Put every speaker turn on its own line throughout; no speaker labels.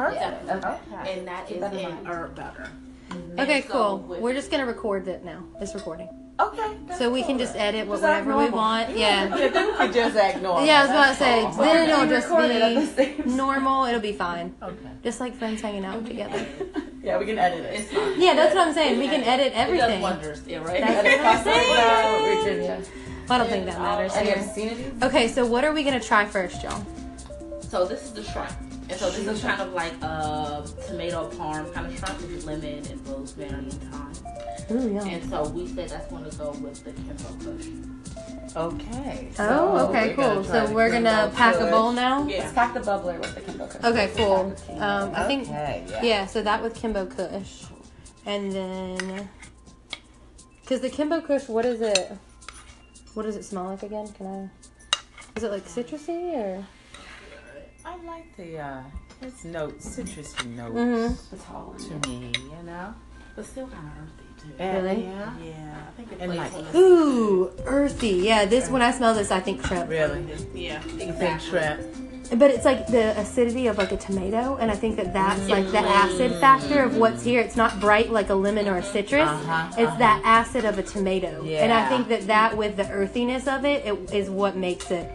Perfect.
Yeah.
Okay.
and that
Keep
is
that in
it
mind.
or better.
Okay,
And so
cool.
with-
We're just gonna record it now. It's recording,
Okay. that's
so we can
cool.
just edit
Just act
whatever we
normal.
want. Yeah.
Yeah, then we could just act normal.
Yeah, I was about to
That's
say.
all.
Then it'll
We recorded at the
just
same
be
time.
normal. It'll be fine.
Okay.
Just like friends hanging out together.
Yeah, we can edit it.
It's fine.
Yeah, that's what I'm saying. We can edit
It does
everything.
wonders, yeah, right?
That's
Edit
what I'm
Fox
saying.
News, Virginia.
I don't think that matters
Have you
here.
ever seen it?
Okay, so what are we gonna try first, y'all?
So this is the shrimp. And so this is kind of like a tomato parm kind of shrimp with lemon and rosemary and thyme.
Ooh, yum.
And so we said that's going to go with the kimbo kush.
Okay.
Oh, okay, cool. So we're gonna pack a bowl now.
Let's
Yeah.
pack the bubbler with the Kimbo Kush.
Okay, cool. Um, I think
Okay, yeah.
yeah. So that with Kimbo Kush, and then because the Kimbo Kush, what is it? What does it smell like again? Can I? Is it like citrusy or?
I like the uh, it's notes, citrusy notes
Mhm.
It's all in
to me, you know.
But still kind of earthy too.
And,
Really?
Yeah.
Yeah. I think it
And
plays
like-
on the-
Ooh, earthy. Yeah, this when I smell this, I think shrimp.
Really.
Yeah.
You think shrimp?
But it's like the acidity of like a tomato, and I think that that's like the acid factor of what's here. It's not bright like a lemon or a citrus.
Uh-huh,
it's that acid of a tomato, and I
Yeah.
think that that with the earthiness of it, it is what makes it.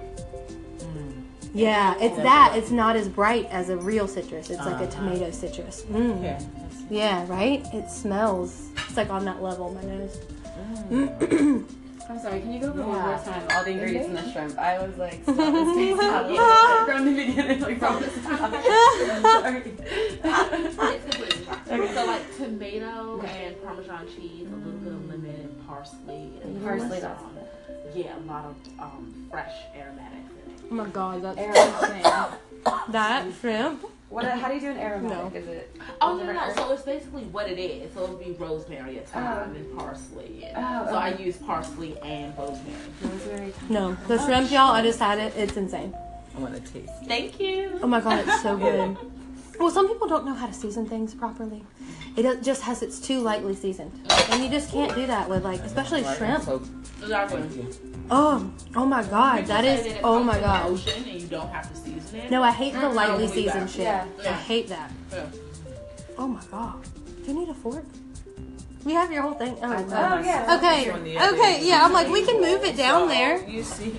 Yeah, it's that. It's not as bright as a real citrus. It's like a tomato citrus. Mm.
Yeah.
Yeah, right. It smells. It's like on that level. My nose.
I'm sorry, can you go over one more
Yeah.
time all the ingredients in the shrimp? I was like, stop this taste out of it. from the beginning, like from the top. I'm sorry.
It's completely fine. So like tomato and Parmesan cheese, a little bit of lemon and parsley. And
Mm-hmm. Parsley,
some-
that's
Yeah, a lot of um, fresh aromatics in it.
Oh my god, that's
aromatic.
that shrimp.
What? How do you do an
No.
aromatic? Is it?
Oh, no, no,
different
no. So it's basically what it is. So it would be rosemary, and thyme,
Oh.
and parsley. And
Oh,
So I
okay.
use parsley and rosemary.
Rosemary.
No, the shrimp, y'all. I just had it. It's insane.
I want to taste. it.
Thank you.
Oh my god, it's so good. Well, some people don't know how to season things properly. It does- just has it's too lightly seasoned, and you just can't do that with like, especially
Like,
shrimp.
So,
Exactly.
thank you.
Oh, oh my god, that
People say
is.
it
Oh
comes
my
from the
god.
Ocean and you don't have to season it. Mm-hmm.
No, I hate the lightly
I'll leave
seasoned
that.
shit.
Yeah.
I hate that.
Yeah.
Oh my god. Do you need a fork? We have your whole thing.
Oh
Oh, uh,
yeah.
okay.
on the other
Okay. Yeah, I'm like we can move it down
So,
there.
You see?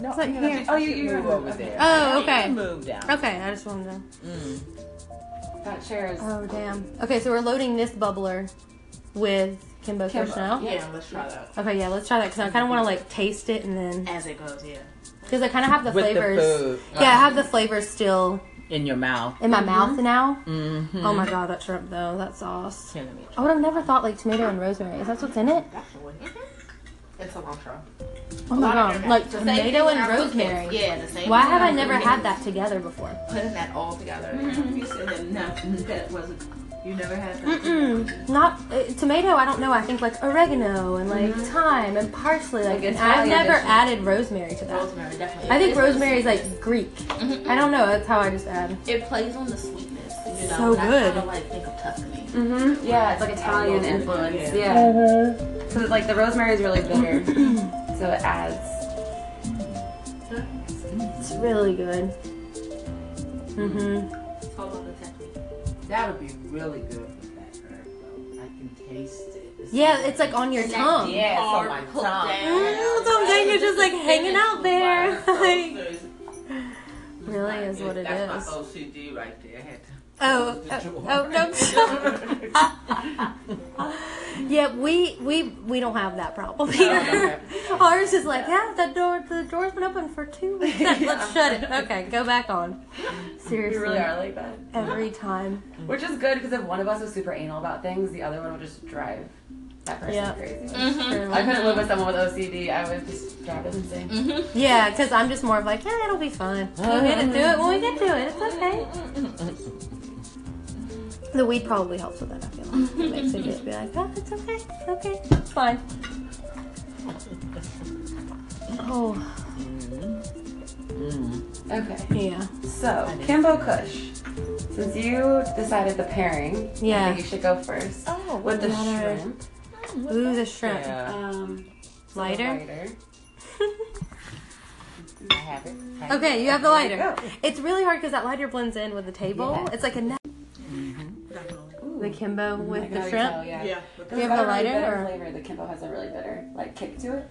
No,
It's like
no, no,
here.
Oh, you you
move
remove
over
okay.
there.
Oh,
You
okay.
move down.
Okay, I just wanted to.
Mm-hmm.
Mm.
That chair is.
Oh damn. Okay, so we're loading this bubbler with Kimbo
Kimbo.
Fish now.
Yeah, let's try that.
Okay, yeah, let's try that because I kind of want to like taste it and then
As it goes, yeah.
because I kind of have the
With
flavors.
the food.
Yeah, I have the flavors still
In your mouth.
in my mouth now.
Mm-hmm.
Oh my god, that shrimp though, that sauce.
Killing me.
I would have never thought like tomato and rosemary. Is that what's in it?
That's the one. It's a long try.
Oh my god, like tomato and rosemary.
Yeah, the same.
Why
thing
have I
I'm
never
cooking.
had that together before?
Putting that all together. You said that nothing that wasn't. You never had that.
Mm-mm. Not uh, tomato. I don't know. I think like oregano and like thyme and parsley. Like,
Like
and I've
Italian
never
dishes.
added rosemary to that.
Rosemary, definitely.
I think
It's the
rosemary is like Greek. I don't know. That's how I just add.
It plays on the sweetness, you know.
So
and I
good.
kind of like think of Tuscany.
Mm-hmm.
Yeah, it's like Italian influence.
Yeah.
Yeah. Uh-huh. So like the rosemary is really bitter, so it adds.
It's really good. Mm-hmm.
It's all about the technique.
That would be really good with that herb, though. I can taste it. It's
Yeah, it's like on your
And that
tongue.
Yeah, it's on
hard
my
cooked
tongue.
down.
Mm, so I'm saying you're just, like, hanging out there.
Right, it's just
Really is what it
That's
is.
my OCD right there. I had to-
Oh,
The
oh,
door.
oh no. yeah, we we we don't have that problem here. Ours is like, yeah, the door the door's been open for two weeks. Let's shut it. Okay, go back on.
We
Seriously,
really are like that,
every time.
which is good because if one of us was super anal about things, the other one would just drive that person
Yeah.
crazy.
True.
I couldn't live with someone with OCD. I would just drive them insane.
Yeah, because I'm just more of like, yeah, it'll be fun. We'll get it through it when we get to it. It's okay. The weed probably helps with that. I feel like it makes it just be like, oh, it's okay, it's okay, it's fine. Oh
Okay.
yeah,
So Kimbo Kush, since you decided the pairing, I think
yeah.
you should go first
Oh,
with the
Water.
shrimp.
Ooh, the shrimp.
Yeah.
Um, it's a
Lighter?
lighter.
I have it. I have
okay, you have the lighter.
Go.
It's really hard because that lighter blends in with the table.
Yeah.
It's like a. na- The kimbo with
I can
the
already
shrimp.
tell, yeah.
Do you have a
really
lighter,
bitter
or-
flavor. The kimbo has a really bitter like kick to it.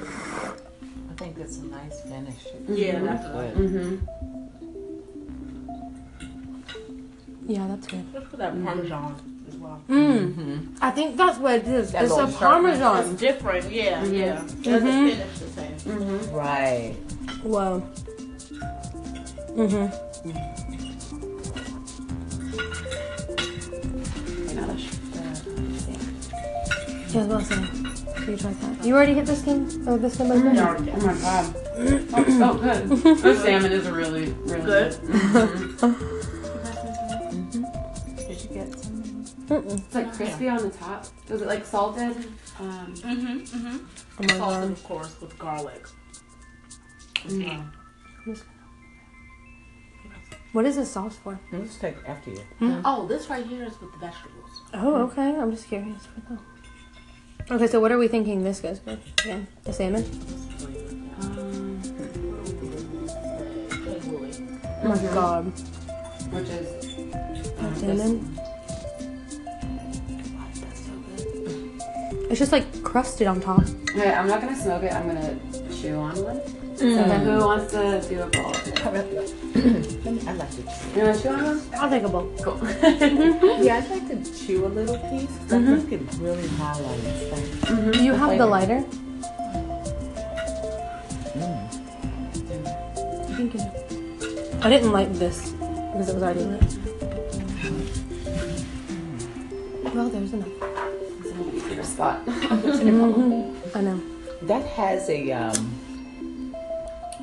I think that's a nice finish.
Yeah, that's what.
But
Mm-hmm.
Yeah, that's good.
Let's put
Mm-hmm.
that parmesan as well.
Mmm. I think that's what it is.
That
it's a
little sharpness.
parmesan.
It's different, yeah, yeah. It doesn't
Mhm.
finish the same.
Mm-hmm.
Right.
Whoa. Mhm. Yeah, that's awesome. You tried that. You already hit this skin? Oh, this one right there?
Oh my god. Oh, oh good. The salmon is really, really
Good.
good. Mhm.
Did you get some?
Mm-mm.
It's like crispy on the top. Was it like salted? Um,
Mm-hmm, mm-hmm.
Oh my
Salted,
god.
of course, with garlic.
Mm.
What is this sauce for? Hmm?
let's take after you.
Oh, this right here is with the vegetables.
Oh, okay. I'm just curious. What the- Okay, so what are we thinking this goes with? Yeah, the salmon?
uh,
Tandoori.
Oh my god.
Mm-hmm.
which is
That salmon. It's just like crusted on top.
Okay, I'm not gonna smoke it. I'm gonna chew on one.
Mm.
So who wants to do a bowl?
How about that? I like to chew.
You wanna chew on one?
I'll take a bowl.
Yeah, I'd like to chew a little piece. 'cause
Mm-hmm.
I think it really highlights things.
Do you have the lighter? Mm. I think you do. I didn't like this because it was already lit. Well, there's enough.
It's gonna be your spot.
Mm-hmm. I know.
That has a um,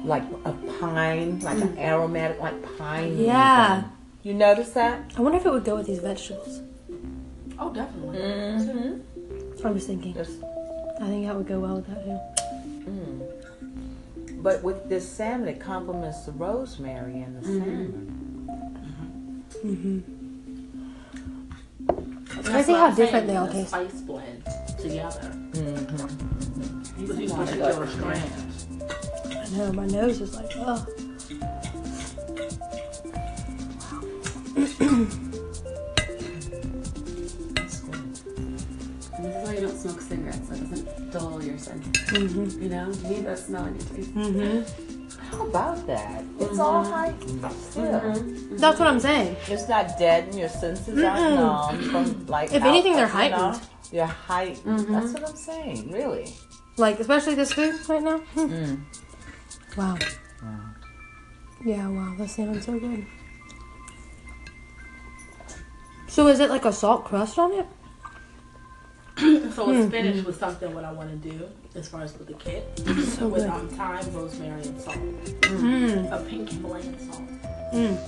like a pine, like an aromatic, like pine.
Mm. Yeah.
thing. You notice that?
I wonder if it would go with these vegetables.
Oh, definitely.
Mm-hmm. I was thinking.
Just-
I think that would go well with that too.
Mm.
But with this salmon, it complements the rosemary and the
Mm-hmm.
salmon.
It's
That's
crazy Mm-hmm.
what
how
I'm
different
saying,
they all
the
taste.
Spice blend together.
Mm-hmm.
Because you
Water.
push it through a strand.
I know, my nose is like, oh.
And this is why you don't smoke cigarettes. That doesn't dull your sense.
Mm-hmm.
You know, you need that smell in your taste.
How about that? It's all
Mm-hmm.
heightened still.
That's what I'm saying.
It's not dead and your senses aren't numb from like.
Mm-hmm. If anything,
alcohol,
they're
you know?
heightened. Mm-hmm.
They're heightened. That's what I'm saying. Really.
Like, especially this food right now. Hmm. Wow. Yeah, wow, that salmon's so good. So is it like a salt crust on it? Mm-hmm.
So it's finished with something what I want to do as far as with the kit.
So
with
good. Mm-hmm.
on thyme, rosemary, and salt. A pink Himalayan salt.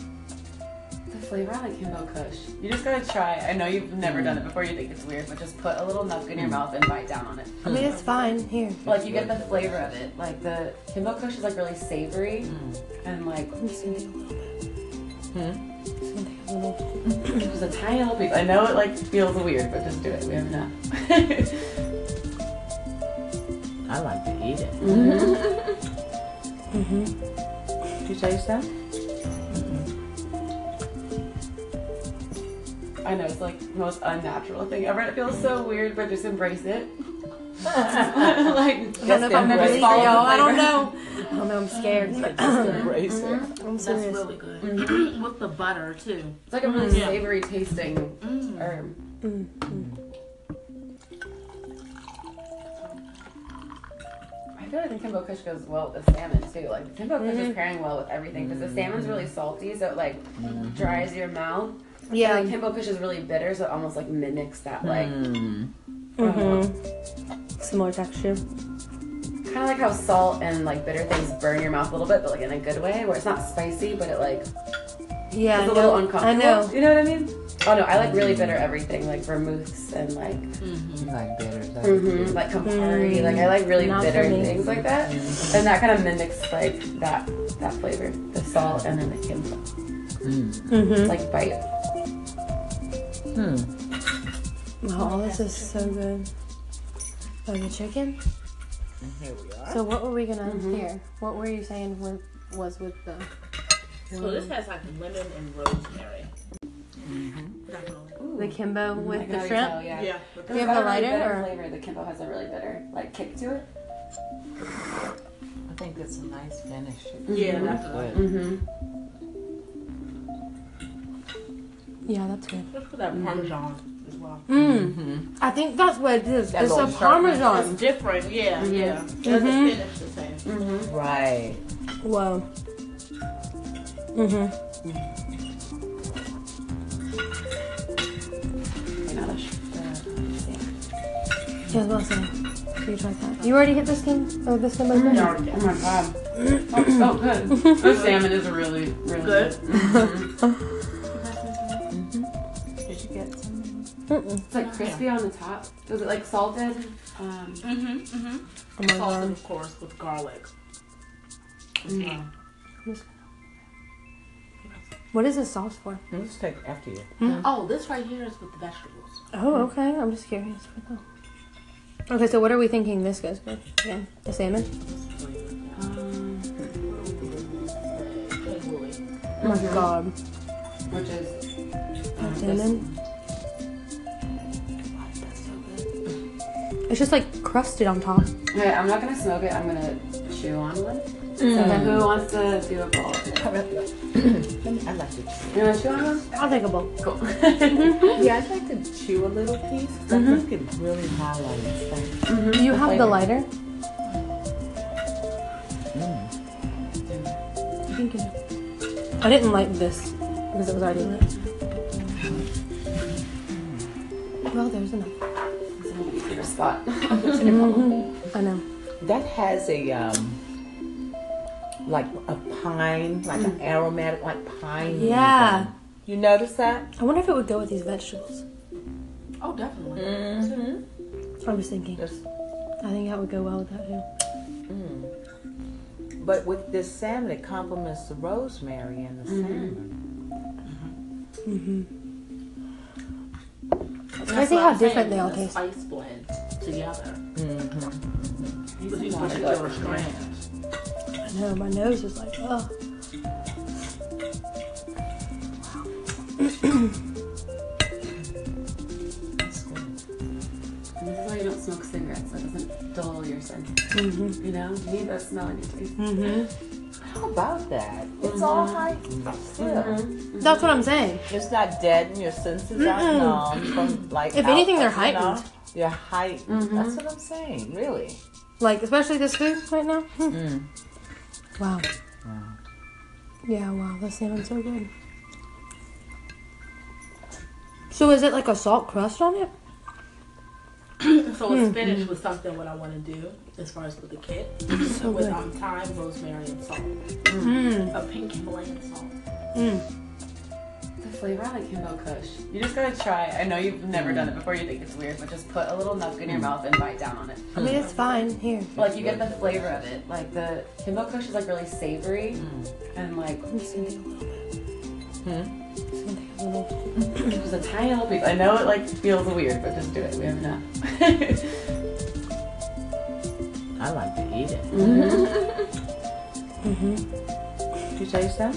The flavor on the Kimbo Kush. You just gotta try. I know you've never done it before. You think it's weird, but just put a little nug in your mouth and bite down on it.
I mean, it's fine. Here.
Like you get the flavor of it. Like the Kimbo Kush is like really savory and like
I'm just gonna take a little bit. Just gonna take a little bit.
it was a tiny little piece. I know it like feels weird, but just do it. We have enough.
I like to eat it.
Mm.
Mm-hmm. You taste that?
I know it's like the most unnatural thing ever. and It feels so weird, but just embrace it. like
I don't know if I'm gonna
embrace
believe
all the
y'all. I don't
flavor.
know. I don't know. I'm scared.
Just embrace it.
I'm
That's
serious.
really good. with the butter too. Mm.
It's like a really
Yeah.
savory tasting herb.
Mm.
I feel like the Kimbo Kush goes well with the salmon too. Like the Kimbo Kush
Mm-hmm.
is pairing well with everything because the salmon's really salty, so it like dries your mouth.
Yeah.
And the Kimbo Kush is really bitter, so it almost like mimics that Mm. like
Mm-hmm. Similar texture.
kind of like how salt and like bitter things burn your mouth a little bit, but like in a good way, where it's not spicy, but it like
Yeah.
it's a
I
little
know.
uncomfortable.
I know.
You know what I mean? Oh no, I like really bitter everything, like vermouths and like
Mm.
You like bitter. don't you?
mhm, like Campari. Like I like really
Mm-hmm. Not
bitter
for me.
things like that, and that kind of mimics like that that flavor, the salt and then the kimbo,
Mm-hmm.
like bite.
Hmm. Wow, all this is so good. Oh, the chicken.
Here we are.
So what were we gonna
Mm-hmm.
here? What were you saying with, was with the?
Mm-hmm. So this has like lemon and rosemary. Definitely.
Mm. The kimbo
Mm-hmm. I
with
can already
the shrimp.
tell, Oh, yeah.
Yeah.
It's
you have
got
the
really
lighter,
bitter
or-
flavor. The kimbo has a really bitter like kick to it.
I think that's a nice finish.
Yeah, that's what.
Good.
Mm-hmm.
Yeah, that's good.
Let's put
Mm.
that parmesan as well.
Mmm.
Mhm.
I think that's what it is.
That
it's a
little sharpness.
parmesan.
It's different, yeah, yeah. It doesn't
Mhm.
finish the same.
Mm-hmm.
Right.
Whoa. Mm-hmm. Yeah, that's awesome. You tried that. You already hit this skin? Oh, this one right there?
Oh my god.
Mm-hmm.
Oh, oh good. This salmon is really, really
Good.
Mm-hmm.
Mhm.
Did you get some?
Mm-mm.
It's like crispy on the top. Was it like salted? Um,
Mm-hmm. Mm-hmm.
Oh my
Salted,
god.
of course, with garlic.
Mm.
What is this sauce for? Hmm?
Let's take after you.
Oh, this right here is with the vegetables.
Oh, okay. I'm just curious. Okay, so what are we thinking this goes with? Yeah, the salmon.
Mm-hmm.
um,
Ravioli.
Oh
Mm-hmm.
my god.
which is um, this-
Salmon. It's just like crusted on top.
Okay, I'm not gonna smoke it. I'm gonna chew on one. So then who wants to do a bowl? of it?
How about that? Let me- I'd like to chew.
You wanna chew on one?
I'll take a bowl. Mm-hmm.
Cool.
Yeah, I'd like to chew a little piece. 'cause I think it really highlights things.
Do you have the lighter? I think you do. I didn't like this because it was already lit. Well, there's enough.
It's an easier spot.
Mm-hmm. I know.
That has a um, like a pine, like an aromatic, like pine.
Mm. Yeah.
thing. You notice that?
I wonder if it would go with these vegetables.
Oh, definitely.
Mm-hmm.
I was thinking.
Just-
I think that would go well with that too.
Mm.
But with this salmon, it complements the rosemary and the
Mm-hmm.
salmon.
Mm-hmm. It's
That's
crazy
what
how
I'm
different
saying,
they all
the
taste.
Spice blend together. With these
Wanna go
particular
like-
strands.
I know my nose is like, oh.
That's good.
This is why you don't smoke cigarettes. That doesn't dull your sense. You know, you need that smell in your teeth.
How about that? It's all
Mm-hmm.
heightened still.
That's what I'm saying.
Mm-hmm. It's not dead and your senses aren't numb from like.
Mm-hmm. If anything,
alcohol,
they're
you know?
heightened.
They're heightened.
Mm-hmm.
That's what I'm saying. Really.
Like especially this food right now. Hmm.
Mm.
Wow. Yeah. Wow. The salmon's so good. So is it like a salt crust on it?
So
Mm-hmm.
it's finished with something what I want to do as far as with the kit. So with
good. Mm.
um, thyme, rosemary, and salt. A pink Himalayan salt.
The flavor on the Kimbo Kush. You just gotta try. I know you've never done it
Hmm.
before. You think it's weird, but just put a little nug in your mouth and bite down on it.
I mean, it's fine here.
Like you get the flavor of it. Like the Kimbo Kush is like really savory
Hmm.
and like
I'm just gonna take a little bit. Just gonna take a little bit.
it was a tiny little piece. I know it like feels weird, but just do it. We have enough.
I like to eat it.
Mm-hmm.
Mm-hmm. You taste that?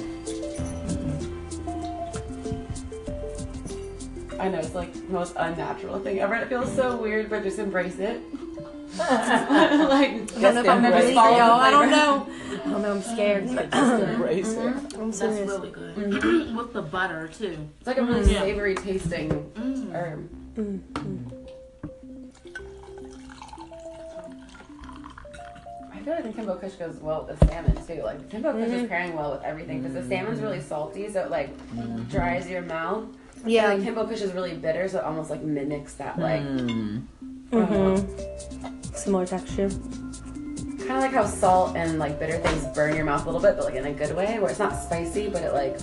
I know it's like the most unnatural thing ever. and It feels so weird, but just embrace it. like
I don't know if I'm gonna
embrace
eat it,
all the
y'all. I don't
flavor.
know. I don't know. I'm scared.
Just embrace it.
I'm
That's
serious. Mm-hmm.
really good. with the butter too.
It's like a really
Yeah.
savory tasting
Mm.
herb. I feel like the Kimbo Kush goes well with the salmon too. Like the Kimbo Kush
Mm-hmm.
is pairing well with everything because the salmon's
Mm.
really salty, so it like dries your mouth.
Mm-hmm. Yeah.
And the Kimbo Kush is really bitter, so it almost like mimics that like
Mm.
Similar Mm-hmm. texture.
kind of like how salt and like bitter things burn your mouth a little bit, but like in a good way, where it's not spicy, but it like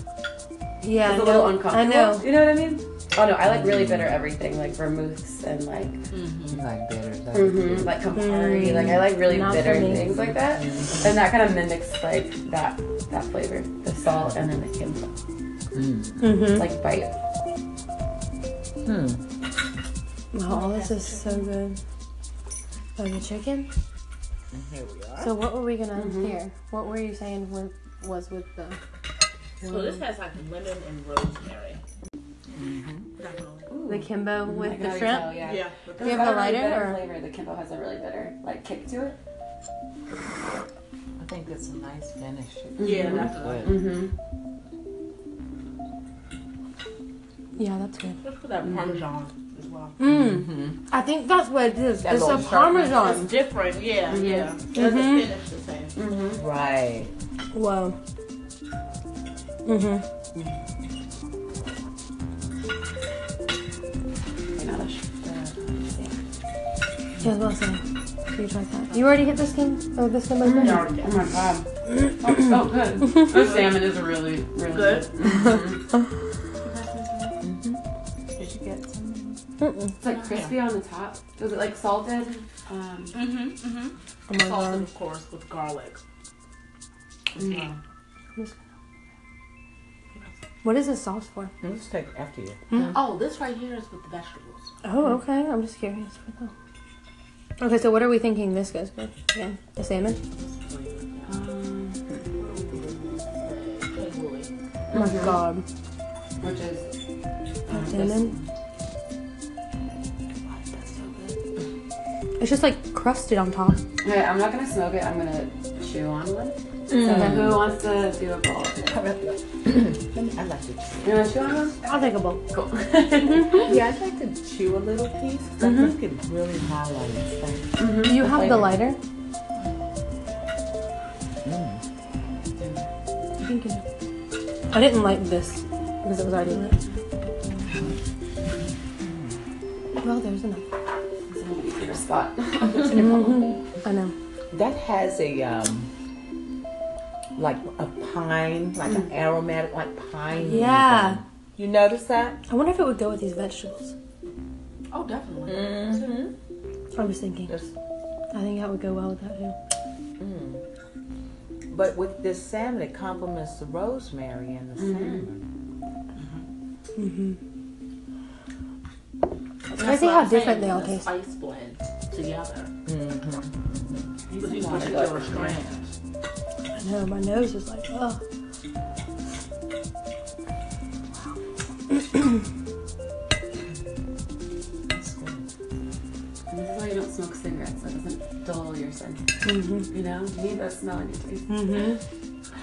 Yeah.
it's
I
a little
know.
uncomfortable.
I know.
You know what I mean? Oh no, I like really bitter everything, like vermouths and like
Mm-hmm.
You like bitter. don't you?
mhm, like Campari. Like I like really
Not
bitter
for me.
things like that, and that kind of mimics like that that flavor, the salt and then the kimbo,
Mm-hmm.
like bite.
Hmm.
Wow, this is so good. Oh, the chicken.
Here we are.
So what were we gonna
Mm-hmm.
hear? What were you saying with was with the? Mm-hmm.
So this has like lemon and rosemary. Definitely.
The kimbo
I
with
can
the
already
shrimp.
tell, yeah.
Do
It's
you
got
have a
really
lighter,
bitter
or-
flavor. The Kimbo has a really bitter like kick to it.
I think that's a nice finish.
Yeah, definitely.
Good.
Mm-hmm.
Yeah, that's good.
Let's put that parmesan as well.
Mmm.
Mm-hmm.
I think that's what it is.
That
it's a
little sharpness.
parmesan.
It's different, yeah, yeah. It doesn't
Mhm.
finish the same.
Mm-hmm.
Right.
Whoa. Mhm. Yeah, that's awesome. Can you try that? You already hit this game? Oh, this one?
Oh
mm
my god. Oh, so good. The salmon is really, really
Good.
Mm-hmm.
Mhm.
Did you get some?
Mm-mm.
It's like crispy on the top. Was it like salted? Um,
Mm-hmm, mm-hmm.
Oh my
Salted,
god.
of course, with garlic.
Mm.
Mm-hmm.
What is this sauce for? Hmm?
Let's take after you.
Oh, this right here is with the vegetables.
Oh, okay. I'm just curious. Okay, so what are we thinking this goes with? Yeah, the salmon?
um,
Ooh.
Oh my god.
which is um, this-
Salmon? It's just like crusted on top.
Okay, I'm not gonna smoke it. I'm gonna chew on one. So then who wants to do a bowl? of it?
How about that? I like to chew.
You wanna chew on one?
I'll take a bowl.
Cool.
Yeah, I'd like to chew a little piece. 'cause
Mm-hmm.
I think it really highlights things.
Do you have the lighter?
Mm-hmm.
I think you do. I didn't light this because it was already lit. Well, there's enough.
It's an easier spot.
Mm-hmm. I know.
That has a um, like a pine, like an aromatic, like pine.
Mm. Yeah.
thing. um, You notice that?
I wonder if it would go with these vegetables.
Oh, definitely.
Mm-hmm.
I was thinking.
Just,
I think that would go well with that too.
mm. But with this salmon, it complements the rosemary and the
Mm-hmm.
salmon.
Mm-hmm.
That's
crazy
what
how
I'm saying,
different they all
the
taste.
Spice blend together
Mm-hmm.
with these
Someone
particular
like-
strands.
I know, my nose is like, oh.
That's good.
And This is why you don't smoke cigarettes. That doesn't dull your sense. You know, you need that smell in your taste.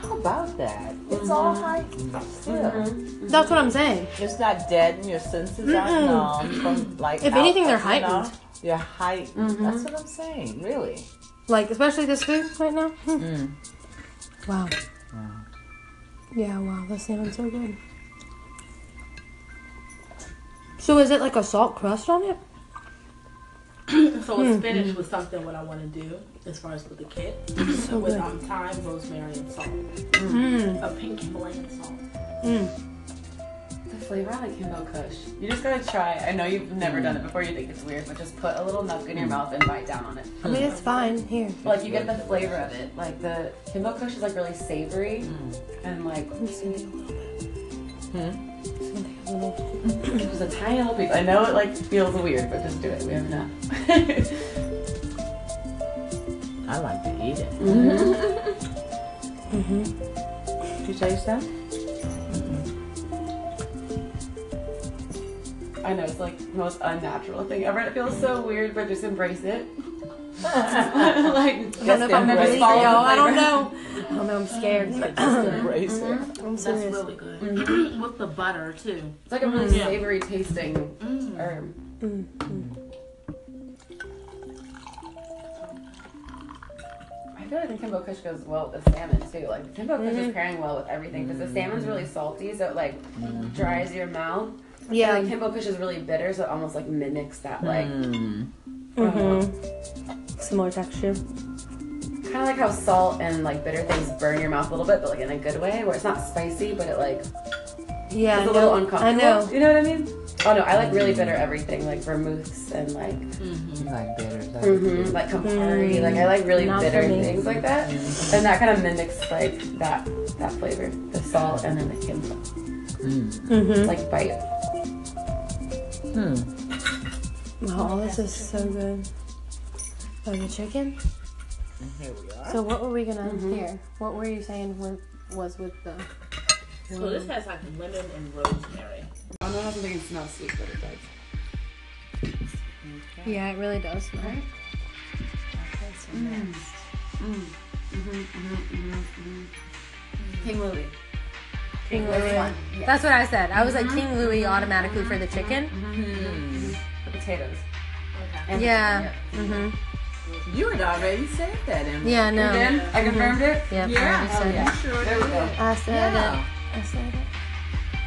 How about that? It's all heightened still.
Mm-hmm.
That's what I'm saying.
It's not dead and your senses aren't numb from like.
If anything, they're
alcohol, you know?
heightened. Mm-hmm.
They're heightened. That's what I'm saying. Really.
Like, especially this food right now. Hmm.
Mm.
Wow. Yeah, wow, that salmon's so good. So is it like a salt crust on it?
so
Hmm.
it's finished with something. What I want to do as far as with the kit, so with
good.
um, thyme, rosemary, and salt,
Mm.
a pink Himalayan salt.
Mm.
The flavor on the Kimbo Kush. Oh, You just gotta try. it. I know you've never done it before. You think it's weird, but just put a little milk in your mouth and bite down on it.
Mm. I mean, it's fine. Here.
Like you get the flavor of it. Like the Kimbo Kush is like really savory
Mm.
and like
I'm just gonna take a little bit.
Hmm?
Just gonna take a little.
it was a tiny little piece. I know it like feels weird, but just do it. We have enough.
I like to eat it.
Mm-hmm.
Mm-hmm. Did you taste that?
I know it's like the most unnatural thing ever. and It feels so weird, but just embrace it. like
I don't know if I'm gonna
embrace
eat it,
all the
y'all. I don't know. I don't know. I'm scared.
Just embrace it.
I'm
That's
serious. Mm-hmm.
really good with the butter too.
It's like a really
Yeah.
savory tasting herb. Mm-hmm. I feel like the Kimbo Kush goes well with the salmon too. Like the Kimbo Kush
Mm-hmm.
is pairing well with everything because the salmon's really salty, so it like dries your mouth.
Yeah.
And the Kimbo Kush is really bitter, so it almost like mimics that like
Mm.
Mm-hmm. Similar texture.
kind of like how salt and like bitter things burn your mouth a little bit, but like in a good way, where it's not spicy, but it like
Yeah.
it's
I
a little
know.
uncomfortable.
I know.
You know what I mean? Oh no, I like really bitter everything, like vermouths and like
You like bitter. Like
mhm, like Campari. Like I like really
Mm-hmm. Not
bitter
for me.
things like that, and that kind of mimics like that that flavor, the salt and then the Kimbo,
Mm-hmm.
like bite.
Mm. Hmm.
Wow, Oh, this is so good. Oh, the chicken.
Here we are.
So what were we gonna hear? What were you saying with, was with the?
So this has like lemon and rosemary. I'm
know. I wasn't thinking it smells sweet, but it does.
Yeah, it really does smell.
Right?
Okay, so next.
Mm. Mm-hmm, mm-hmm, mm-hmm, King Louis.
King
This
Louis.
one.
Mm-hmm.
Yeah.
mm-hmm. That's what I said. I was like King Louis automatically for the chicken.
The potatoes.
Okay.
And-
Yeah. Mm-hmm.
You had already said that, Emily.
Yeah, no.
Then I confirmed it.
Yep, I
Yeah.
already said
yeah.
it.
Sure
There we
did.
go.
I said it.
Yeah.
I said it.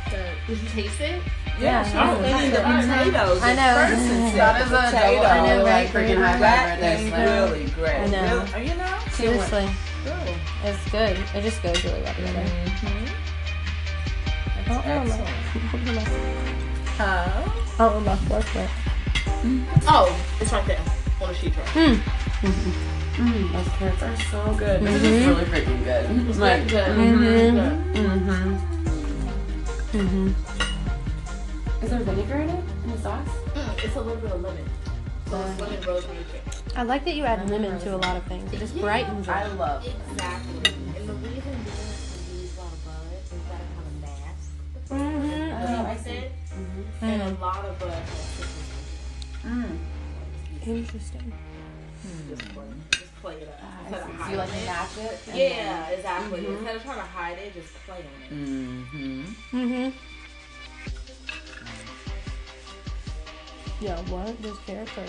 So,
Did you taste it? Oh,
Yeah, she was
Yeah.
eating the
Yeah.
potatoes.
I know. Mm-hmm.
At first and said
That is a double.
potato.
I know, right?
Freaking high
That
five right
is
there.
really great.
I know.
Really- You know?
Seriously,
Good.
it's good. It just goes really well together.
Mm-hmm.
I don't know Oh,
Excellent.
my-
Huh?
I don't know my fork went.
Oh, it's right there on the sheet right.
Hmm.
Mm, those carrots are so good. This is
Mm-hmm.
really freaking good. It's like,
Mm-hmm.
mm-hmm.
Mm-hmm.
Is there vinegar in it? In the sauce?
It's a little bit of lemon. So it's lemon rosemary chicken.
I like that you add lemon to a lot of things. It just brightens it.
I love
exactly. And the reason we use a lot of bud is that it kind of masks the
Mhm.
Oh, I
flavor.
see.
it.
Mm-hmm.
And
Mm.
a lot of bud has citrus.
Mm.
Interesting. Hmm.
in it. Just play-
Just play it up. Instead of
Do you like
hiding it.
mash it? and then- Mm-hmm.
Yeah, exactly. Instead of trying to hide it, just play on it.
Mm-hmm.
Mm-hmm. Yeah, what? Those carrots are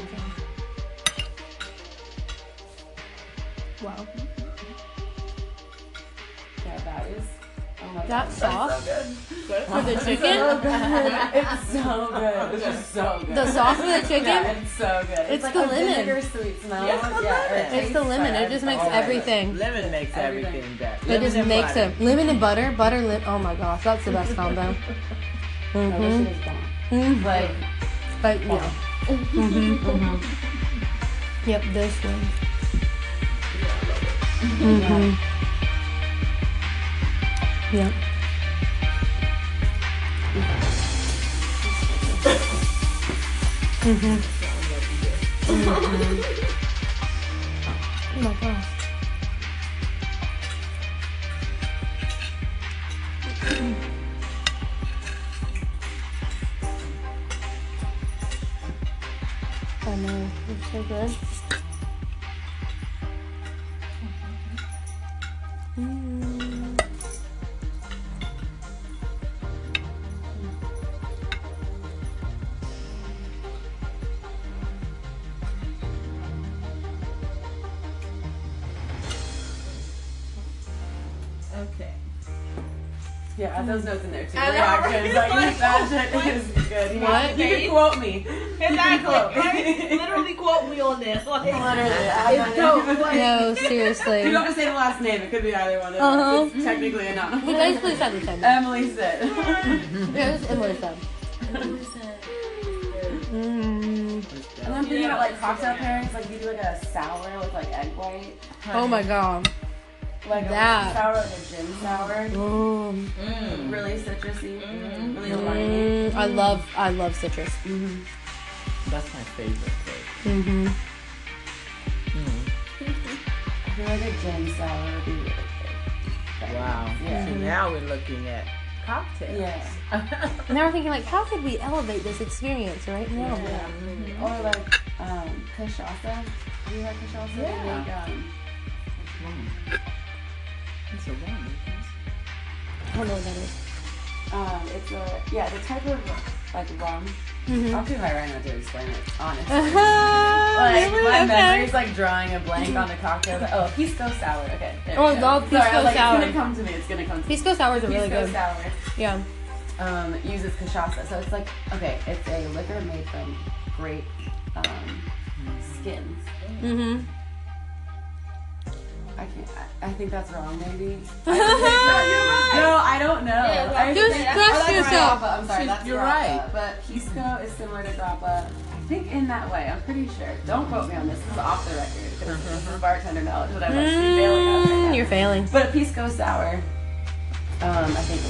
Wow.
Yeah, that is. Oh my
That
god.
sauce
Good.
for the chicken?
It's so good. It's just so good.
the sauce for the chicken?
Yeah, it's so good. It's,
It's
like
the
a
lemon.
vinegar sweet smell.
Yes, the lemon.
it
It's the
tastes
lemon. It
better.
just makes
Oh my
everything.
Lemon makes
Everything.
everything better.
It just makes it. Lemon and butter. Butter, lim- oh my gosh, that's the best combo.
God. No, this
Mm-hmm.
shit is bomb.
hmm
Like,
But yeah. Mm-hmm. Yep, this one. Mm-hmm. Yep. Mm-hmm. oh my gosh. I know. It's so good. Mm.
Okay.
yeah, add those notes in there too.
I know,
Reaction,
right?
like,
Like,
magic is good. You
What?
can- You can quote me.
Exactly. Right? Literally quote me on this. Like,
Literally, I have
dope.
that.
No,
You
seriously.
don't have to say the last name. It could be either one. of
Uh-huh.
us. It's technically
We
anonymous.
basically said the same.
Emily said.
Yeah, it was similar stuff. Mm.
And I'm thinking about like cocktail pairings, like you do like a sour with like egg white,
Oh my god.
like a
That.
whiskey sour, like a gin sour,
Mm. Mm-hmm.
really citrusy, really Mm-hmm. limey.
Mm, I love I love citrus.
That's my favorite thing.
Mm-hmm.
I feel like a gin sour would be really good.
Wow.
Yeah.
So now we're looking at cocktails.
Yeah.
And now we're thinking like, how could we elevate this experience right now?
Yeah. Or like um, kashasa. Do you like kashasa? They
Yeah.
make, um,
It's a woman.
I don't know what that is.
um, it's a yeah, the type of like rum.
Mm-hmm.
I'll do my right now to explain it. Honestly.
Uh-huh.
Like
really?
my
Okay.
memory's like drawing a blank on the cocktail. but- Oh, pisco sour. Okay. there
Oh,
we
I
go.
love
Sorry, I was
pisco
like,
sour.
It's gonna come to me. It's gonna come to me.
Pisco sours are really
Pisco
good.
sour.
Yeah.
um, uses cachaça. So it's like, okay, it's a liquor made from grape um,
Mm.
skins.
Mm-hmm.
I can't, I, I think that's wrong, maybe. I don't think so. no, I don't know. I
Just
think-
trust
oh, that's
yourself.
grappa. I'm sorry,
She's-
that's
you're
grappa.
right.
But pisco is similar to grappa. I think in that way, I'm pretty sure. Don't quote me on this. This is off the record. 'cause This is bartender knowledge that I'm actually failing at right now.
Mm-hmm. Mm, you're failing.
But pisco sour, um, I think.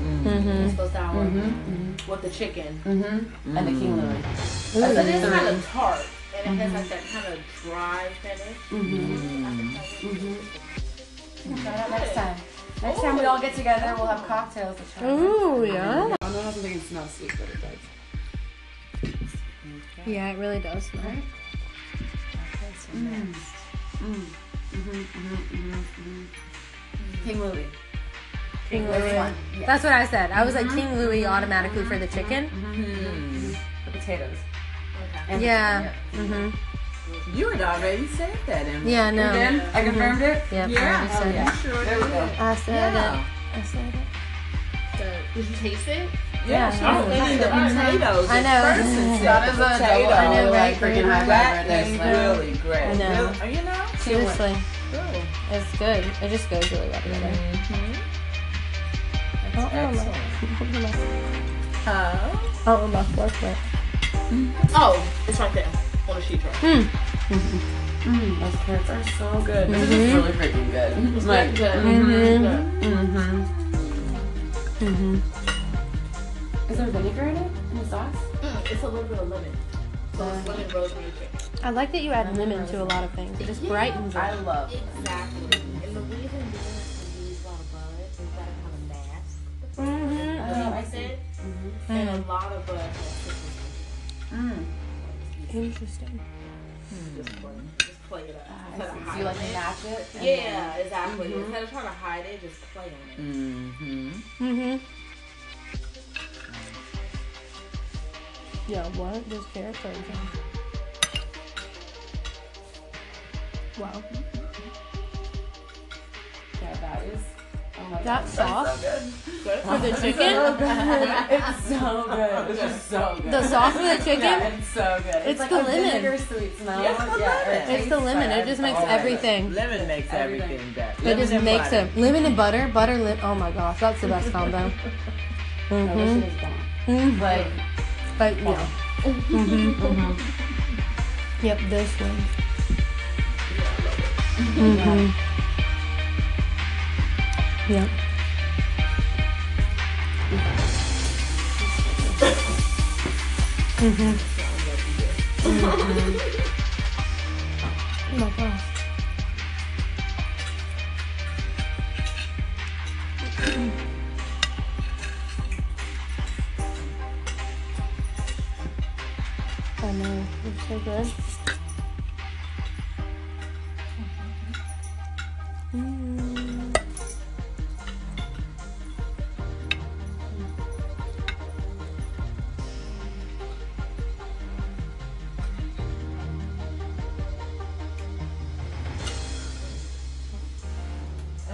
Mm.
Mm-hmm. Mm.
Supposed to hour
Mm-hmm.
with the chicken.
Mm-hmm. And the King Louis. That's
But
a
it's
three.
kind of tart, and it has like that kind of dry finish.
Mm-hmm.
I think I would-
Try it out next time. Next time we all get together, we'll have cocktails. to try.
Ooh, yeah.
I don't know how something can smell sweet, but it does.
Yeah, it really does smell.
King Louis.
King Louis. That's what I said. I was like
Mm-hmm.
King Louis automatically for the chicken.
The potatoes. And-
Yeah. Mhm.
You had already said that, and
Yeah. No.
Then I confirmed it.
Yep, I
Yeah. Oh,
already said
yeah.
it.
sure
There we
did.
go.
I said
Yeah.
it. I said it.
Did you taste it?
Yeah,
Yeah.
Oh, she was eating the potatoes.
I know.
At first and
That
said
is a
potato.
double, I know,
right?
like freaking high
That
five right
is
there. Like,
really great.
I know.
Really- you know?
Seriously,
Really. Mm-hmm.
it's good. It just goes really well together.
Excellent. Huh?
Oh, my fork went.
Oh, it's right there on the sheet right.
mm, those carrots are so good. This is really freaking good. It's like, mm-hmm.
Mhm.
Is there vinegar in it? In the sauce?
Mm, it's a little bit of lemon. So it's lemon rosemary chicken.
I like that you add lemon to a lot of things. It just brightens it.
I love it.
Exactly.
And the reason beans can use while bud is that it kind of masks the
Oh, Mm-hmm.
Mhm.
I
flavors
see.
it.
And a lot of uh,
Mm.
Interesting.
just play, just play it up.
Ah, I
Instead of
see. So you like
hiding it.
match it? Mm-hmm. and
Yeah, exactly. Instead of trying to hide it, just play on it.
Mm-hmm.
Mhm. Yeah. What? Those carrots are again. Wow.
then- Yeah, that is. Oh my
That
God.
sauce
Good.
for the chicken.
it's so good. It's just so good.
The sauce for the
Yeah,
chicken.
it's so good. It's,
It's
like
the
a
lemon.
vinegar sweet smell.
Yes, the lemon.
it
It's
tastes
the lemon. It
better.
just makes
Oh my God.
everything.
Lemon makes
Everything.
everything, better.
It
Lemon
just
and
makes
butter.
it lemon and butter, butter. Li- oh my gosh, that's the best combo. Mm-hmm.
No, this shit is bomb.
Mm,
Like,
but yeah. Mm-hmm. Yep, this one. Mm-hmm. Yep. Mm-hmm. Oh my gosh. I know, it's Oh, so good. Mm.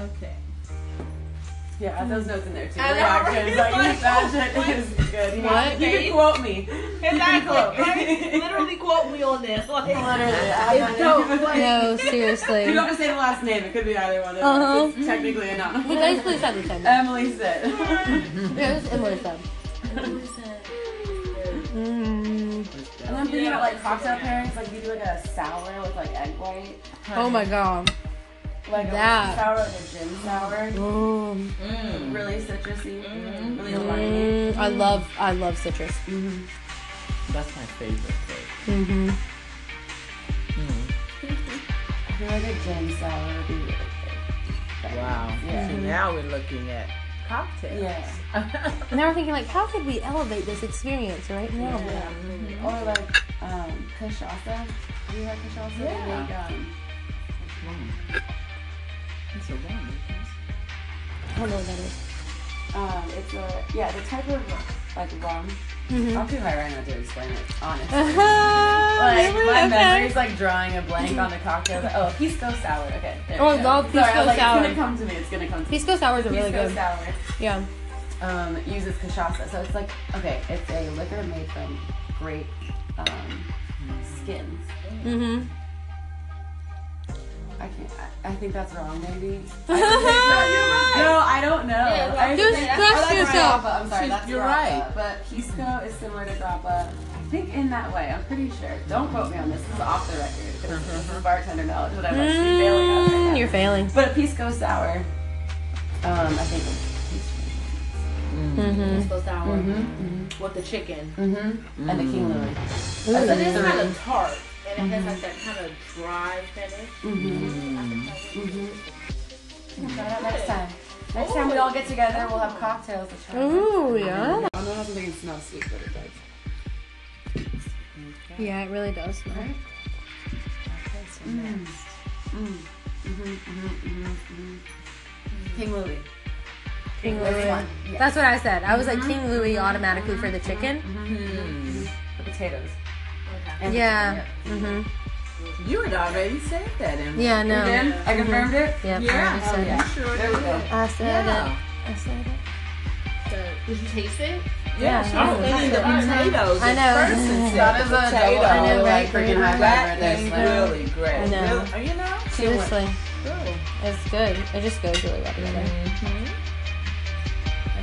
Okay.
yeah, add those notes in there too.
I know,
Reactions,
right?
like, that shit is good. You
What?
can- You can quote me.
Exactly. Literally quote me on this. Like,
Literally, I have that in-
No,
You
seriously.
don't have to say the last name. It could be either one of
Uh-huh.
us. It's technically enough.
You guys please have the time.
Emily said.
Yeah, this is Emily's time. Mm.
And I'm thinking about like cocktail pairings, like you do like a sour with like egg white,
Oh my god.
like
That.
a sour with a gin sour,
Mm. Mm-hmm.
really citrusy, Mm-hmm. really limey.
Mm. I love I love citrus.
Mm-hmm. That's my favorite thing.
Mm-hmm.
Mm-hmm. I feel like a gin sour would be really good.
Wow.
Yeah. Mm-hmm.
So now we're looking at cocktails.
Yeah.
Now we're thinking like how could we elevate this experience right now?
Yeah. Or like um, cachaça. Do you like cachaça? They
Yeah.
make, um,
It's a wine.
I don't know what that is.
um, it's a yeah, the type of like rum.
Mm-hmm.
I'll do my right now to explain it. Honestly.
Uh-huh.
Like
Really?
my
Okay.
memory's like drawing a blank on the cocktail. Like, oh, pisco sour. Okay. there
Oh,
we go.
love
Sorry, I
pisco
was like,
sour.
It's gonna come to me. It's gonna come to me.
Pisco sours are really
pisco
good.
sour.
Yeah.
um, uses cachaça. So it's like, okay, it's a liquor made from grape um,
Mm.
skins.
Mm-hmm.
I can't, I, I think that's wrong, maybe. I don't think so. no, I don't know. I
Just
think-
trust
I like
yourself.
Grappa. I'm sorry,
She's-
that's
you're
grappa.
right.
But pisco is similar to grappa, I think, in that way. I'm pretty sure. Don't quote me on this. This is off the record. 'cause This is bartender knowledge that I'm actually failing at right now.
Mm-hmm. Mm, you're failing.
But a pisco sour, um, I think.
Mm.
Mm-hmm.
Goes down
Mm-hmm.
with the chicken. Mm.
Mm-hmm. And the
Mm.
King Louis.
But
That's
it is
three.
kind of tart, and it has like that kind of dry finish.
Mm-hmm. Try it out next time. Next time we all get together, we'll have cocktails to try.
Ooh, yeah.
I know something smells sweet, but it does.
Yeah, it really does smell. Mm.
King Louis.
King
This
Louis.
one. Yeah. Mm-hmm.
That's what I said. I was like King Louis automatically for the chicken.
The Mm. potatoes.
Okay.
Mm-hmm. And the-
Yeah. hmm
You had already said that. And
Yeah, no. Mm-hmm.
Again, I confirmed it.
Yep,
Yeah.
I already said
yeah.
it.
Sure
There we go.
I said
Yeah.
it. I said it.
So, did you taste it?
Yeah, she was
Yeah.
eating the
Mhm.
potatoes.
I
at
know.
first and
That
said
is a double
potato.
I know,
like
right?
freaking high five right
That
there.
is
Slim.
really great.
I know.
Really, you know?
Seriously.
Really. Mm-hmm.
It's good. It just goes really well together. I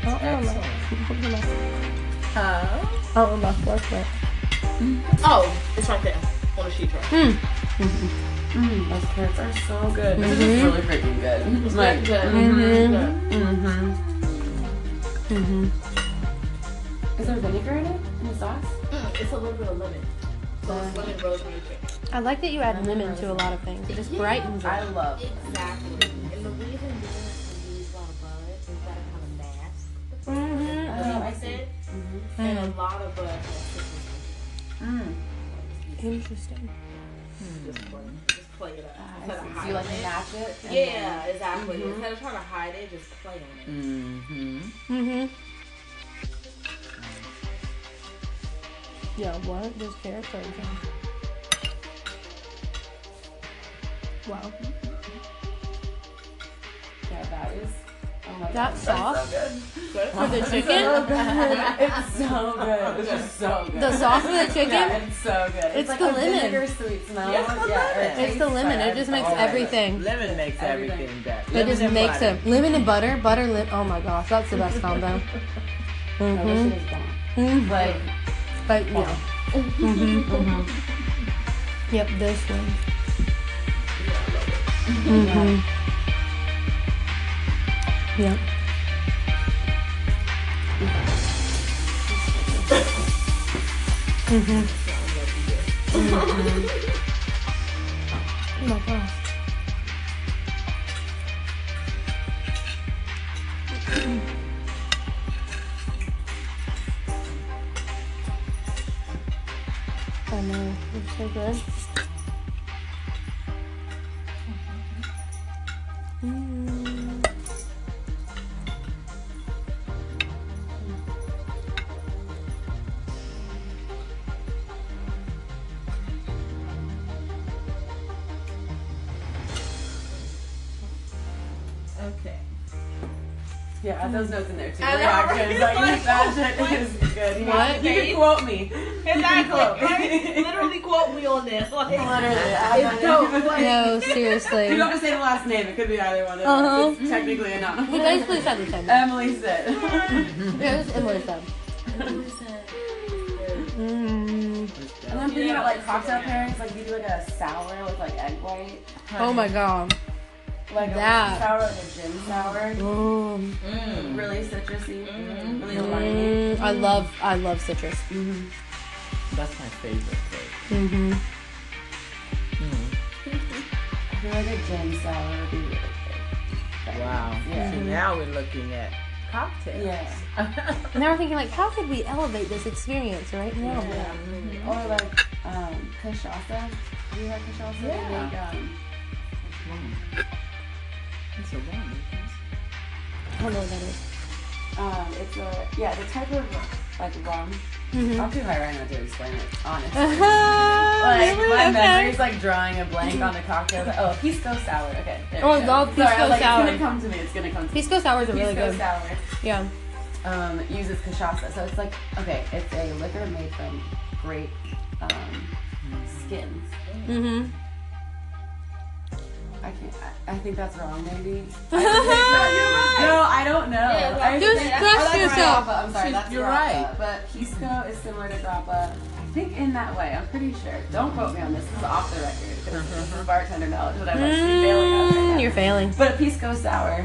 don't know my- I don't know my-
Huh?
I don't know my fork went.
Oh, it's right there on the sheet right.
Mm, those carrots are so good. This is really freaking good. It's like,
Mm-hmm.
mm-hmm.
Mm-hmm.
Is there vinegar in it? In the sauce?
Mm, it's a little bit of lemon. So it's lemon rosemary chicken.
I like that you add lemon to a lot of things. It just brightens it.
I love
Exactly. And the reason we use a lot of buds is that it kind of masks the
Mm-hmm.
Mhm.
flavor of it. And a lot of buds.
Mm.
Interesting. Hmm.
Mm-hmm.
Just play, just play it up. Instead of
Ah, Do you like
hiding it.
match it? and Mm-hmm.
Yeah, exactly. Instead of trying to hide it, just play on it.
Mm-hmm.
Mm-hmm. Yeah, what? Those carrots are okay. Wow.
then- Yeah, that is. Oh my
That
God,
sauce
Good.
for the
So good.
chicken?
it's so good. It's just so good.
The sauce for the
Yeah,
chicken?
it's so good. It's,
It's
like
the
a
lemon.
vinegar sweet smell.
Yes, the
yeah, or
lemon.
taste
It's the lemon.
bud.
It just makes
Oh, my
everything.
Lemon makes
Everything.
everything, better.
It just makes
them.
it. Lemon and butter, butter, lim. Oh my gosh, that's the best combo.
God. I
Mm-hmm.
wish it was gone.
hmm
Like,
But yeah. Mm-hmm. Yep, this one. Mm-hmm. Yep. Mm-hmm. Oh my gosh. I know, it's so good. Mm.
Okay.
yeah, add those notes in there too.
I know,
Reactions,
right?
like,
Like,
magic is good. You know,
What?
You can quote me.
Exactly. Right? Literally quote me on this. Like,
Literally, I
It's
know.
dope. Like,
No,
You
seriously.
don't have to say the last name. It could be either one. of us.
Uh-huh.
It's technically enough.
We basically said the same. thing.
Emily said.
Yeah, it was Emily said. Mm.
And then thinking about like cocktail pairings, like you do like a sour with like egg white,
Oh my god.
like
That.
a sour, like a gin sour,
Mm.
really citrusy, really Mm-hmm. limey.
Mm. I love, I love citrus.
That's my favorite thing.
Mm-hmm.
Mm-hmm.
I feel like a gin sour would be really good.
Wow.
Yeah.
So now we're looking at cocktails.
Yeah.
And now we're thinking like, how could we elevate this experience right now?
Yeah.
Mm-hmm.
Or like um, kashasa. Do you like kashasa?
Yeah.
Like, um,
It's a woman.
I don't know what that is.
um, it's a yeah, the type of like rum.
Mhm.
I'm too high right now to explain it. Honest.
Uh-huh.
Like
really?
my
Okay.
memory's like drawing a blank on the cocktail. Oh, pisco sour. Okay. there we
Oh, I
go.
love
Sorry, I
pisco
was like,
sour.
It's gonna come to me. It's gonna come to me.
Pisco sours are really
Pisco
good.
sour.
Yeah.
um, uses cachaça. So it's like, okay, it's a liquor made from grape um, skins.
Mm-hmm.
I can't, I, I think that's wrong, maybe.
You're right.
No, I don't know.
Yeah,
I
just
think-
trust
oh, that's
yourself.
Grappa. I'm sorry,
She's-
that's
you're
grappa.
right.
But pisco is similar to grappa. I think in that way. I'm pretty sure. Don't quote me on this. This is off the record. 'cause This
Mm-hmm.
is bartender knowledge that I'm actually failing at right now.
Mm, you're failing.
But pisco sour,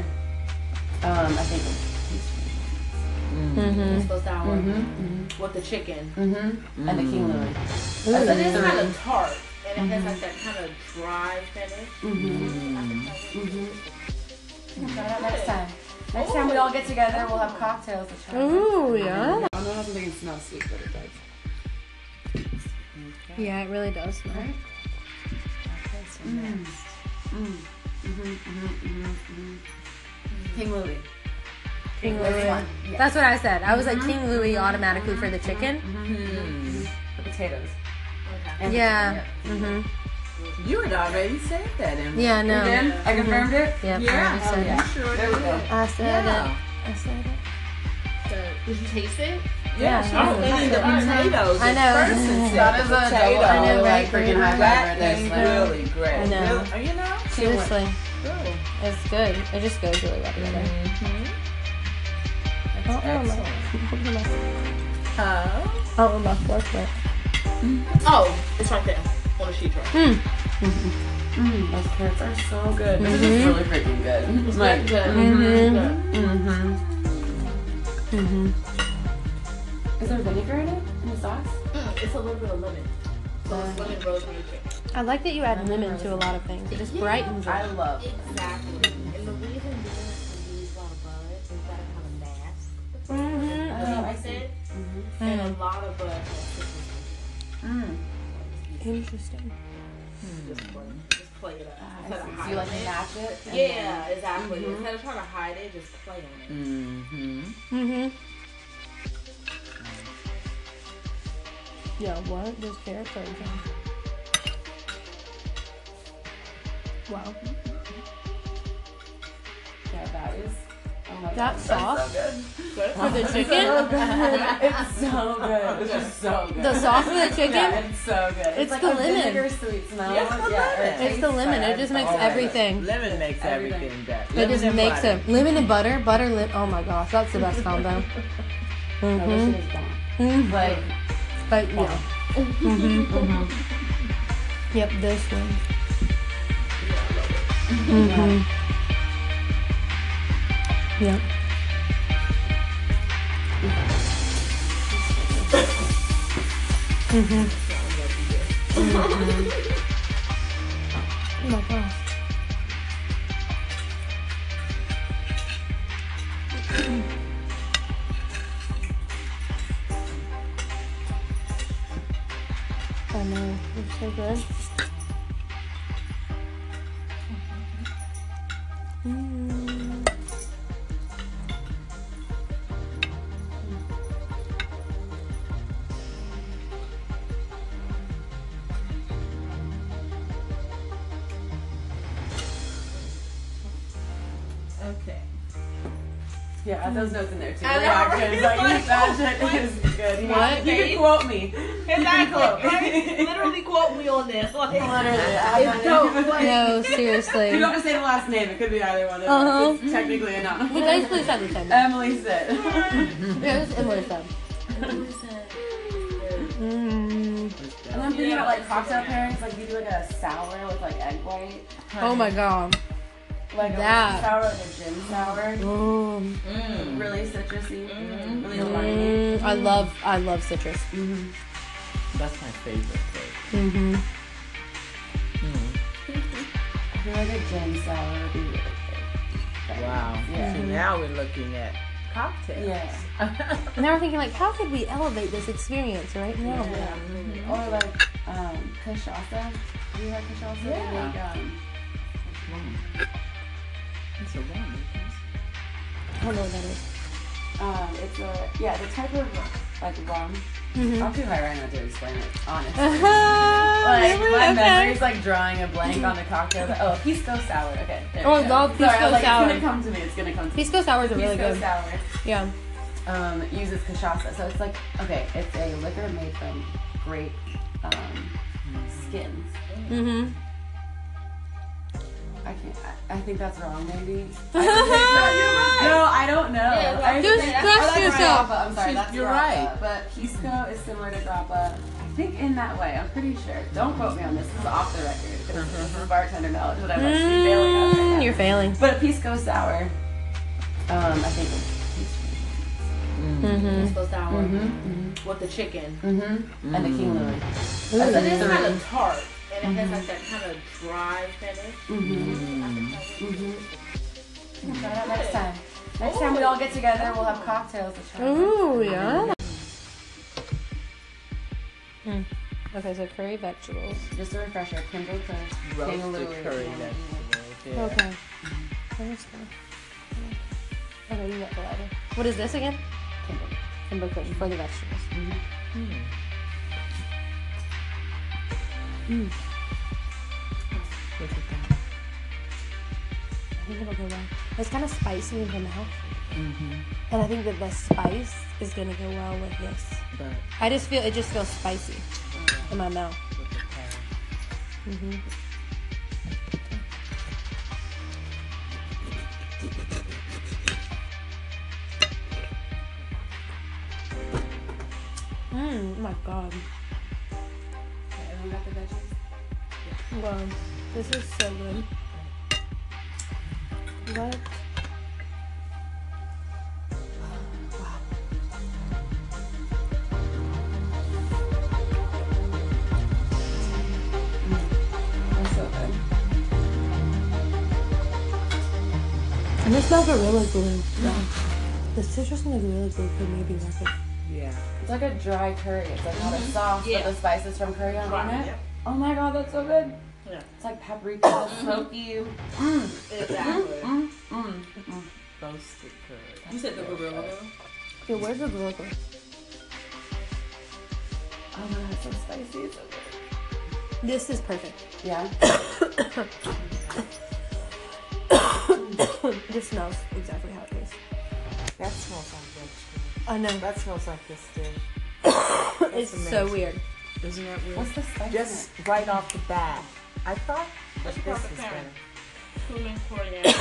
um, I think.
Mm-hmm.
It's so sour
Mm-hmm.
with the chicken.
Mm-hmm. Mm-hmm. And the King Louis.
Mm. It
That's a
is
three.
kind of tart, and it has like that kind of dry finish.
Mm-hmm.
I can tell you.
Try it out next time. Next time we all get together, we'll have cocktails. to try.
Ooh, yeah.
I know it doesn't think it smells sweet, but it does.
Yeah, it really does Mm. smell. Mm. Mm-hmm,
King Louis.
King Louis. That's what I said. I was
Mm-hmm.
like King Louis automatically for the chicken.
The potatoes.
Yeah.
mm-hmm.
hmm
You had already said that, and
Yeah, no.
Then I confirmed it.
Yep, I
Yeah,
already
Oh,
said it.
sure
There we go.
I said it.
Yeah,
I said it.
Did you taste it?
Yeah,
yeah. I was eating the potatoes.
I know.
at first and
Mm-hmm. That
said
is a
potato.
double, I know,
right?
like, freaking high five right
That
there.
is
Slim.
really great.
I know.
Really- You know,
Seriously.
good.
It's good. It just goes really well together.
Mm-hmm.
I don't know my-
Excellent.
I don't know my-
Oh.
I don't know my fork went.
Oh, it's right there on the sheet right.
Mm, those carrots are so
Mm-hmm.
good. This is really freaking good. It's like,
Mm-hmm.
mm-hmm.
Mm-hmm.
Is there vinegar in it? In the sauce?
Mm, It's a little bit of lemon. So it's lemon rosemary chicken.
I like that you add lemon to a lot of things. It just brightens it.
I love
Exactly. And the reason we can use a lot of buds is that it kind of masks the
Oh,
Mm-hmm.
I
said,
And a lot of uh,
Mm.
Interesting.
just play, just play it up. Instead of
So you like
hiding it.
match it? Mm-hmm. and then-
Yeah, exactly. Instead of trying to hide it, just play on it.
Mm-hmm.
Mm-hmm. Yeah, what? Those carrots are Wow.
Yeah, that is. Oh my
That
God,
sauce?
That's so
For the
good.
chicken?
it's so good. It's just so good.
The sauce for the
Yeah,
chicken?
it's so good. It's,
It's
like a
the lemon.
vinegar sweet smell.
Yes, the
yeah, or
lemon.
It's the
taste,
lemon.
but
It just makes
oh my God.
everything.
Lemon makes
Everything.
everything better.
It
Lemon
just
and
makes
butter.
it. Lemon and butter. Butter, lim- Oh my gosh, that's the best combo.
No, this
Mm-hmm.
shit is bomb.
hmm
Like,
But yeah. hmm Yep, this one. Mm-hmm. Yep. hmm Oh my gosh. I know, it's so good. Mm.
Okay.
yeah, add those notes in there too.
I know,
yeah,
right?
'cause, like, oh,
Like,
that
what?
shit is good. You
What?
can- You can quote me.
Exactly. right? Literally quote me on this. Like,
Literally, I have
dope,
that.
like-
No,
You
seriously.
don't have to say the last name. It could be either one. of
Uh-huh.
us. It's technically a noun.
We basically said the same.
Emily said. and
It was Emily said.
then
Mm.
thinking about like cocktail pairings, like you do like a sour with like egg white,
Oh my god.
like
That.
a sour, like a gin sour,
Mm.
really citrusy, really limey.
Mm. I love I love citrus.
Mm-hmm. That's my favorite thing.
Mm-hmm.
I feel like a gin sour would be really good.
Wow.
Yeah.
Mm-hmm.
So now we're looking at cocktails.
Yeah.
And now we're thinking like, how could we elevate this experience right now?
Mm-hmm.
Or like um, kashasa. Do you like kashasa? They
Yeah.
make, um,
It's a woman.
I don't know what that is.
um, it's a yeah, the type of like rum.
Mhm.
I'm too high right now to explain it. Honestly. Like
Uh-huh.
Like,
my memory's like drawing a blank on the cocktail. But, oh, pisco sour. Okay. there
Oh,
we
I
go.
love
Sorry, I was
pisco
like,
sour.
It's gonna come to me. It's gonna come to me.
Pisco sours are really
Pisco
good.
sour
Yeah.
um, uses cachaça. So it's like okay, it's a liquor made from grape um, skins.
Mm-hmm.
I can't. I, I think that's wrong. Maybe. I don't think that- no, I don't know. I
Just
think-
trust
oh, that's
yourself.
Grappa. I'm sorry,
She's-
that's
you're
grappa.
right.
But pisco is similar to grappa. I think in that way. I'm pretty sure. Don't quote me on this. This is off the record. 'cause This is bartender knowledge that I'm actually failing on right now.
Mm-hmm. Mm, you're failing.
But a pisco sour. Um, I think.
Mm.
Mm-hmm.
Supposed to hour
Mm-hmm.
with the chicken.
Mm-hmm. And the King Louis.
But
That's
it is
a
kind
three.
of tart, and it has like that kind of dry finish.
Mm-hmm.
I think that's
Mm-hmm.
Try it out next time. Next time we all get together, we'll have cocktails to try.
Ooh, yeah. Hmm. Okay, so curry vegetables.
Just a refresher, Kimbo Crush,
Roasted
Cantaloupe,
curry
and-
vegetables. yeah.
Okay. Understand. Okay, you got the lighter. What is this again?
Kimbo.
Kimbo cushion for the vegetables.
Mm-hmm.
Mm.
Mm.
Look at that.
I think it'll go well. It's kind of spicy in the mouth.
Mm-hmm.
And I think that the spice is gonna go well with this.
But
I just feel it just feels spicy in my mouth.
look at that.
Mm-hmm. Mm, oh my god.
Everyone got the veggies?
Wow. This is so good. What? Mm,
That's so good.
And this smell gorilla glue. The citrus and the gorilla glue could maybe work it.
Yeah.
It's like a dry curry. It's like not a sauce,
Yeah.
but the spices from curry are on
Right,
it.
yep.
Oh my god, that's so good.
Yeah.
It's like paprika, smoky. Mm-hmm.
Mm-hmm.
Exactly.
Mm, mm.
Roasted curry.
You said the gorilla.
Yeah, where's the gorilla glue?
Oh my god, it's so spicy. It's so good.
This is perfect.
Yeah.
this smells exactly how it tastes.
That smells like vegetables.
I know.
That smells like this dish. that's
It's so
amazing.
weird.
Isn't that weird?
What's the spice? in
Just right off the bat. I thought that
What's your
this is
perfect pairing?
better.
Cumin, coriander,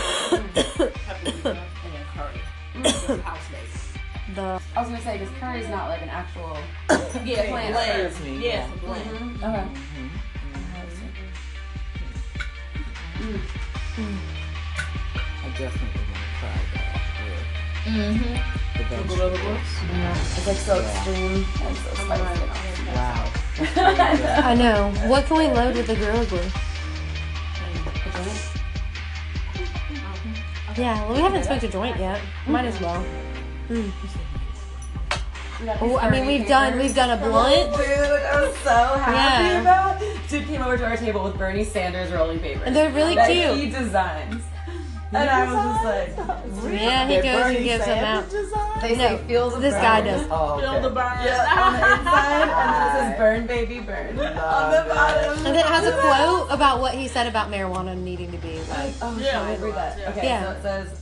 paprika, and then curry.
Mm-hmm.
This is house made.
The
it? I was gonna say because curry is not like an actual.
Yeah,
Blend.
blend.
Excuse me,
Yeah,
yeah.
it's a blend.
Okay.
Mm.
I definitely want to try that
Mm-hmm.
with the vegetables.
It's like so extreme and so spicy.
Wow.
I know. What can we load with the gorilla glue? Yeah, well, we haven't smoked a joint yet. Might as well.
Mm. We got these
Mm.
Oh, I mean,
curry
we've done
papers.
we've done a blunt,
Dude, I'm so happy
Yeah.
about. Dude came over to our table with Bernie Sanders rolling papers.
and they're really
that
cute.
he designs. And I was just like,
Yeah, he
That
goes and
Bernie
gives them out.
Sanders design?
they
No,
say feel the
This
burn.
guy does.
Oh,
Feel the
okay.
burn.
Yeah, on the inside, and then it says burn, baby, burn. on the
it.
bottom.
And it has a quote about what he said about marijuana needing to be like.
Oh,
Yeah,
yeah, I read that.
yeah.
Okay,
Yeah.
so it says,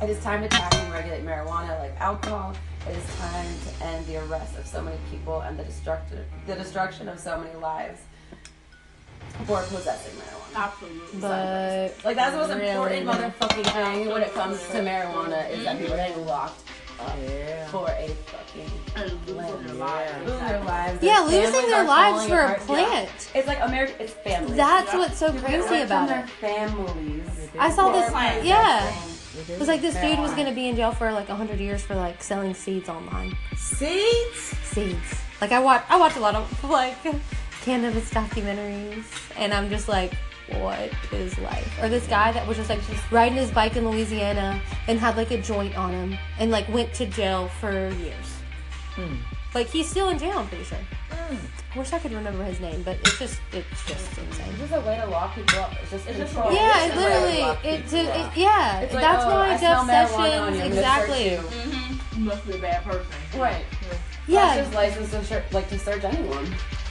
it is time to tackle and regulate marijuana like alcohol. It is time to end the arrest of so many people and the destruction, the destruction of so many lives for possessing marijuana.
Absolutely.
But
Like that's the most
Really?
important motherfucking thing when it comes to marijuana is that people are getting locked up
Yeah.
for a fucking
And losing their
Yeah.
lives.
losing their lives.
yeah,
Their
losing
families
their
are
lives
falling
for a
apart. Yeah.
plant.
It's like America. It's families.
That's what's so
It's
crazy about
their
it.
families.
I saw
They're
this.
like-
Yeah,
It
it was like this dude was gonna be in jail for like hundred years for like selling seeds online.
Seeds?
seeds. Like I watch, I watch a lot of like cannabis documentaries, and I'm just like, what is life? Or this guy that was just like just riding his bike in Louisiana and had like a joint on him, and like went to jail for years. Like he's still in jail, I'm pretty sure. I wish I could remember his name, but it's just it's just insane.
It's just a way to lock people up. It's just
It's just
control.
a-
Yeah,
It's
it
just a way to lock
literally, it,
people
did-
up.
it- yeah,
It's like,
that's
oh, I
why
smell marijuana
Jeff
on
Sessions,
you, I'm gonna search
exactly.
you.
Mm-hmm. You must be a bad person.
Right.
Yeah,
It's just licensed to search, like to search anyone.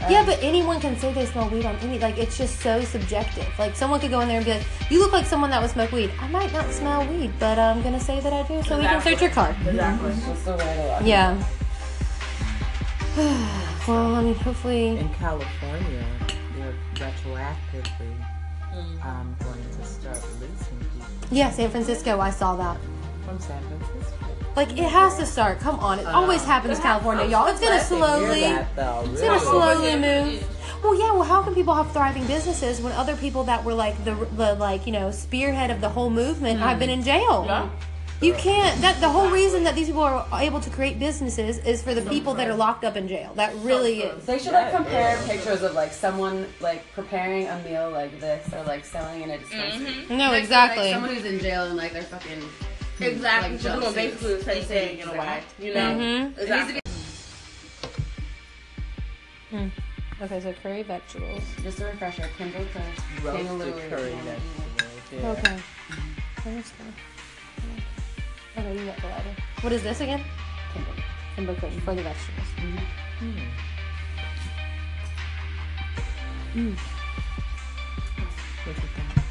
Yeah, but anyone can say they smell weed on any. Like, it's just so subjective. Like, someone could go in there and be like, "You look like someone that would smoke weed." I might not smell weed, but I'm gonna say that I do, so we can search your car.
Exactly.
It's just a way to lock.
Yeah. well, I mean, hopefully,
In California, they're retroactively um, going to start releasing people
yeah, San Francisco. I saw that.
from San Francisco. Uh,
Like, it has to start. Come on, it always happens, California, y'all. It's gonna slowly.
Hear that, though,
It's gonna
really.
slowly move. Well, yeah. Well, how can people have thriving businesses when other people that were like the, the like you know spearhead of the whole movement have
Hmm.
been in jail?
Yeah.
You can't. That the whole reason that these people are able to create businesses is for the people that are locked up in jail. That really
true.
is.
They should like compare pictures of like someone like preparing a meal like this or like selling in a dispensary.
Mm-hmm.
No,
Like someone who's in jail and like they're fucking
Exactly.
Like
Like doing
jumpsuits.
basically the same thing in a way. You know?
Mm-hmm.
Mhm.
Exactly.
Okay, so curry vegetables.
Just a refresher, Kimbo Cook,
Roasted
Kangaroo,
curry
Kangaroo.
vegetables. yeah.
Okay. I'm just gonna- Okay, you got the lighter. What is this again?
Kimbo.
Kimbo cushion for the vegetables.
Mm-hmm.
Hmm. Mm.
What you think?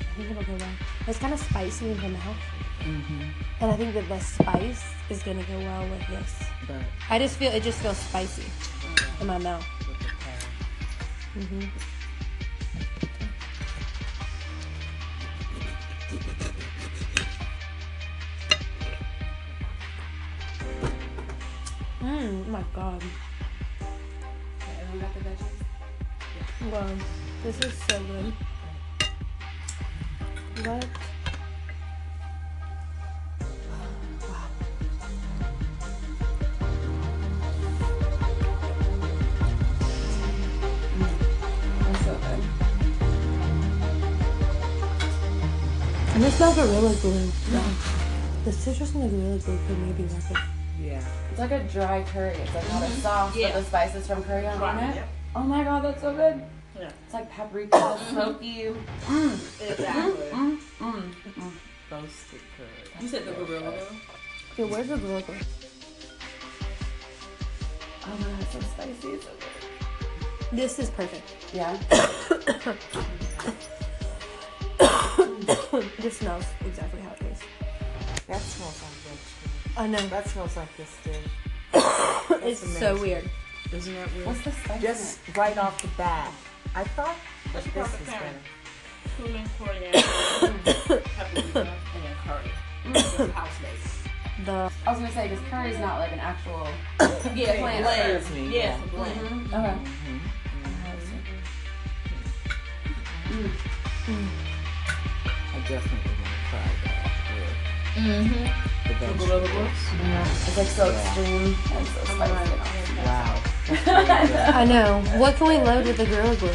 I think it'll go well. It's kind of spicy in the mouth.
Mm-hmm.
And I think that the spice is gonna go well with this.
But
I just feel it just feels spicy in my mouth.
with the curry.
Mm-hmm. Mm, oh my god.
Everyone got the veggies?
Wow. This is so good. What?
That's so good.
And they smell gorilla glue. No. The citrus and the gorilla glue could maybe work it.
Yeah.
It's like a dry curry. It's like not a sauce,
Mm-hmm. Yeah.
but the spices from curry are on
Right,
it.
yep.
Oh my god, that's so good.
Yeah.
It's like paprika, smoky.
Mm-hmm. Exactly.
Mm.
Roasted curry.
You said the gorilla.
Yeah, where's the gorilla glue?
Oh my god, it's so spicy. It's so good.
This is perfect.
Yeah.
this smells exactly how it tastes.
That smells like vegetables.
I know.
That smells like this dish.
It's so
amazing.
weird.
Isn't that weird?
What's the spice?
Just right off the bat, I thought that
Let's
this
go
was
with the
better.
curry. Cumin, coriander, paprika, and then curry. Just house made.
The
I was gonna say because curry is not like an actual.
Yeah,
Blend.
blend.
Excuse me,
Yeah,
yeah.
Mm-hmm.
it's a blend.
Okay.
Mm-hmm.
I definitely want to try that with the vegetables.
It's like so extreme and so spicy.
Wow.
I know. What can we load with the gorilla glue?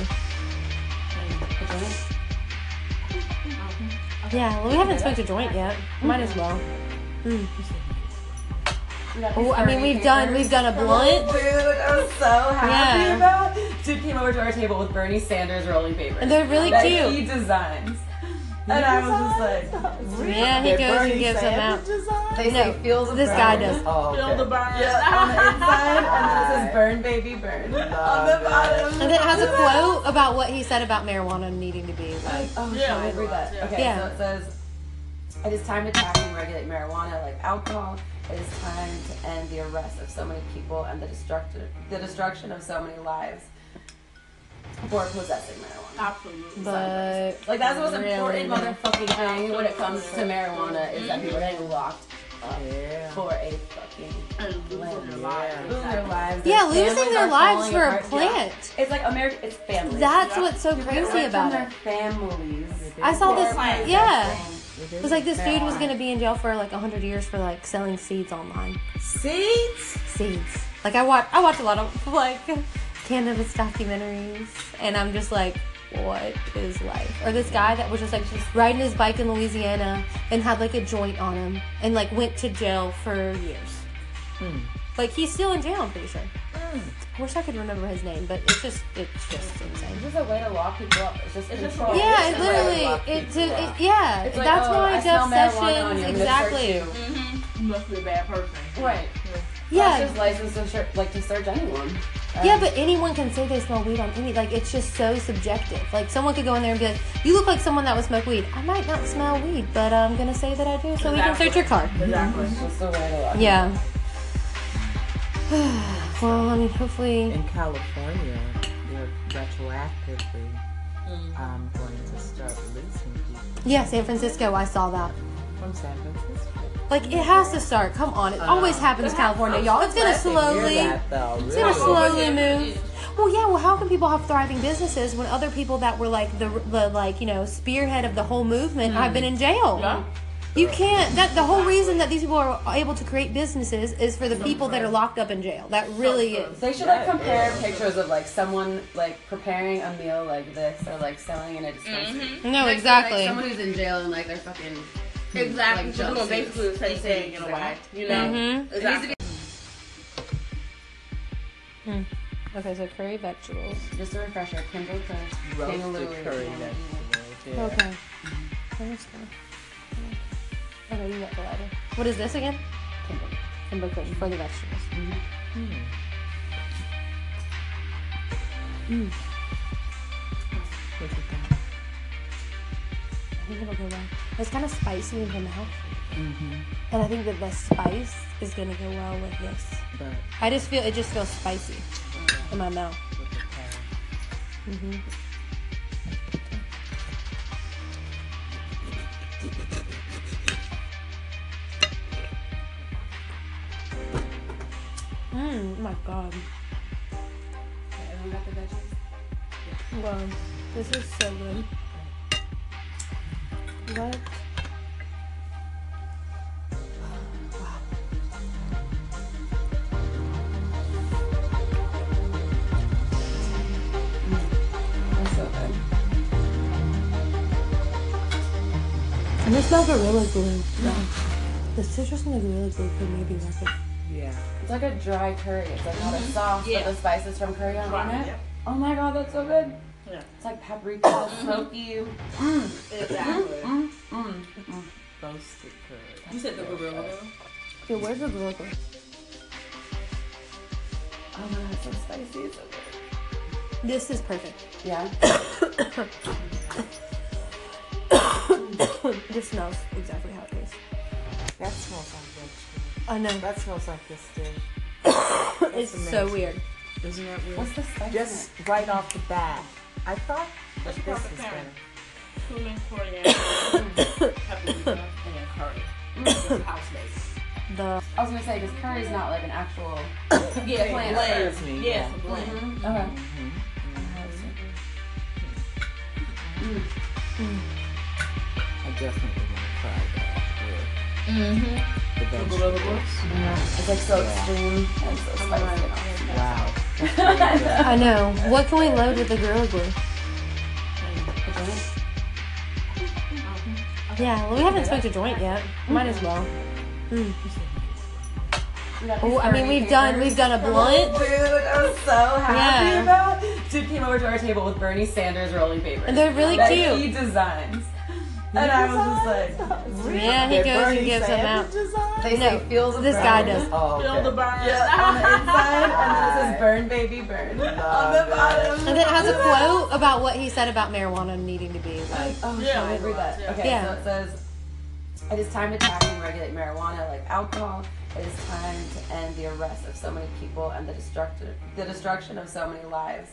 Yeah, well, we haven't smoked a joint yet. Might as well.
We got these
Oh, I mean,
curry
we've done
papers.
we've done a blunt.
Dude, I'm so happy
Yeah.
about. Dude came over to our table with Bernie Sanders rolling papers.
And they're really
that
cute.
He designs. And I was just like,
Yeah, he
That
goes and
Bernie
gives them out.
Sanders design?
they
No,
say feel the
This guy
burn."
does.
Oh, okay.
Build a barn.
Yeah, on the inside, and then it says burn, baby, burn. on the bottom.
And it has a quote about what he said about marijuana needing to be like.
Oh,
Yeah,
shall I read that?
yeah.
Okay,
Yeah.
so it says, it is time to tackle and regulate marijuana like alcohol. It is time to end the arrest of so many people and the destructive, the destruction of so many lives for possessing marijuana.
Absolutely.
But
Like that's the most
Really?
important motherfucking thing when it comes to marijuana is that people are getting locked up
Yeah.
for a fucking
and losing their
Yeah.
lives.
losing their lives.
yeah,
their
losing
families
their
are
lives
falling
for a
apart. Yeah.
plant.
It's like America. It's family.
That's what's so
They're away
crazy
from
about
their
it.
families.
I saw
They're
this.
like-
Yeah,
It
it
is.
was like this dude was
Marijuana.
gonna be in jail for like hundred years for like selling seeds online.
Seeds?
Seeds. Like I watch I watch a lot of like cannabis documentaries, and I'm just like. What is life? Or this guy that was just like just riding his bike in Louisiana and had like a joint on him and like went to jail for years. Like he's still in jail, I'm pretty sure. I wish I could remember his name, but it's just it's just insane.
It's just a way to lock people up. It's just
It's just
control.
a-
Yeah,
It's
it
just a way to lock
literally. It,
people
to, it
up.
yeah.
It's like,
that's
oh,
why
I smell marijuana
Jeff
on
Sessions
you. I'm gonna search
exactly.
you.
Mm-hmm. You must be a bad person.
Right.
Yeah,
It's just licensed to search, like to search anyone.
yeah, but anyone can say they smell weed on any. Like it's just so subjective. Like someone could go in there and be like, "You look like someone that would smoke weed." I might not smell weed, but I'm gonna say that I do, so we can search your car.
Exactly.
It's just a way to lock.
Yeah. well, I mean, hopefully.
In California, they're retroactively um, going to start releasing people
Yeah, San Francisco. I saw that.
from San Francisco.
Like it has to start. Come on, it always happens, California, y'all. It's gonna slowly.
Hear that, though,
It's gonna
really.
slowly move. Well, yeah. Well, how can people have thriving businesses when other people that were like the, the like you know spearhead of the whole movement have
Hmm.
been in jail?
Yeah.
You can't. That the whole reason that these people are able to create businesses is for the people that are locked up in jail. That really is.
They should like compare pictures of like someone like preparing a meal Mm-hmm. like this or like selling in a dispensary.
No,
Like someone who's in jail and like they're fucking
Exactly.
Like
Like, doing
jumpsuits.
basically the same thing in a way. You know?
Mhm.
Exactly.
Hmm. Okay, so curry vegetables.
Just a refresher, Kimberly Cliff,
Roasted
Kangaroo,
curry
and-
vegetables. yeah.
Okay. Mm-hmm. That's good. Okay, you got the lighter. What is this again?
Kimberly.
Kimber cushion for the vegetables.
Mm-hmm.
Mm.
What you think?
I think it'll go well. It's kind of spicy in the mouth. And I think that the spice is going to go well with this.
But
I just feel, it just feels spicy in my mouth.
with the curry.
Mm, oh my god.
Everyone got the veggies?
Wow. This is so good. What?
That's so good.
And this smells gorilla glue. The citrus and the gorilla glue could maybe work it.
Yeah.
It's like a dry curry. It's like not a sauce,
Mm-hmm. Yeah.
but the spices from curry are on it.
Yep.
Oh my god, that's so good.
Yeah. Mm-hmm.
It's like paprika, smoky. Mm,
Exactly.
mm, mm.
Roasted curry.
You said the gorilla.
Dude, where's the gorilla glue?
Oh my god, it's so spicy. It's so good.
This is perfect.
Yeah.
this smells exactly how it is.
That smells like vegetable.
I know.
That smells like this dish. that's
It's so
amazing.
weird.
Isn't that weird?
What's the spice?
Just right off the bat, I thought that
What's your
this
perfect
is better.
pairing? Cumin, coriander, paprika, and then curry. It's a house made.
The
I was gonna say because curry is not like an actual.
Yeah,
Blend.
blend.
Excuse me,
Yeah,
yeah.
it's a blend.
Okay.
I definitely want to try that.
The
Mm-hmm.
with The
gorilla
vegetable.
glue.
It's like so extreme and so spicy.
Wow.
I know. What can we load with the gorilla glue? Yeah, well, we haven't smoked a joint yet. Might as well.
We got these
Oh, I mean,
curry
we've done
papers.
we've done a
Mm-hmm.
blunt,
Dude, I was so happy
Yeah.
about. Dude came over to our table with Bernie Sanders rolling papers.
and they're really
that
cute.
he designs. And I was just like,
Yeah, he
That
goes and
Bernie
gives them out.
Sanders design?
they
No,
say feels
This guy
burn.
does.
Oh,
Feel the
okay.
burn.
Yeah, on the inside, and then it says burn, baby, burn. on
Love
the
it.
bottom.
And it has a quote about what he said about marijuana needing to be like.
Oh,
Yeah,
yeah, I read that.
yeah.
Okay,
Yeah.
so it says, it is time to tackle and regulate marijuana like alcohol. It is time to end the arrest of so many people and the destructive, the destruction of so many lives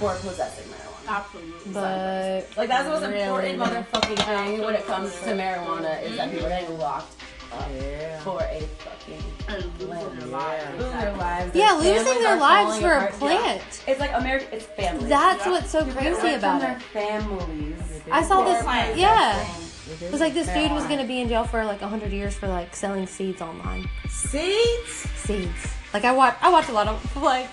for possessing marijuana.
Absolutely.
But
Like that's the most
Really?
important motherfucking thing when it comes to marijuana is that people are getting locked up
Yeah.
for a fucking
And losing your
Yeah.
life.
losing their lives.
yeah,
Their
losing
families
their
are
lives
falling
for a
apart.
plant.
Yeah. It's like America. It's families.
That's what's so
People get away
crazy
from
about
their
it.
families.
I saw
They're
this.
like-
Yeah, it was like this
They're
dude was
on.
gonna be in jail for like hundred years for like selling seeds online.
Seeds?
Seeds. Like I watch, I watch a lot of like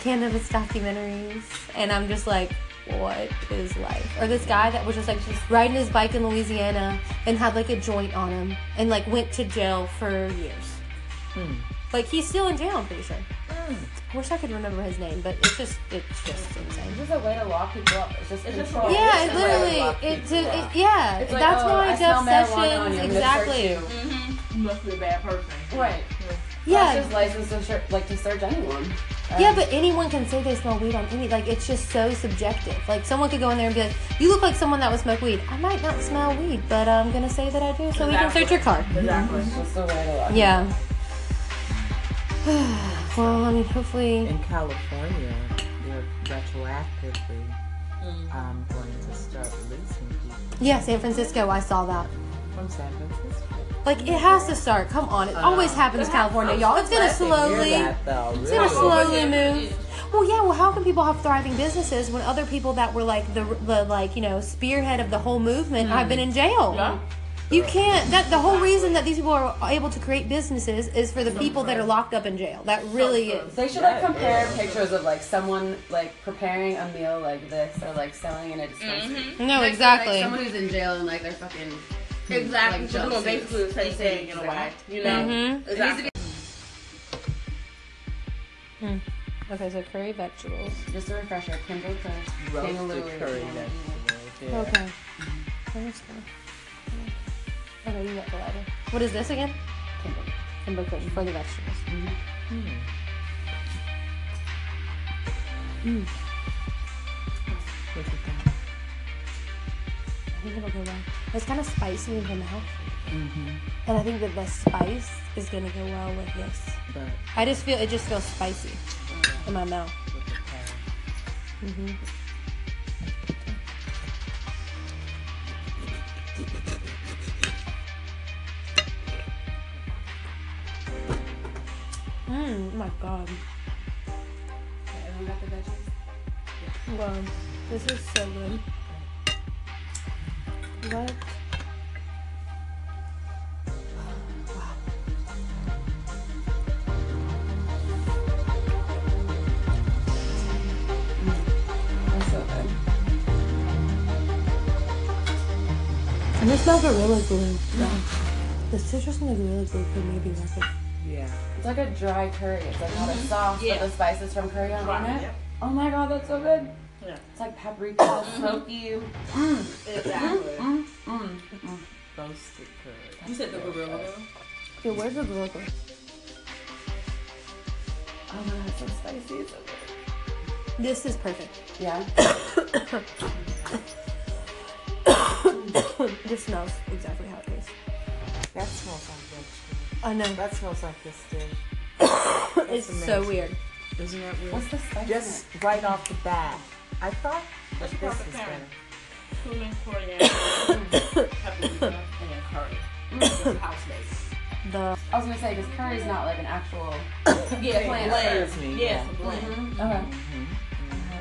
cannabis documentaries, and I'm just like, what is life? Or this guy that was just like just riding his bike in Louisiana and had like a joint on him, and like went to jail for years.
Hmm,
Like he's still in jail, I'm pretty sure.
Mm.
I wish I could remember his name, but it's just it's just insane.
It's just a way to lock people up. It's just
It's just
control.
wrong.
Yeah,
It's
it
just a way to lock
literally. It,
people
to,
up.
it, yeah,
It's like,
that's
oh, I
why
smell
Jeff
marijuana on
Sessions
you, Mr.
exactly.
Chu.
Mm-hmm. You must be a bad person.
Right. That's
Yeah,
just licensed to search, like to search anyone.
yeah, but anyone can say they smell weed on any. Like it's just so subjective. Like someone could go in there and be like, "You look like someone that would smoke weed." I might not smell weed, but I'm gonna say that I do, so we can
Exactly.
search your car.
Exactly.
It's just a way to lock.
Yeah. well, I mean, hopefully,
In California, they're retroactively um, going to start releasing people
yeah, San Francisco. I saw that.
from San Francisco. Uh,
Like it has to start. Come on, it always happens, California, y'all. It's gonna slowly.
Hear that, though,
It's
really.
gonna slowly move. Well, yeah. Well, how can people have thriving businesses when other people that were like the, the like you know spearhead of the whole movement have been in
Mm.
jail? You can't. That the whole reason that these people are able to create businesses is for the people that are locked up in jail. That really is.
They should like compare pictures of like someone like preparing a meal Mm-hmm. like this or like selling in a dispensary.
No,
Like someone who's in jail and like they're fucking
Exactly.
Like
so we're doing
jumpsuits.
basically the same
They say
thing in a way.
exactly.
You know?
Mhm.
It needs
Exactly.
to be
Hmm. Okay, so curry vegetables.
just a refresher. Kimbo Cook,
Roasted curry vegetables. yeah.
Okay. Okay, you got the lighter. What is this again? Kimbo cooking for the vegetables.
Mm-hmm.
Mm.
Look at that.
I think it'll go well. It's kind of spicy in the mouth.
Mm-hmm.
And I think that the spice is gonna go well with this.
But
I just feel it just feels spicy in my mouth.
look at that.
Mm-hmm. Mm, oh my god.
Everyone got the veggies?
Wow. This is so good. What?
That's so good.
And this smells gorilla glue. The citrus and the gorilla glue could maybe work it.
Yeah.
It's like a dry curry. It's like not a sauce,
Yeah.
but the spices from curry on
Right,
it.
yep.
Oh my god, that's so good.
Yeah.
It's like paprika, smoky.
Exactly.
Mm, mm.
Roasted curry.
You said the gorilla.
Yeah, where's the gorilla glue?
Oh my god, it's so spicy. It's so good.
This is perfect.
Yeah.
this smells exactly how it tastes.
That smells like vegetable.
I know.
That smells like this dish.
It's so
amazing.
weird.
Isn't that weird?
What's the spice?
Just right off the bat, I thought that
What's your
this
perfect
was
pairing?
better.
Cumin, coriander, paprika, and then curry. Just house made.
The
I was gonna say because curry is not like an actual.
Yeah, it's
Blend.
blend.
Excuse me,
Yeah,
yeah. Mm-hmm.
it's a blend.
Mm-hmm.
Mm-hmm.
Okay.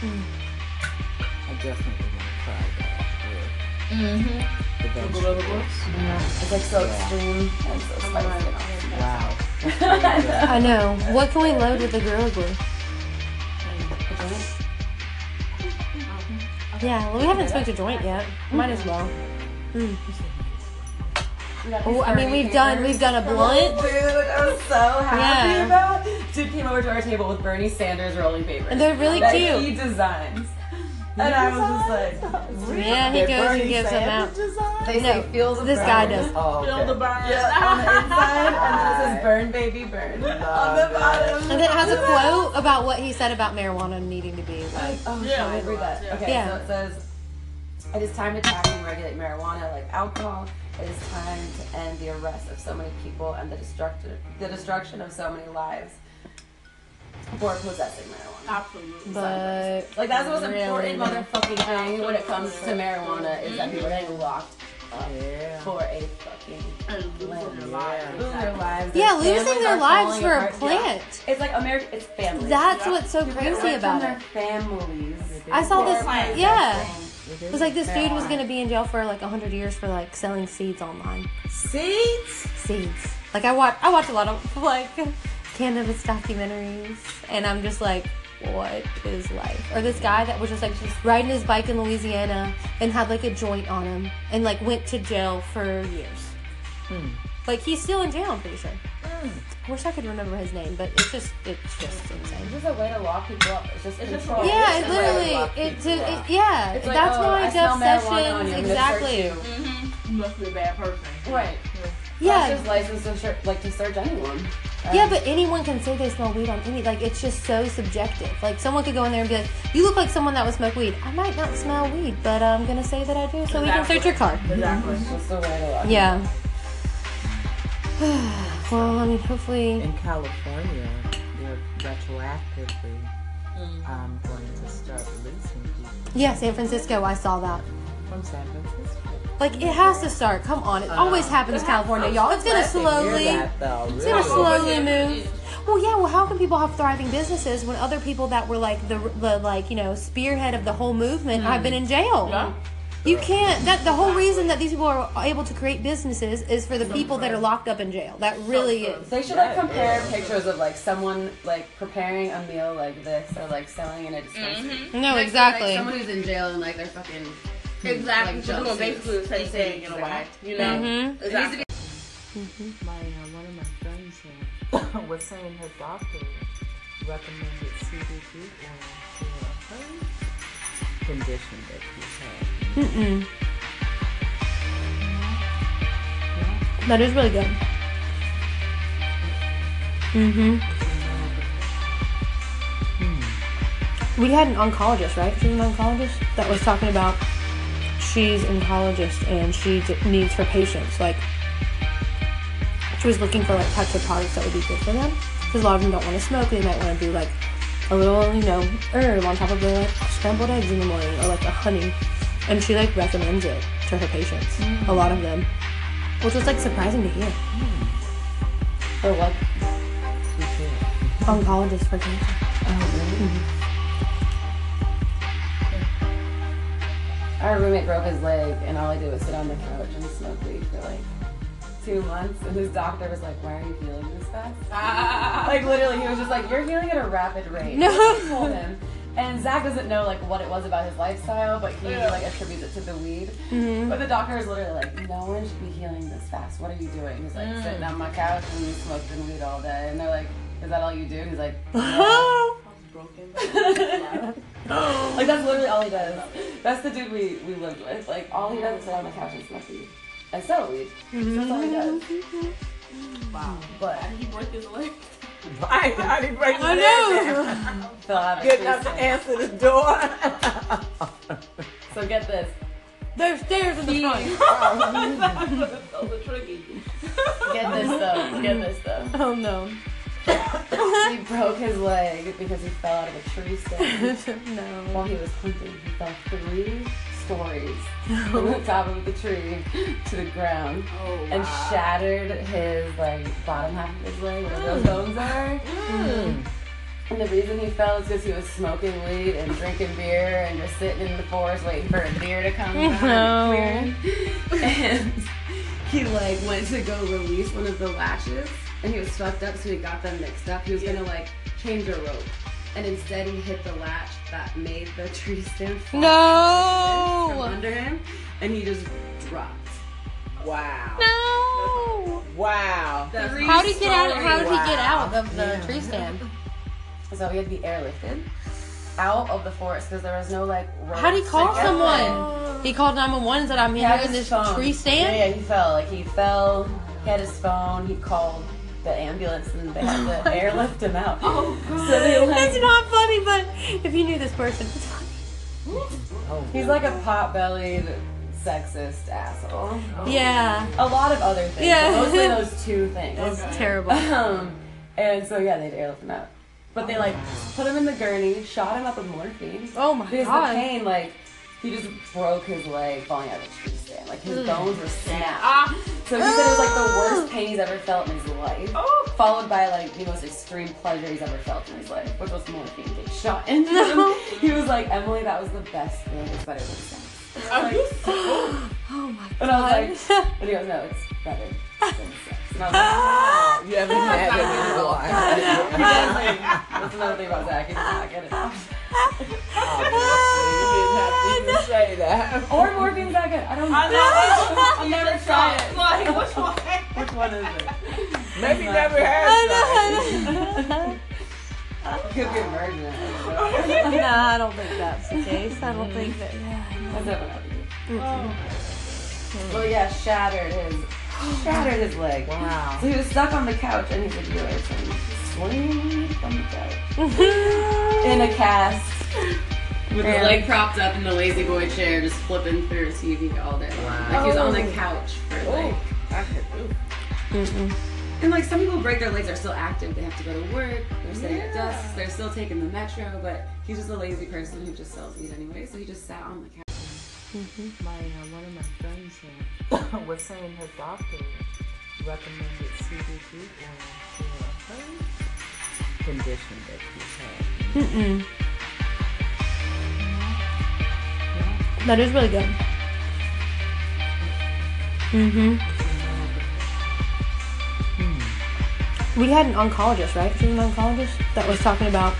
Mm-hmm.
I definitely want to try that with the vegetables.
It's like so extreme and so spicy.
Wow.
I know. What can we load with the gorilla glue?
Mm-hmm.
Yeah, well, we haven't smoked a joint yet. Might as well.
We got these
Oh, I mean,
curry
we've done
papers.
we've done a blunt,
Dude, I'm so happy
Yeah.
about. Dude came over to our table with Bernie Sanders rolling papers.
and they're really
that
cute.
he designs. And I was just like,
Yeah, he goes and gives them out.
they
No,
say feel the
this
burn.
guy does.
Oh,
Feel the
okay.
burn.
Yeah, on the inside, and it says burn, baby, burn. on the
it.
bottom.
And it has a quote about what he said about marijuana needing to be like.
Oh,
Yeah,
yeah, I
we
read that.
realized,
Okay,
yeah.
so it says, it is time to tackle and regulate marijuana like alcohol. It is time to end the arrest of so many people and the destructive, the destruction of so many lives for possessing marijuana.
Absolutely.
But
Like that's the most
Really?
important motherfucking thing when it comes to marijuana is that people are getting locked up
Yeah.
for a fucking
And losing their
Yeah.
lives.
losing their lives.
yeah,
their
losing
families
their
are
lives
falling
for a
apart.
plant.
Yeah. It's like America. It's families.
That's what's so
People get
crazy
ripped from
about
their
it.
Families.
I saw
for
this.
plants.
Yeah,
It
it
is.
was like this dude was
Marijuana.
gonna be in jail for like hundred years for like selling seeds online.
Seeds?
seeds. Like I watch, I watch a lot of like cannabis documentaries, and I'm just like, what is life? Or this guy that was just like just riding his bike in Louisiana and had like a joint on him, and like went to jail for years.
Hmm,
Like he's still in jail, I'm pretty sure.
Mm.
I wish I could remember his name, but it's just it's just insane.
It's just a way to lock people up. It's just
It's just
control.
a-
Yeah,
It's
it
just a way to lock
literally, it,
people
to, it
up.
yeah,
It's like,
that's
oh,
why
I smell
Jeff
marijuana on
Sessions,
you, I'm gonna search
exactly.
you.
You must be a bad person.
Right.
Yeah,
It's just licensed to search, like to search anyone.
Yeah, but anyone can say they smell weed on any. Like, it's just so subjective. Like, someone could go in there and be like, "You look like someone that would smoke weed." I might not smell weed, but I'm gonna say that I do, so we can search your car.
Exactly.
It's just a way to lock.
Yeah. well, I mean, hopefully,
In California, they're retroactively um, going to start releasing people
yeah. San Francisco, I saw that.
from San Francisco. Uh,
Like, it has to start. Come on, it always happens in California, y'all. It's gonna slowly.
Hear that though.
It's gonna
Really?
slowly move. Well, yeah. Well, how can people have thriving businesses when other people that were like the, the like you know spearhead of the whole movement have been in jail?
Mm. Yeah.
You can't. That the whole reason that these people are able to create businesses is for the people that are locked up in jail. That really
true.
is.
They should like compare pictures of like someone like preparing a meal Mm-hmm. like this or like selling in a dispensary.
No,
Like someone who's in jail and like they're fucking Like
Exactly. Like doing
jumpsuits.
basically the same thing in a way. You know?
Mhm.
Exactly.
Mm-hmm.
My uh, one of my friends here was saying her doctor recommended CBD oil for a hernia.
Condition that you Mm-hmm.
Mm-mm. That is really good. Mm-hmm. Hmm. We had an oncologist, right? She was an oncologist that was talking about she's an oncologist and she d- needs her patients. Like, she was looking for like types of products that would be good for them because a lot of them don't want to smoke. They might want to do like a little, you know, herb on top of their like scrambled eggs in the morning or like a honey. And she like recommends it to her patients, a lot of them, which was like surprising to hear.
have. Or what? We should.
Oncologist for cancer.
Our roommate broke his leg, and all I did was sit on the couch and smoke weed for like two months. And his doctor was like, "Why are you healing this fast?" Like literally, he was just like, "You're healing at a rapid rate."
No.
That's what I told him. And Zach doesn't know like what it was about his lifestyle, but he like attributes it to the weed.
Mm-hmm.
Mm-hmm.
But the doctor is literally like, "No one should be healing this fast. What are you doing?" He's like sitting on my couch and we smoking weed all day. And they're like, "Is that all you do?" He's like,
Uh-huh.
Like that's literally all he does. That's the dude we, we lived with. Like all he does is sit on the couch and smoke weed and sell weed. So that's all he does.
Wow.
But
How did he break his leg?
I, I didn't break
I know.
they'll have
Good
it.
enough to
free.
answer the door.
So get this.
There's stairs in the front.
That was tricky.
Get this though. Get this though.
Oh no.
He broke his leg because he fell out of a tree stand while
no.
he was hunting. He fell three stories from the top of the tree to the ground
Oh,
and shattered his like bottom half of his leg where
Mm.
those bones are. And the reason he fell is because he was smoking weed and drinking beer and just sitting in the forest waiting for a deer to come. behind the clearing. And he like went to go release one of the lashes and he was fucked up so he got them mixed up. He was gonna like change a rope. And instead he hit the latch that made the tree stand fall from
No.
under him and he just dropped.
wow.
No.
Wow.
Three
How did he get out?
stories.
How did he get
Wow.
out of the tree stand?
So he had to be airlifted out of the forest because there was no like rope.
How did he call someone? He called 911 and said, "I'm
He
here
had
in
his
this
phone.
tree stand."
Yeah, yeah, he fell. Like he fell. He had his phone. He called the ambulance and they
Oh
had to airlift him out. Oh god. So they
That's
like,
not funny, but if you knew this person, it's funny.
he's like a pot-bellied sexist asshole.
Yeah,
Oh. A lot of other things.
Yeah.
but Mostly those two things.
it's terrible.
Um, and so yeah, they'd airlift him out. But they like put him in the gurney, shot him up with morphine.
Oh my
Because
god.
the pain, like, he just broke his leg falling out of a tree stand. Like,
Mm.
his bones were snapped.
Ah.
So he said it was like the worst pain he's ever felt in his life.
Oh.
Followed by like the most extreme pleasure he's ever felt in his life, which was morphine getting shot into him. He was like, Emily, that was the best thing. It's better than sex. Are you
Oh my
And I
god.
was like, and he goes, no, it's better than sex. And I was like, "Oh,
You haven't had it before.
he does, like, that's another thing about Zach. He does not get it.
Obviously, you didn't have to even say that.
Or morphine's not good. I don't know.
I
never tried it.
Like, which one?
Which one is it?
Maybe never had it.
Could be a virgin.
no, I don't think that's the case. I don't think that.
That's not what happened. Hmm. Well, yeah, shattered his shattered his leg.
Wow.
So he was stuck on the couch and he could do it. So he was just swinging from the couch in a cast with his leg propped up in the lazy boy chair, just flipping through TV all day long. Like he was on the
Oh.
couch for like.
Mm-hmm.
And like some people break their legs are still active. They have to go to work. They're sitting at desks. They're still taking the metro. But he's just a lazy person who just sells weed anyway. So he just sat on the couch.
My uh, one of my friends here was saying her doctor recommended CBD oil for a hernia.
Condition that you
Mm-mm. That is really good. hmm Hmm. We had an oncologist, right? She was an oncologist that was talking about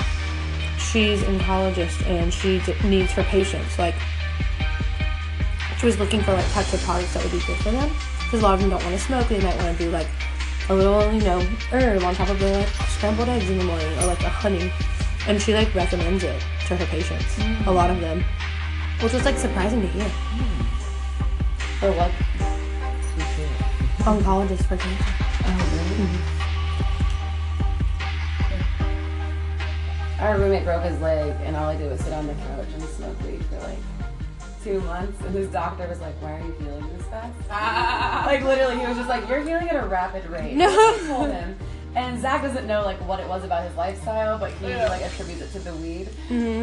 she's an oncologist and she d- needs her patients. Like, She was looking for like types of products that would be good for them because a lot of them don't want to smoke. They might want to do like a little, you know, herb on top of their like scrambled eggs in the morning or like a honey. And she like recommends it to her patients, a lot of them, which was like surprising to hear.
Hmm, So what?
Oncologist for cancer. Mm-hmm.
Our roommate broke his leg, and all I did was sit on the couch and smoke weed for like two months. And his doctor was like, "Why are you healing this fast?" Like literally, he was just like, "You're healing at a rapid rate."
No.
That's what I told him. And Zach doesn't know like what it was about his lifestyle, but he like attributes it to the weed.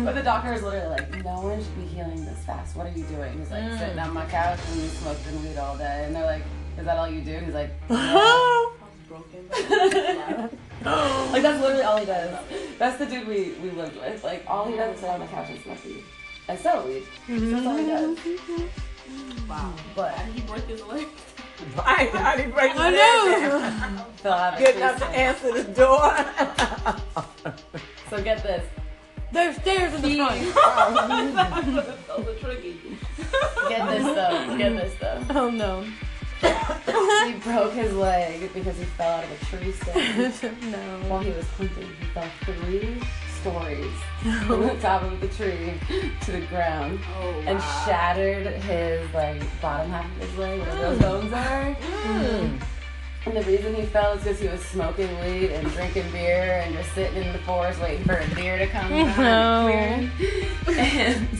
But the doctor is literally like, "No one should be healing this fast. What are you doing?" He's like, "Sitting on my couch and smoking weed all day." And they're like, "Is that all you do?" And he's like,
Uh-huh.
Like that's literally all he does. That's the dude we, we lived with. Like all he does is sit on the couch and smoke weed. And sell weed. So that's all he does.
Wow.
But
How did he break his leg?
I, I didn't break
I know.
they'll have
Good
it.
enough to answer the door.
So get this.
There's stairs in the front.
Those are tricky.
Get this though. Get this though.
Oh no.
He broke his leg because he fell out of a tree stand
no.
while he was hunting. He fell three stories from the top of the tree to the ground.
Oh,
and shattered his like bottom half of his leg where
Mm.
those bones are. And the reason he fell is because he was smoking weed and drinking beer and just sitting in the forest waiting for a deer to come.
No.
down and clear him. And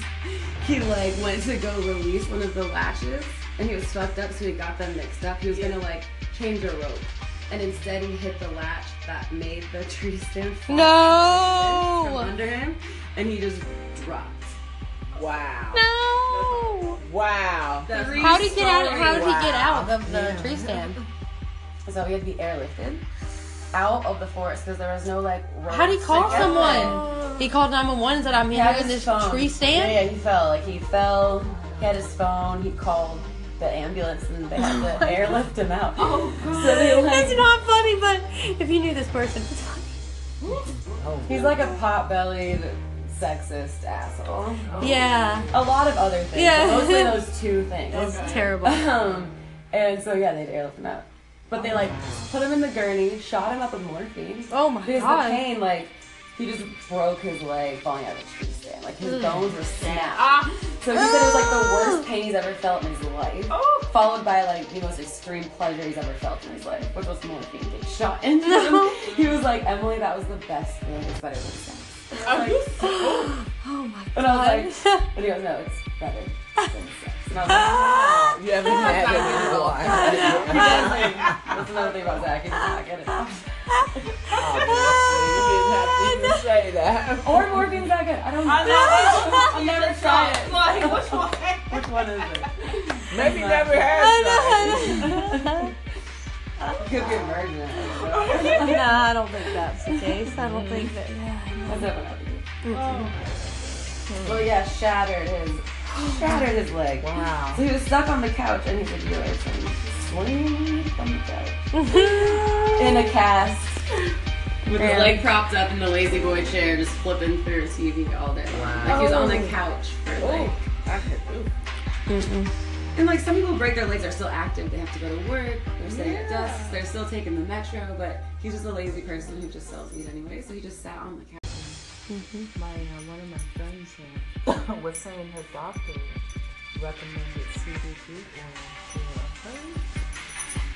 he like went to go release one of the lashes and he was fucked up so he got them mixed up. He was gonna like change a rope. And instead he hit the latch that made the tree stand fall from
No.
under him and he just dropped.
wow.
No.
Wow.
How did he get out? How did he get out of the tree stand?
So we had to be airlifted out of the forest because there was no like. roads
How did he call
to get there.
someone? He called 911 and said, "I'm
He
here
had
in
his
this
phone.
tree stand."
Yeah, yeah, he fell. Like he fell. He had his phone. He called the ambulance and they had to airlift him out. Oh god. So they
That's
like,
not funny, but if you knew this person, it's funny.
Oh. he's like a pot-bellied sexist asshole.
Yeah,
A lot of other things.
Yeah.
but Mostly those two things.
it's terrible.
Um, and so yeah, they'd airlift him out. But they like put him in the gurney, shot him up with morphine.
Oh my
Because
god.
the pain, like, he just broke his leg falling out of a tree stand. Like, his bones were snapped.
Ah.
So he said it was like the worst pain he's ever felt in his life.
Oh.
Followed by, like, the most extreme pleasure he's ever felt in his life, which was morphine getting shot into him. He was like, Emily, that was the best thing, it's better than sex. Like,
Oh my
and I
god.
was like, and he goes, no, it's better than sex. And I was like, "Oh,
You haven't had it before.
he does like, that's another thing about Zach, he does not get it.
You didn't have to even say that.
Or morphine's not good, I don't know. I've never tried it.
Like, which one?
Which one is it?
Maybe never had that.
Could be a virgin.
Nah, I don't think that's the case. I don't think that.
That's not what happened. Mm. Well, yeah, shattered his shattered his leg.
Wow.
So he was stuck on the couch, and he could do it. So he swing from the couch in a cast with his leg propped up in the lazy boy chair, just flipping through his TV all day long. Like he was on the couch for like. And like some people break their legs are still active. They have to go to work. They're sitting at desks. They're still taking the metro. But he's just a lazy person who just sells weed anyway. So he just sat on the couch. Mm-hmm.
My uh, one of my friends uh, was saying her doctor recommended CBD oil for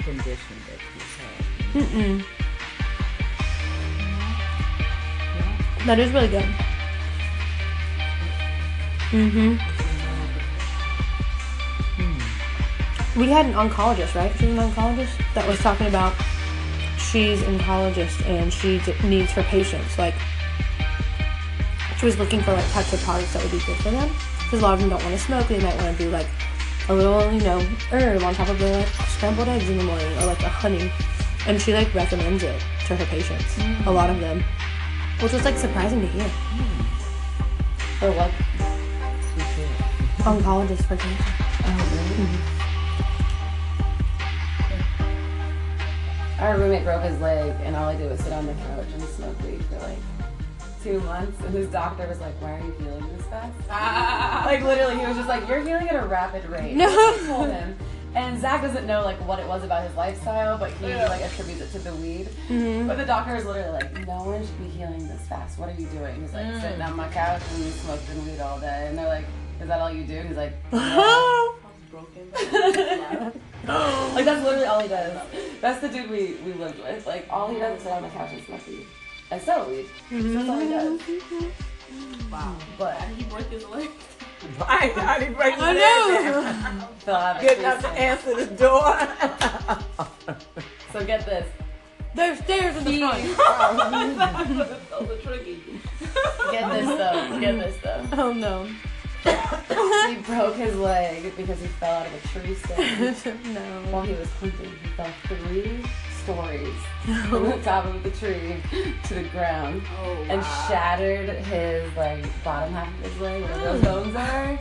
her
Condition that you
Mm-hmm.
Mm-mm. That is really good. hmm Hmm. We had an oncologist, right? She was an oncologist that was talking about she's an oncologist and she d- needs her patients. Like, she was looking for like types of products that would be good for them because a lot of them don't want to smoke. They might want to do like a little, you know, herb on top of their like scrambled eggs in the morning or like a honey. And she like recommends it to her patients, a lot of them, which was like surprising to hear.
Or what?
Oncologist for Mm-hmm. cancer. Oh,
Our roommate broke his leg, and all I did was sit on the couch and smoke weed for like two months, and his doctor was like, "Why are you healing this fast?" Like literally, he was just like, "You're healing at a rapid rate."
No.
That's what he told him. And Zach doesn't know like what it was about his lifestyle, but he like attributes it to the weed. "Mm-hmm."
Mm-hmm.
But the doctor is literally like, "No one should be healing this fast. What are you doing?" He's like, "Sitting on my couch and smoking weed all day." And they're like, "Is that all you do?" And he's like, like that's literally all he does. That's the dude we, we lived with. Like all he does is sit on the couch and smoke weed and sell weed. That's all he does.
Wow.
But
How did he break his leg?
I, I didn't break
I know.
he'll have
Good
it.
enough to answer the door.
So get this.
There's stairs in the front.
So tricky.
Get this though. Get this though.
Oh no.
He broke his leg because he fell out of a tree stand
no.
while he was hunting. He fell three stories from the top of the tree to the ground
Oh,
and
wow.
shattered his like bottom half of his leg where those
Mm.
bones are.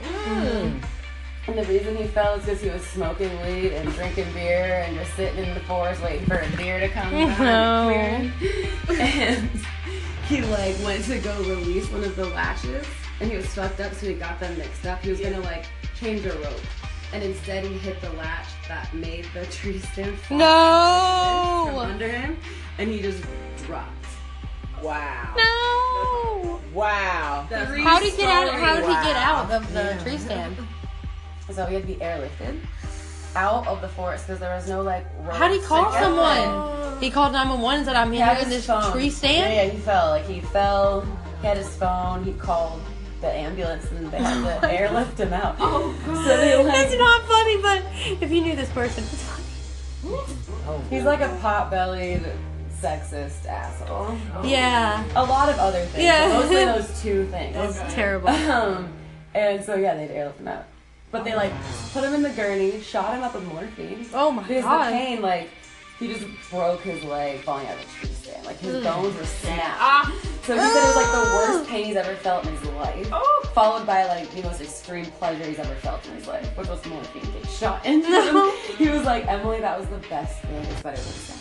And the reason he fell is because he was smoking weed and drinking beer and just sitting in the forest waiting for a deer to come
No.
down. And he like went to go release one of the lashes and he was fucked up so he got them mixed up. He was gonna like change a rope. And instead he hit the latch that made the tree stand fall from
No.
under him and he just dropped.
wow.
No.
Wow.
Three
How did he get out?
stories.
How did he get out of the tree stand?
So we had to be airlifted out of the forest because there was no like. roads
How did he call
to get there.
someone? He called 911 and said, "I'm
He
here
had
in
his
this
phone.
tree stand."
Yeah, yeah, he fell. Like he fell. He had his phone. He called the ambulance and they
Oh
had to airlift him out. Oh god. So they
That's
like,
not funny, but if you knew this person, it's funny.
Oh, he's like a pot-bellied sexist asshole.
Oh, Yeah,
A lot of other things.
Yeah.
Yeah. Mostly those two things.
it's terrible.
Um, and so yeah, they'd airlift him out. But they like put him in the gurney, shot him up with morphine.
Oh my
Because
god.
the pain, like he just broke his leg falling out of a tree stand. Like his bones were snapped. So he said it was like the worst pain he's ever felt in his life. Followed by like the most extreme pleasure he's ever felt in his life, which was morphine getting shot into him. He was like, Emily, that was the best thing, it's better than sex.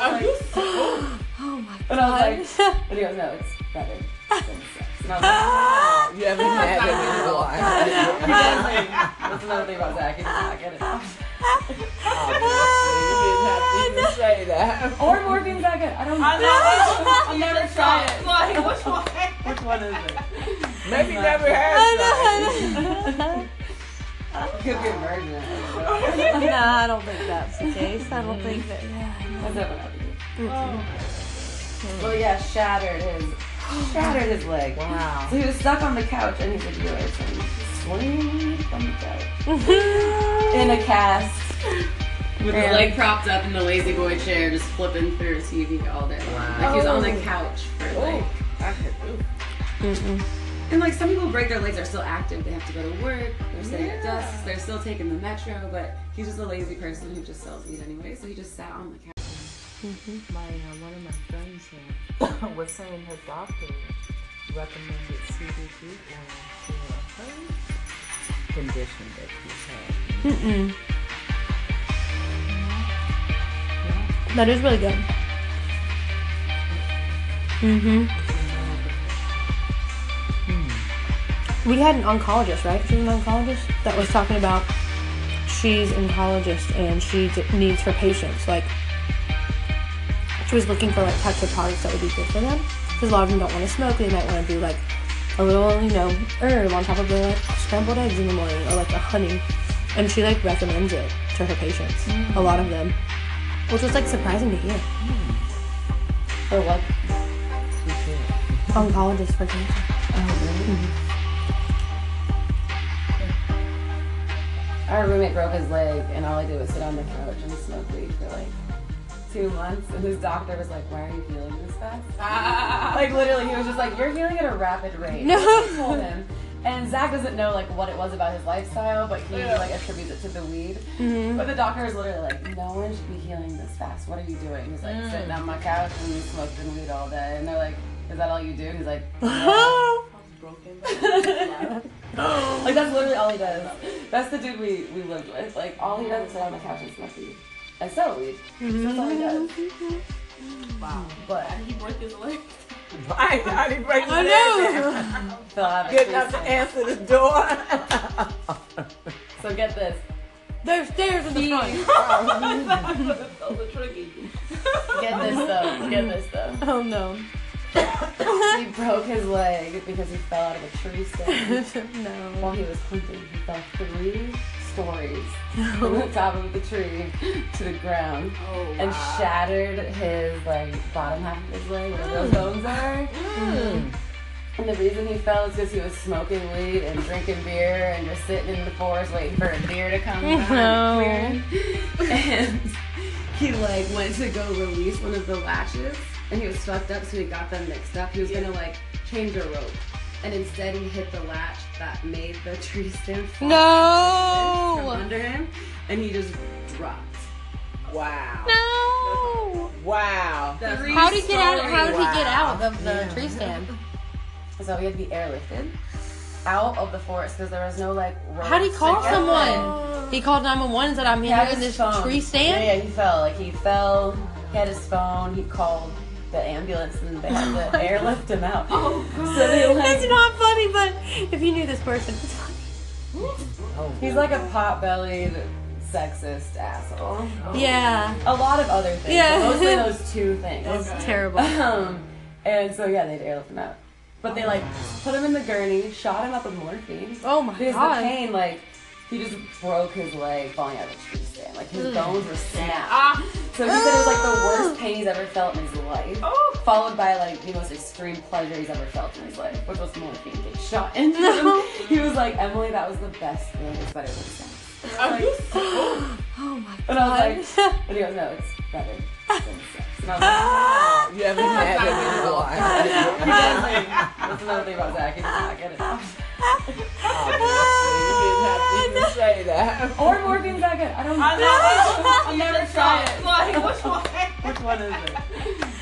Are you
Oh my
And I
god.
was like, and he goes, No, it's better than sex. And I was like, "Oh."
You haven't had it before.
Exactly. That's another thing about Zach. He does not get it.
You didn't have to even say that.
Or morphine's not good. I don't know. I've never tried it.
Like, which one?
Which one is it?
Maybe never had it.
Could be a virgin.
nah, I don't think that's the case. I don't think that.
That's not what I would do. Hmm. Well, yeah, shattered his shattered his leg.
Wow.
So he was stuck on the couch, and he's a dealer, so he's swinging from the couch
Mm-hmm.
in a cast with his leg propped up in the lazy boy chair, just flipping through his TV all day. Wow. Like he was on the couch for like. And like some people break their legs are still active. They have to go to work. They're sitting at desks. They're still taking the metro. But he's just a lazy person who just sells weed anyway. So he just sat on the couch.
My uh, one of my friends uh, was saying her doctor recommended CBD oil to her.
Condition that you
That is really good. Mhm. We had an oncologist, right? She was an oncologist that was talking about she's an oncologist and she d- needs her patients. Like, she was looking for like types of products that would be good for them because a lot of them don't want to smoke. They might want to do like a little, you know, herb on top of their like scrambled eggs in the morning or like a honey. And she like recommends it to her patients. A lot of them which was like surprising to hear.
Hmm,
For what?
Oncologist for Mm-hmm. cancer.
Our roommate broke his leg, and all he did was sit on the couch and smoke weed for like two months. And his doctor was like, "Why are you healing this fast?" Like literally, he was just like, "You're healing at a rapid rate."
No.
That's what he told him. And Zach doesn't know like what it was about his lifestyle, but he like attributes it to the weed.
Mm-hmm.
Mm-hmm.
But the doctor is literally like, "No one should be healing this fast. What are you doing?" He's like, "Sitting on my couch and smoking weed all day." And they're like, "Is that all you do?" And he's like, Like that's literally all he does. That's the dude we, we lived with. Like all he does is sit on the couch and smoke weed
Mm-hmm.
and sell weed. So That's all he does.
Wow.
But
How did he break his leg?
I, I didn't break
I know.
They'll have it
Good
for
enough to
yourself.
answer the door.
So get this.
There's stairs in the front.
Those are tricky.
Get this though. Get this though.
Oh no.
He broke his leg because he fell out of a tree stand
no.
while he was hunting. He fell three stories from the top of the tree to the ground
Oh,
and shattered his like bottom half of his leg where
Mm.
those bones are. And the reason he fell is because he was smoking weed and drinking beer and just sitting in the forest waiting for a deer to come
No.
by. and clear him. And he like went to go release one of the latches and he was fucked up so he got them mixed up. He was gonna like change a rope. And instead he hit the latch that made the tree stand fall from
No.
under him and he just dropped.
Wow.
No.
Wow.
Three
How did he get out?
stories.
How did he get out of the tree stand?
So he had to be airlifted out of the forest because there was no like. roads
How did he call
to get there.
someone? He called 911 and said, "I'm
He
here
had
in
his
this
phone.
tree stand."
Yeah, yeah, he fell. Like he fell. He had his phone. He called the ambulance and they
Oh
had to airlift him out. Oh god. So they
It's
like,
not funny, but if you knew this person, it's funny.
Oh, he's like a pot-bellied sexist asshole.
Oh. Yeah,
A lot of other things.
Yeah.
Yeah. mostly those two things.
it's terrible.
Um, and so yeah, they'd airlift him out. But they like put him in the gurney, shot him up with morphine.
Oh my
Because
god.
the pain, like, he just broke his leg falling out of the tree stand. Like, his bones were snapped.
Ah.
So he said it was, like, the worst pain he's ever felt in his life.
Oh.
Followed by, like, the most extreme pleasure he's ever felt in his life, which was morphine getting shot into him. He was like, Emily, that was the best thing. It's better than sex. Like,
Oh my
and I was
god.
like, and he goes, no, it's better than sex. And I was like,
You haven't had it before.
he does, like, that's another thing about Zach. He does not get it.
You didn't have to even say that.
Or morphine's not good. I don't know. I'll never try it.
Like, which one?
Which one is it?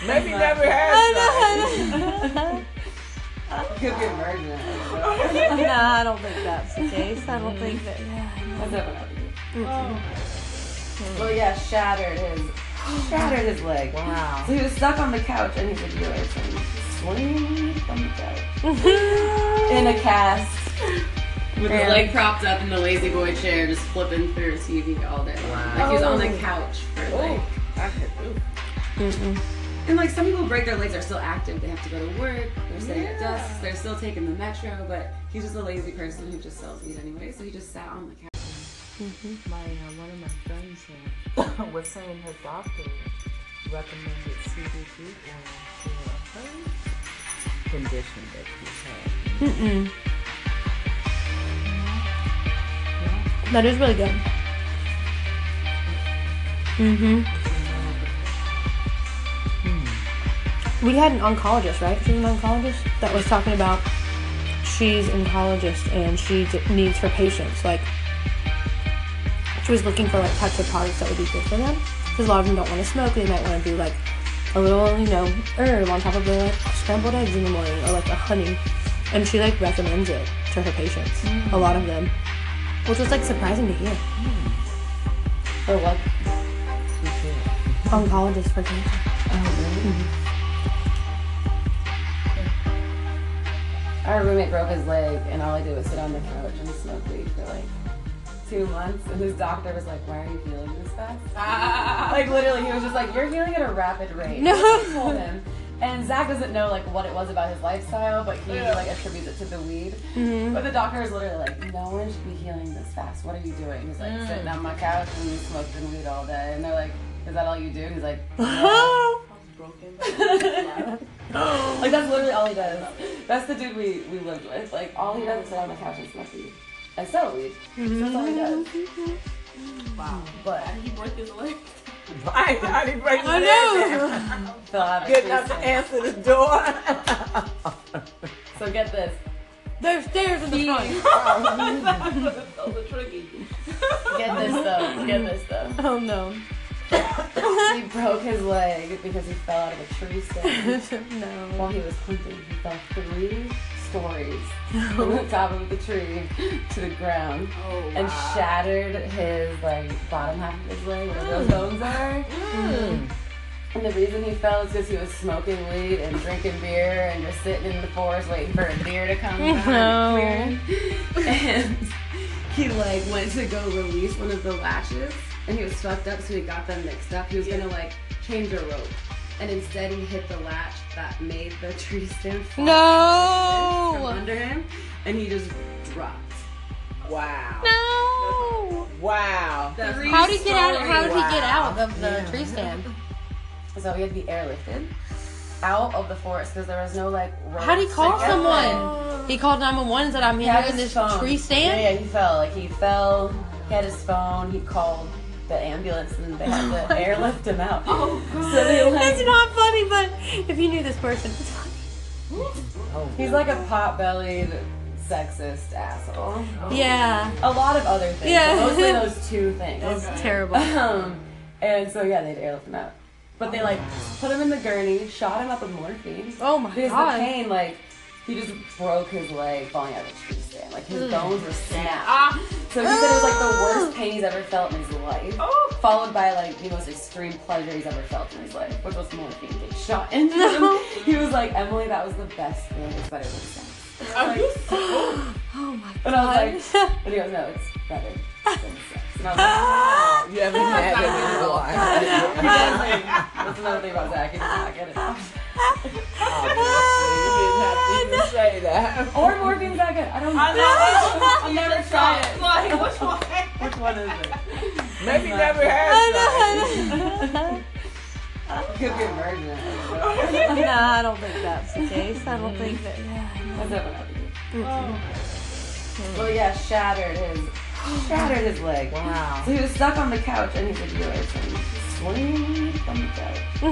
Maybe never had it.
Could be a virgin.
Nah, I don't think that's the case. I don't think that.
That's not what I would
Hmm.
do. Well, yeah, shattered his shattered his leg.
Wow.
So he was stuck on the couch, and he did yours and swing from the couch in a cast
With his leg propped up in the lazy boy chair, just flipping through TV all day long.
Like he was on the couch for like. And like some people break their legs, are still active. They have to go to work. They're sitting at desks. They're still taking the metro. But he's just a lazy person who just sells weed anyway. So he just sat on the couch.
My uh, one of my friends uh, was saying her doctor recommended CBD oil for her
Condition that you
That is really good. Mhm. Hmm. We had an oncologist, right? She was an oncologist that was talking about she's an oncologist and she d- needs her patients. Like, she was looking for like types of products that would be good for them because a lot of them don't want to smoke. They might want to do like a little, you know, herb on top of their like scrambled eggs in the morning or like a honey. And she like recommends it to her patients. A lot of them which was like surprising to hear. Oh,
Or what?
Oncologist for cancer. Mm-hmm.
Our roommate broke his leg, and all I did was sit on the couch and smoke weed for like two months. And his doctor was like, "Why are you healing this fast?" Like literally, he was just like, "You're healing at a rapid rate."
No.
That's what he told him. And Zach doesn't know like what it was about his lifestyle, but he like attributes it to the weed.
Mm-hmm.
Mm-hmm.
But the doctor was literally like, "No one should be healing this fast. What are you doing?" He's like, "Sitting on my couch and smoking weed all day." And they're like, "Is that all you do?" He's like, Like that's literally all he does. That's the dude we, we lived with. Like all he does is sit on the couch and smoke weed and sell weed. That's all he does. Wow. But
He broke his leg.
had. I, I didn't
Oh
break
I
it.
know.
they'll have
Good
it.
enough to answer the door.
So get this.
There's stairs in the front.
Those are tricky.
Get this though. Get this though.
Oh no.
He broke his leg because he fell out of a tree stand
no.
while he was hunting. He fell three stories from the top of the tree to the ground and
Mm.
shattered his like bottom half of his leg where those bones are. And the reason he fell is because he was smoking weed and drinking beer and just sitting in the forest waiting for a deer to come
No.
by. and clear him. And he like went to go release one of the lashes and he was fucked up so he got them mixed up. He was gonna like change a rope. And instead he hit the latch that made the tree stem fall out from
No.
under him and he just dropped.
uh,
Wow.
No.
Wow.
That's
How did he get out? How did he get
Wow.
out of the tree stand?
So he had to be airlifted out of the forest because there was no like. roads
How did he call
to get there.
someone? He called 911 and said, "I'm
He
here
had
in
his
this
phone.
tree stand."
Yeah, yeah, he fell. Like he fell. He had his phone. He called the ambulance and they
Oh
had to airlift him out. Oh So they
It's
like,
not funny, but if you knew this person, it's funny.
Oh, he's like a pot-bellied sexist asshole.
Yeah,
A lot of other things.
Yeah.
Yeah. Mostly those two things.
it's terrible.
Um, and so yeah, they'd airlift him out. But they like put him in the gurney, shot him up with morphine.
Oh my
Because
god.
the pain, like, he just broke his leg falling out of the tree stand. Like, his bones were snapped.
Ah.
So he said it was like the worst pain he's ever felt in his life.
Oh.
Followed by like the most extreme pleasure he's ever felt in his life, which was morphine getting shot into him. He was like, Emily, that was the best thing. It's better than sex. Are you
Oh my
And I
god.
was like, and he goes, no, it's better than sex. And I was like,
You haven't had that in your life.
he does, like, that's another thing about Zach. He does not get it.
You didn't have to even say that.
Or morphine's not good. I don't know. I'll never try it.
Like, which one?
Which one is it?
Maybe you never had sex.
Could be a virgin.
no, I don't think that's the case. I don't think that. Yeah.
That's not what happened. Well, yeah, shattered his shattered his leg.
Wow.
So he was stuck on the couch and he could do it. So he swing from the couch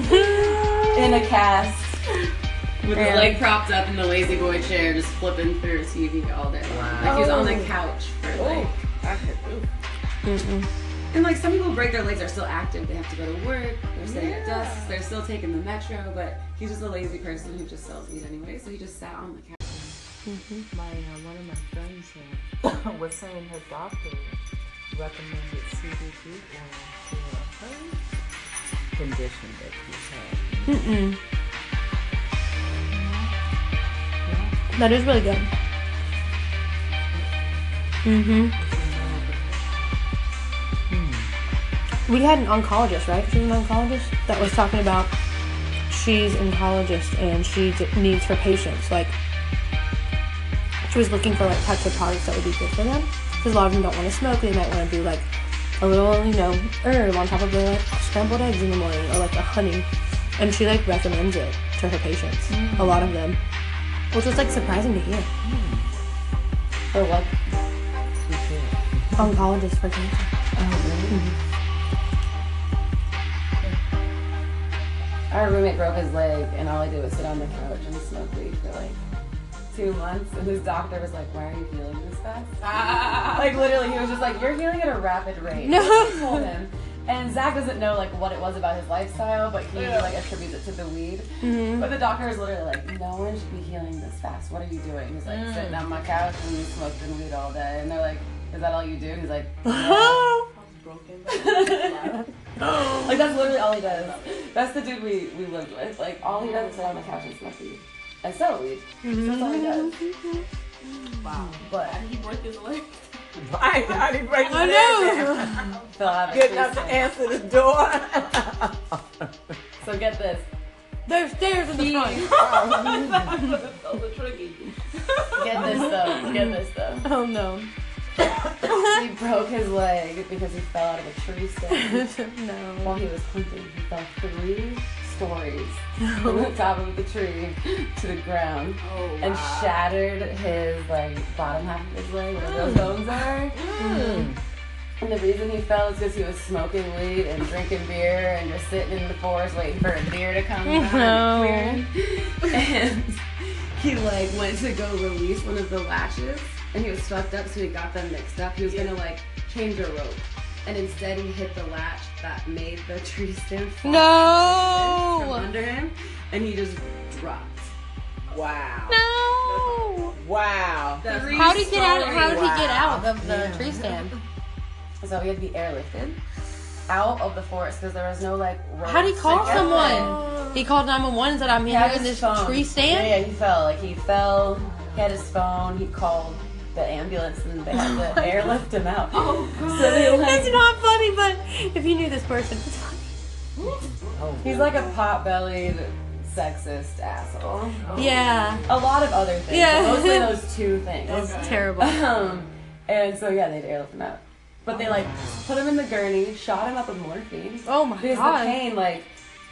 in a cast.
With
Yeah.
his leg propped up in the lazy boy chair, just flipping through TV all day. Wow. Like he was on
Oh.
the couch for like. And like some people break their legs, are still active. They have to go to work. They're sitting at desks. They're still taking the metro. But he's just a lazy person who just sells meat anyway. So he just sat on the couch.
My uh, one of my friends uh, here was saying her doctor
Oh,
recommended CBD oil to her.
Condition that you
Mm-mm. That is really good. Mm-hmm. We had an oncologist, right? She was an oncologist that was talking about she's an oncologist and she d- needs her patients. Like, she was looking for like types of products that would be good for them because a lot of them don't want to smoke. They might want to do like a little, you know, herb on top of their like scrambled eggs in the morning or like a honey. And she like recommends it to her patients, a lot of them, which was like surprising to hear.
Or what?
Hmm,
Oncologist for Mm-hmm. cancer.
Our roommate broke his leg and all he did was sit on the couch and smoke weed for like two months. And his doctor was like, "Why are you healing this fast?" Like literally, he was just like, "You're healing at a rapid rate."
No.
told him. And Zach doesn't know like what it was about his lifestyle, but he like attributes it to the weed.
Mm-hmm.
But the doctor is literally like, no one should be healing this fast. What are you doing? He's like sitting on my couch and we smoked and weed all day. And they're like, is that all you do? And he's like, like that's literally all he does. That's the dude we, we lived with. Like all he does is sit on the couch and smoke weed and sell weed. That's all he does.
Wow.
But
He broke his leg.
had. I thought he breaks
I know.
they'll have
Good enough to
it.
answer the door.
So get this.
There's stairs in the front.
Oh, the tricky.
Get this though. Get this though.
Oh no.
he broke his leg because he fell out of a tree stand
no.
while he was hunting. He fell three stories from the top of the tree to the ground and shattered his like bottom half of his leg where
Mm.
those bones are. And the reason he fell is because he was smoking weed and drinking beer and just sitting in the forest waiting for a deer to come by
No.
and clear him. And he like went to go release one of the lashes and he was fucked up so he got them mixed up. He was gonna like change a rope. And instead he hit the latch that made the tree stand fall from
No.
under him and he just dropped.
wow.
No.
Wow.
Three
How did he get out?
stories.
How did he get out of the tree stand?
So he had to be airlifted out of the forest because there was no like. roads
How do you call
to get there.
someone? He
Oh,
called 911 and said, I'm
He
here
had
in
his
this
phone.
tree stand.
Yeah, yeah, he fell. Like he fell. He had his phone. He called the ambulance and they
Oh
had to airlift him out. Oh god. So they like,
It's not funny, but if you knew this person, it's funny.
he's like a pot-bellied sexist asshole.
Yeah,
A lot of other things.
Yeah.
Yeah. Mostly those two things.
it's terrible.
Um, and so yeah, they'd airlift him out. But they like put him in the gurney, shot him up with morphine.
Oh my
Because
god.
the pain, like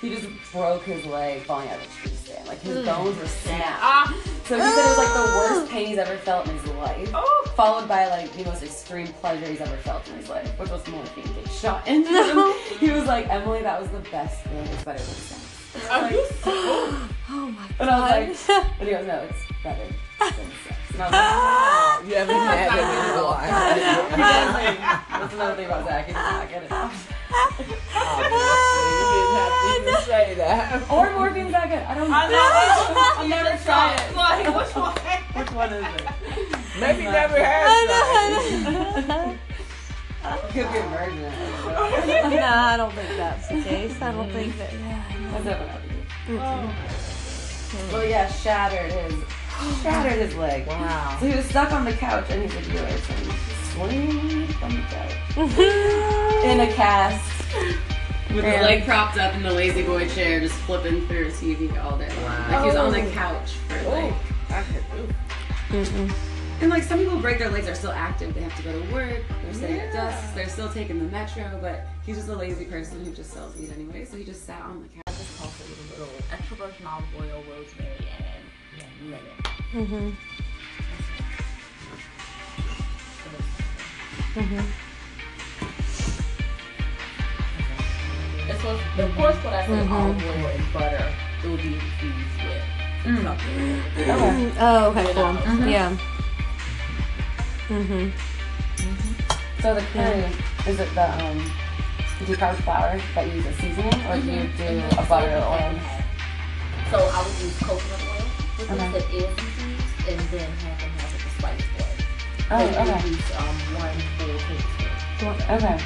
he just broke his leg falling out of the tree stand. Like his bones were snapped.
Ah.
So he said it was like the worst pain he's ever felt in his life.
Oh.
Followed by like the most extreme pleasure he's ever felt in his life, which was morphine getting shot into him. He was like, Emily, that was the best thing. It's better than sex. Like,
Oh my
and I
god.
was like, and he goes, no, it's better than sex. And I was like, "Oh,
You haven't
Oh
had that before.
He does, like, that's another thing about Zach. He does not get it.
You didn't have to even say that.
Or morphine's not good. I don't know.
I
I've never tried it.
Like, which one?
Which one is it?
Maybe you never had that.
Could be a virgin.
no, I don't think that's the case. I don't think that.
That's not what happened. Well, Oh, yeah, shattered his shattered his leg.
Wow.
So he was stuck on the couch and he's a dealer, so he swing from the couch in a cast.
With
Yeah.
his leg propped up in the lazy boy chair, just flipping through TV all day. Like he was on
Oh.
the couch for like. I could- ooh. And like some people break their legs are still active. They have to go to work. They're sitting at desks. They're still taking the metro. But he's just a lazy person who just sells weed anyway. So he just sat on the couch.
I just also eat a little extra virgin olive oil, rosemary, and lemon.
Mhm. Mm-hmm.
It's supposed of course, when I said olive oil and butter, it would be infused with something.
Oh, okay, cool.
Mm-hmm.
Yeah. hmm
So the curry is it the um, decarb flour that you use as seasoning, or do you do
Mm-hmm.
a butter or oil?
So I would use coconut oil, which
Okay.
is the is infused, and then half and half of the spice oil.
Oh,
So you
okay,
use, um, one full tablespoon.
okay.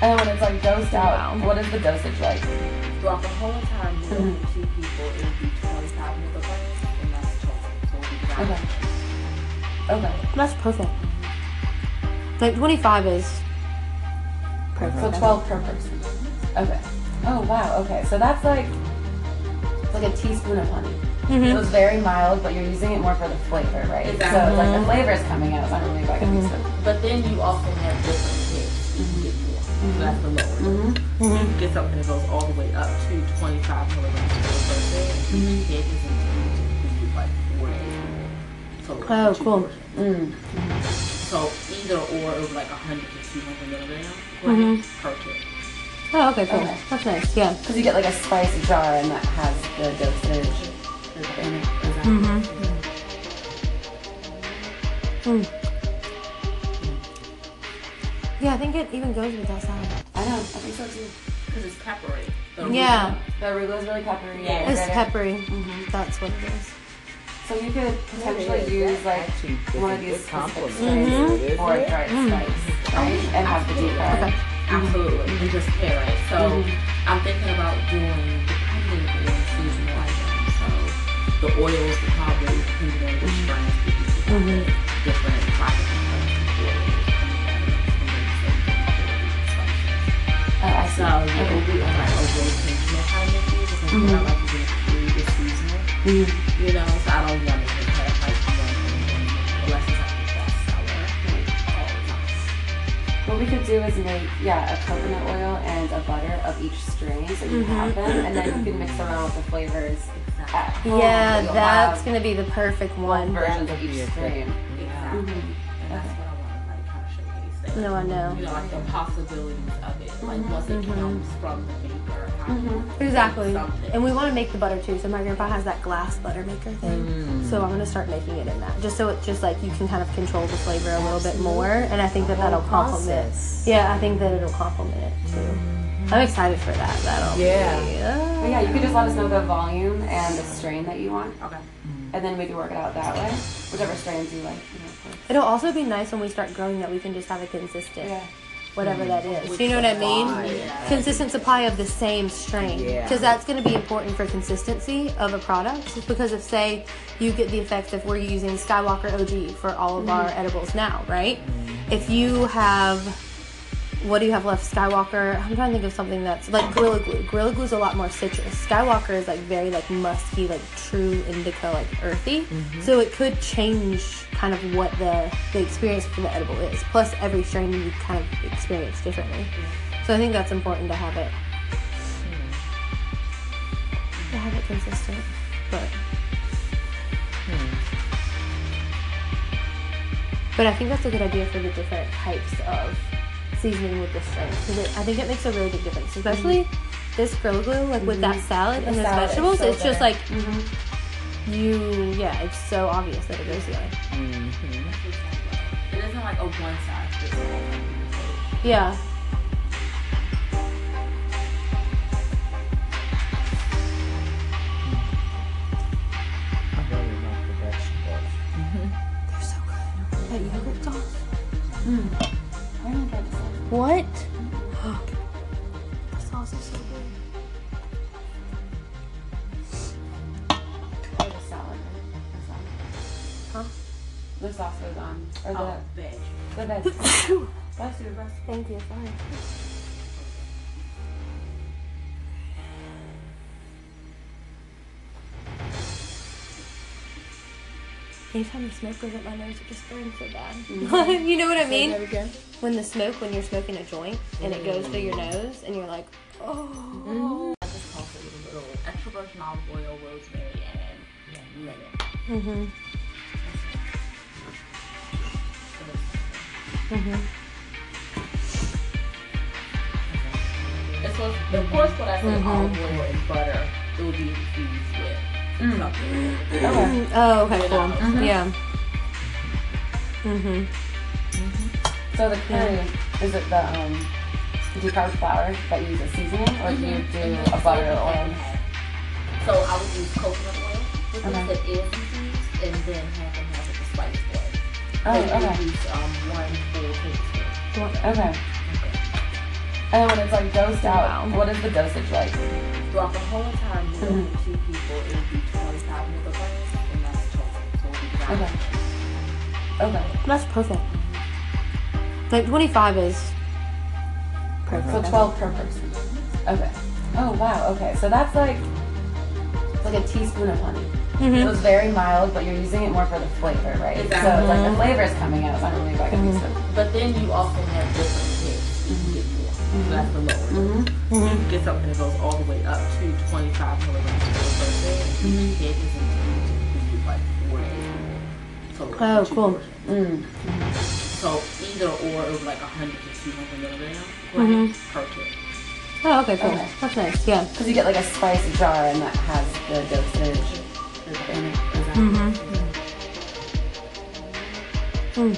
And when it's like dosed out,
Wow.
what is the dosage like?
Throughout the whole time, you know, two people, it would be 25 milligrams, and that's total. So it would be about-
Okay. Okay.
That's perfect. Like 25 is
So 12 per person. Okay. Oh wow. Okay. So that's like it's like a teaspoon of honey.
Mm-hmm.
So it's very mild, but you're using it more for the flavor, right? So it's like the flavor is coming out. It's not really
Mm-hmm.
like a teaspoon.
But then you also have different hits. You can get more. So that's the lower. You can get something that goes all the way up to 25 milligrams per person. Each hit is infused with like four days. So
Oh,
two
cool.
portions.
Mm.
So either or, it was like 100 to 200 milligrams per kit.
Oh, okay, cool.
Okay.
That's nice. Yeah.
Because you get like a spice jar, and that has the dosage.
Mm-hmm.
in it.
Mm. Yeah, I think it even goes with that salad.
I know. I think so too.
Because it's peppery. The
Yeah,
The arugula is really peppery.
Yeah.
it's
Right?
peppery. Mm-hmm. That's what it is.
So you could potentially use like
Actually, this
one of
is a
these
good
specific
compliment.
spices
Mhm.
or a dried
Mm-hmm.
spice, right? And have the deep fried.
Okay.
Um,
Absolutely. You just pair it. So I'm thinking about doing depending on seasonal items. So the oils probably depending on which brands you use, probably
Mm-hmm.
different products.
Oh, I see.
So yeah, it would be on like a rotational kind of thing because you know, like you get food is seasonal.
Mm-hmm.
You know, so I don't want to just have like one thing unless it's like the best seller like, all the time.
What we could do is make, yeah, a coconut oil and a butter of each strain so you
Mm-hmm.
have them, and then you can mix around with the flavors at home.
Yeah,
so Oh, you'll
that's
have
gonna be the perfect one. Mm-hmm.
versions of each strain.
Exactly. And that's what I want to like kind of showcase. That,
No, I know.
You know, like the possibilities of it. Like once it comes from the vapor. how
Mm-hmm.
you make
Exactly.
something.
And we want to make the butter too. So my grandpa has that glass butter maker thing. So I'm gonna start making it in that, just so it's just like you can kind of control the flavor a little bit more. And I think that that'll complement.
Process.
Yeah, I think that it'll complement it too. I'm excited for that. That'll
Yeah.
be.
But yeah, you could just let us know the volume and the strain that you want,
Okay.
and then we can work it out that way. Whichever strains you like. You know, of course.
It'll also be nice when we start growing that we can just have a consistent.
yeah.
whatever that is. Do you know what I mean? Consistent supply of the same strain.
Yeah.
Because that's going to be important for consistency of a product. Just because if, say, you get the effect of we're using Skywalker OG for all of our edibles now, right? If you have what do you have left? Skywalker. I'm trying to think of something that's like Gorilla Glue. Gorilla Glue's a lot more citrus. Skywalker is like very like musky, like true indica, like earthy. So it could change kind of what the the experience for the edible is. Plus, every strain you kind of experience differently. So I think that's important to have it to have it consistent. But
Hmm.
but I think that's a good idea for the different types of seasoning with the strains because I think it makes a really big difference, especially this grill glue, like with that salad and those
Mm-hmm. salad is
vegetables.
so
it's just
good. Mm-hmm.
like you, yeah, it's so obvious that it goes the other.
Mm-hmm.
It isn't like a one size fits all.
Yeah.
I really love the vegetables.
Mm-hmm. They're so good. That yogurt sauce. What? the sauce is so good.
Or the salad.
Huh?
The sauce was on. Or the,
Oh, bitch.
the veg. Bless you, bless you.
Thank you. Sorry. Anytime the smoke goes up my nose, it just burns so bad.
Mm-hmm.
you know what I mean? When the smoke, when you're smoking a joint and it goes through your
Mm-hmm.
nose, and you're like, oh.
I just call for a little extra virgin olive oil, rosemary, and lemon.
Mm-hmm.
Mm-hmm.
It's supposed to, of course, what I said
Mm-hmm.
olive oil and butter, it will be infused with something.
Mm. Oh, okay, cool.
Mm-hmm.
Yeah. Mm-hmm.
So the curry, is it the um, decarb flour that you use as seasoning, or do you do a
Mm-hmm.
butter or oil?
So I would use coconut oil, which
Okay.
is the infused, and then half and half of the spice oil.
Oh,
So you
okay.
use, um, one full tablespoon.
Okay. And then when it's like dosed out,
Wow.
what is the dosage like?
Throughout the whole time, you
Mm-hmm.
know, two people, it would be 25 milligrams, and that's chocolate. So it would be about
Okay. Okay.
That's perfect. Like 25 is perfect.
So 12 per person. Okay. Oh, wow. Okay. So that's like it's like a teaspoon of honey.
Mm-hmm.
So it's very mild, but you're using it more for the flavor, right? So it's
Mm-hmm.
like the flavor is coming out. It's not really like a teaspoon.
But then you also have different tips. You can get more. So that's the lower. You can get something that goes all the way up to 25 milligrams per person. You can get this infused. You do like four days. So like
Oh,
the two
cool. Mm.
portions. So either or, it was like 100 to 200 milligrams per kit.
Oh, okay, cool.
Okay.
That's nice. Yeah.
Because you get like a spice jar and that has the dosage. in it.
Mm-hmm.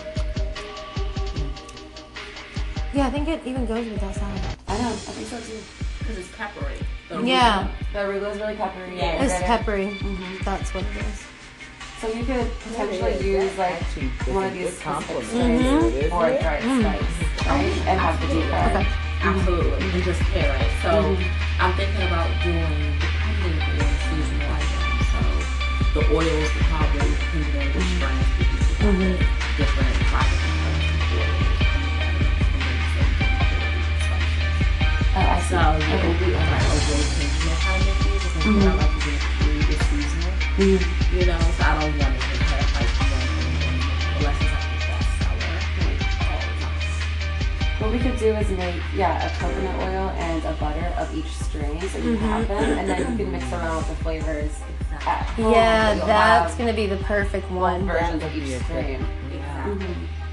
Hmm. Yeah, I think it even goes with that salad.
I know. I think so too.
Because it's peppery. So
Yeah,
The arugula is really peppery. Yeah.
it's peppery.
Mm-hmm.
That's what it is.
So you could potentially use like
Actually,
one of
it's a
these
good
specific
compliment.
spices
Mhm.
or a dried spice, right? And have the deep fry.
Mm-hmm. Mm. Okay.
Absolutely. You just pair it. So I'm thinking about doing depending on seasonal items. So the oils would probably depending on which brands we use probably
Mm-hmm.
different products.
Oh, I see.
So yeah, it will be on like a rotational kind of thing because you know, I like to get food is seasonal. You know, so I don't want it to have like one thing unless it's like the best seller like, all the time.
What we could do is make, yeah, a coconut oil and a butter of each strain so you
Mm-hmm.
have them, and then you can mix around with the flavors at home.
Yeah,
so you'll
that's
have
gonna be the perfect one. Mm-hmm.
versions of each strain.
Exactly. And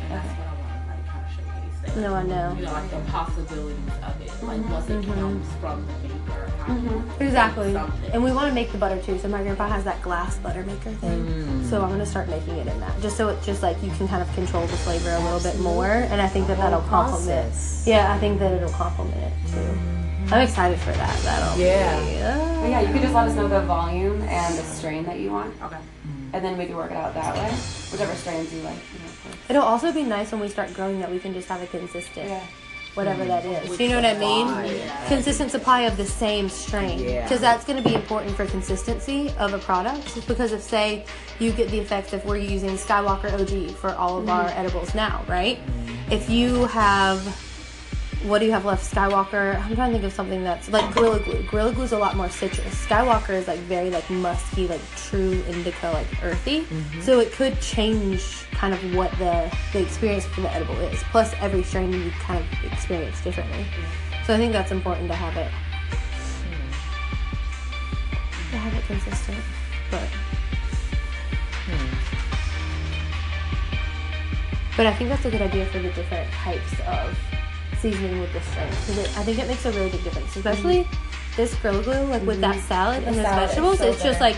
that's what I want to like kind of showcase that.
No, I know.
you know, like the possibilities of it. Like once it comes from the maker, how you make
Mm-hmm. Exactly.
something.
And we want to make the butter too. So my grandpa has that glass butter maker thing. So I'm gonna start making it in that, just so it's just like you can kind of control the flavor a little bit more. And I think that that'll complement.
Process.
Yeah, I think that it'll complement it too. I'm excited for that. That'll.
Yeah.
Be, uh,
But yeah, you could just let us know the volume and the strain that you want,
okay.
and then we can work it out that way. Whichever strains you like, you know, of course.
It'll also be nice when we start growing that we can just have a consistent
Yeah.
whatever that is. Do you know what I mean? Consistent supply of the same strain.
Yeah.
Because that's going to be important for consistency of a product. Just because if, say, you get the effect of we're using Skywalker OG for all of our edibles now, right? If you have what do you have left? Skywalker. I'm trying to think of something that's like Gorilla Glue. Gorilla Glue's a lot more citrus. Skywalker is like very like musky, like true indica, like earthy. So it could change kind of what the the experience from the edible is. Plus, every strain you kind of experience differently. So I think that's important to have it to have it consistent, but. hmm. But I think that's a good idea for the different types of seasoning with this strain because I think it makes a really big difference, especially this grill glue, like with that Mm-hmm. salad and those
Mm-hmm. salad is
vegetables.
so
it's just
good.
like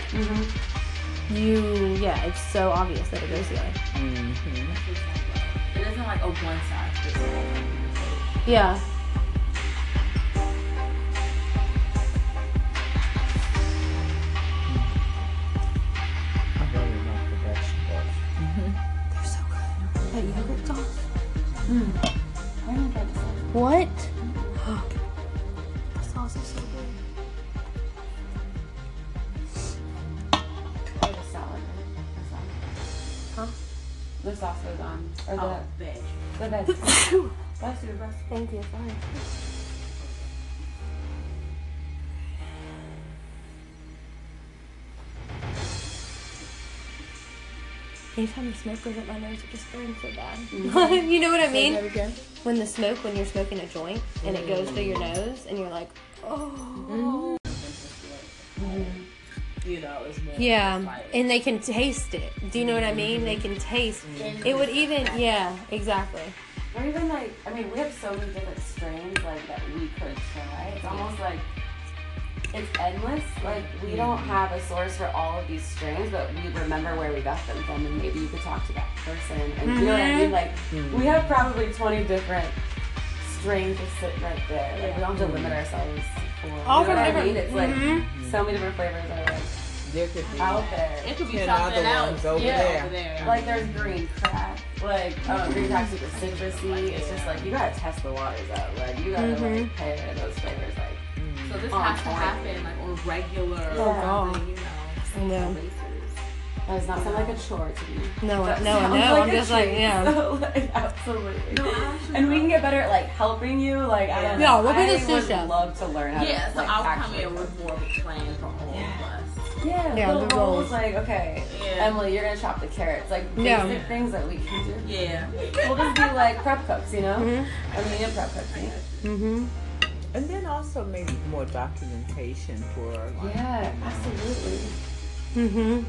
you, yeah, it's so obvious that it goes the other.
Mm-hmm.
It isn't like a one size fits all.
Yeah.
I really love the vegetables.
They're so good. Hmm. What? the sauce is so good.
Or the salad.
Huh?
The sauce was on. Or the,
Oh, bitch.
the veg. Bless you, bless you.
Thank you. Sorry. Anytime the smoke goes up my nose, it just burns so bad.
Mm-hmm.
you know what I mean? When the smoke, when you're smoking a joint and it goes through your
Mm-hmm.
nose, and you're like, oh.
You know, it's more
Yeah,
like,
and they can taste it. Do you know what I mean? They can taste. It would even, yeah, exactly.
Or even like, I mean, we have so many different strains like that we could try. It's almost like it's endless. Like
Mm-hmm.
we don't have a source for all of these strains, but we remember where we got them from, and maybe you could talk to that person. And you know what
Mm-hmm.
I mean? Like we have probably twenty different strains to sit right there. Like we don't have to limit
Mm-hmm.
ourselves. to four.
All
you know
from
what I
different-
mean? It's like so many different flavors are like
There could be
out there.
it could be
ten other
something else.
ones over
yeah,
there.
over there.
Like there's green crack, like uh, green crack's super citrusy. It's just like you gotta test the waters out. Like you gotta
Mm-hmm.
like pair those flavors. Like
so this
on
has to
point.
happen like on regular.
God.
You know,
No,
basis.
that does not sound like a chore to me.
no,
That
no, no.
sounds like
I'm
a
just like,
treat.
yeah.
So, like, absolutely. and
uh,
we can get better at like helping you. Like I don't
Yeah,
know.
we'll be the
I
sous
would
chef.
love to learn how
Yeah,
to
so
like
I'll come
actually.
in with more of a plan for all of us.
yeah,
Yeah,
the
the
roles.
roles.
Like okay,
Yeah.
Emily, you're gonna chop the carrots. Like basic
Yeah.
things that we can do.
Yeah.
We'll just be like prep cooks, you know. I mean, you're prep cooks. yeah.
Mm-hmm.
And then also maybe more documentation for like,
Yeah, absolutely.
Mm-hmm.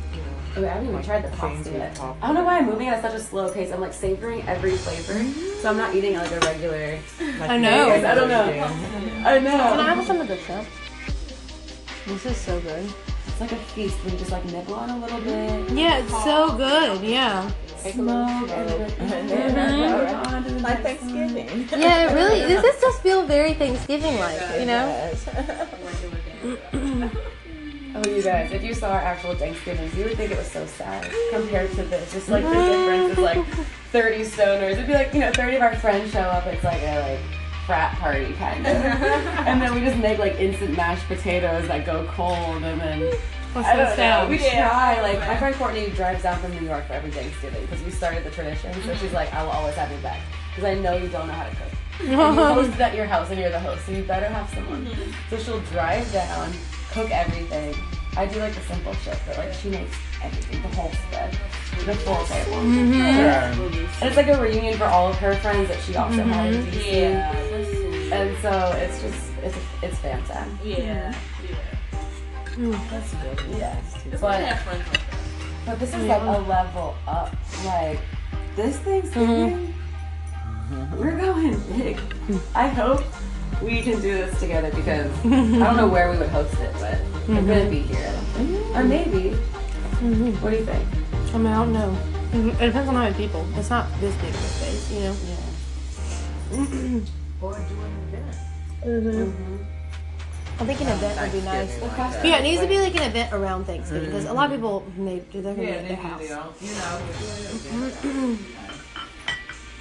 Oh, I haven't even tried the
things
pasta
we
yet.
talked
I don't know why I'm moving at such a slow pace. I'm like savoring every flavor, so I'm not eating like a regular.
like
Mm-hmm. I know.
everything.
I don't know. I
Can I
know.
have some of this now? This is so good.
It's like a feast where you just like nibble on a little bit,
Yeah, it's so good. Yeah.
smoke, and then on to the
Like
next one.
Thanksgiving.
Yeah, it really. This is just feel very Thanksgiving like, you know?
Yes.
Oh, you guys, if you saw our actual Thanksgivings, you would think it was so sad compared to this. Just like the difference is like 30 stoners. It'd be like, you know, 30 of our friends show up. It's like a like frat party kind of. and then we just make like instant mashed potatoes that go cold and then.
What's
I
so
don't know. We
sad?
try. Like my friend Courtney drives down from New York for every Thanksgiving because we started the tradition. So she's
Mm-hmm.
like, I will always have you back because I know you don't know how to cook. And you host at your house and you're the host, so you better have someone. So she'll drive down, cook everything. I do like the simple shit, but like she makes everything, the whole spread, the full table. And it's like a reunion for all of her friends that she also had in DC. And so it's just it's it's fam time.
Yeah.
Yeah.
I
But
have friends like that.
But this is like a level up. Like this Thanksgiving, we're going big. I hope we can do this together because I don't know where we would host it, but it wouldn't be here. I don't think. Or maybe. What do you think?
Mm-hmm. I mean, I don't know. Mm-hmm. It depends on how many people. It's not this big of a space, you know?
Yeah.
Or do an event.
Mm-hmm.
Mm-hmm.
I think an event would be nice.
Thanksgiving like that.
Yeah, it needs to be like an event around Thanksgiving because a lot of people may do they're gonna be at their
You
house.
know, you know.
Mm-hmm.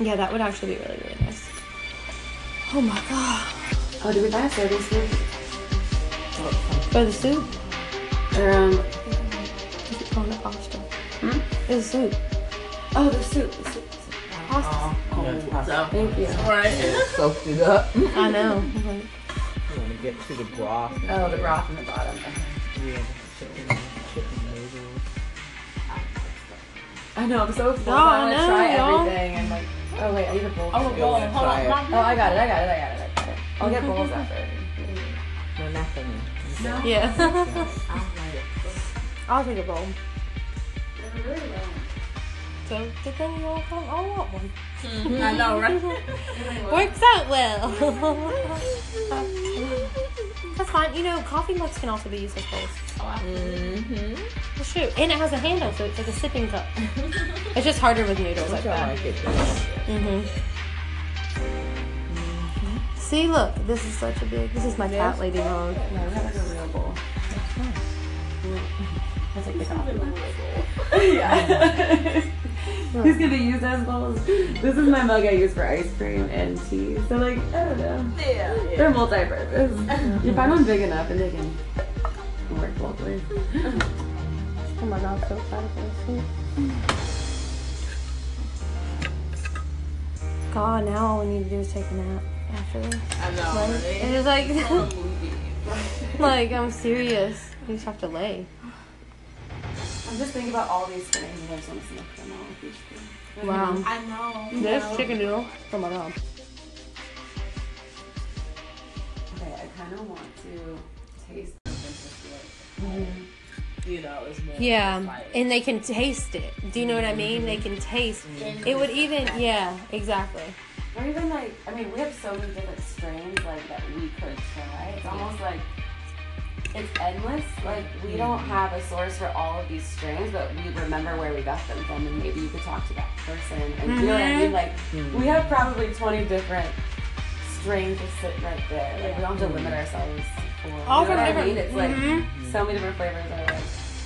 Yeah, that would actually be really really nice. Oh my god.
Oh, did we buy a soda stream?
For the soup?
Um, Hmm?
Is it going to Oh, pasta? It's soup.
oh, the soup. The soup. the soup.
Oh,
So,
Thank you.
right.
soaked it up. You
I know.
want to get to the broth. and
Oh, the broth in the bottom.
Yeah, chicken, chicken noodles.
I know. I'm so full.
No,
I want
I
to
know,
try
y'all.
everything. And like, oh wait, I need a bowl.
Oh,
first.
well, hold on.
Oh, I got it. I got it. I got it. I got it. I'll get bowls after.
No, not for me.
Yeah. I'll take a bowl. So, good thing you all come. I want one. Mm-hmm.
I know, right?
Works out well. That's fine. You know, coffee mugs can also be used as bowls. Mm-hmm. Well, shoot. And it has a handle, so it's like a sipping cup. it's just harder with noodles like
I
that.
like it. though.
Mm-hmm. See, look, this is such a big. This is my cat lady mug.
Mm-hmm. Yeah, we have like a real bowl. That's like the coffee mug. yeah. He's gonna use as bowls. This is my mug I use for ice cream and tea. So like, I don't know. Yeah. They're multi-purpose. you find one big enough and they can work both ways.
Oh my god, I'm so excited for this soup. God, now all we need to do is take a nap after this.
I know,
Like,
right?
it is like,
A movie.
like I'm serious. You just have to lay.
I'm just thinking about all these things and I just want to smoke them all. with each thing.
Wow.
I know.
This chicken noodle. Oh my god.
Okay, I kind of want to taste.
You know, it's more.
Yeah,
like-
and they can taste it. Do you know what I mean? They can taste. It would even, yeah, exactly.
Or even like, I mean, we have so many different strains like that we could try. It's almost like it's endless. Like
Mm-hmm.
we don't have a source for all of these strains, but we remember where we got them from, and maybe you could talk to that person. And you know what
Mm-hmm.
I mean? Like we have probably twenty different strains just sitting right there. Like we don't have to limit ourselves. to four.
All
you know
from
what I
different-
mean? It's like so many different flavors are like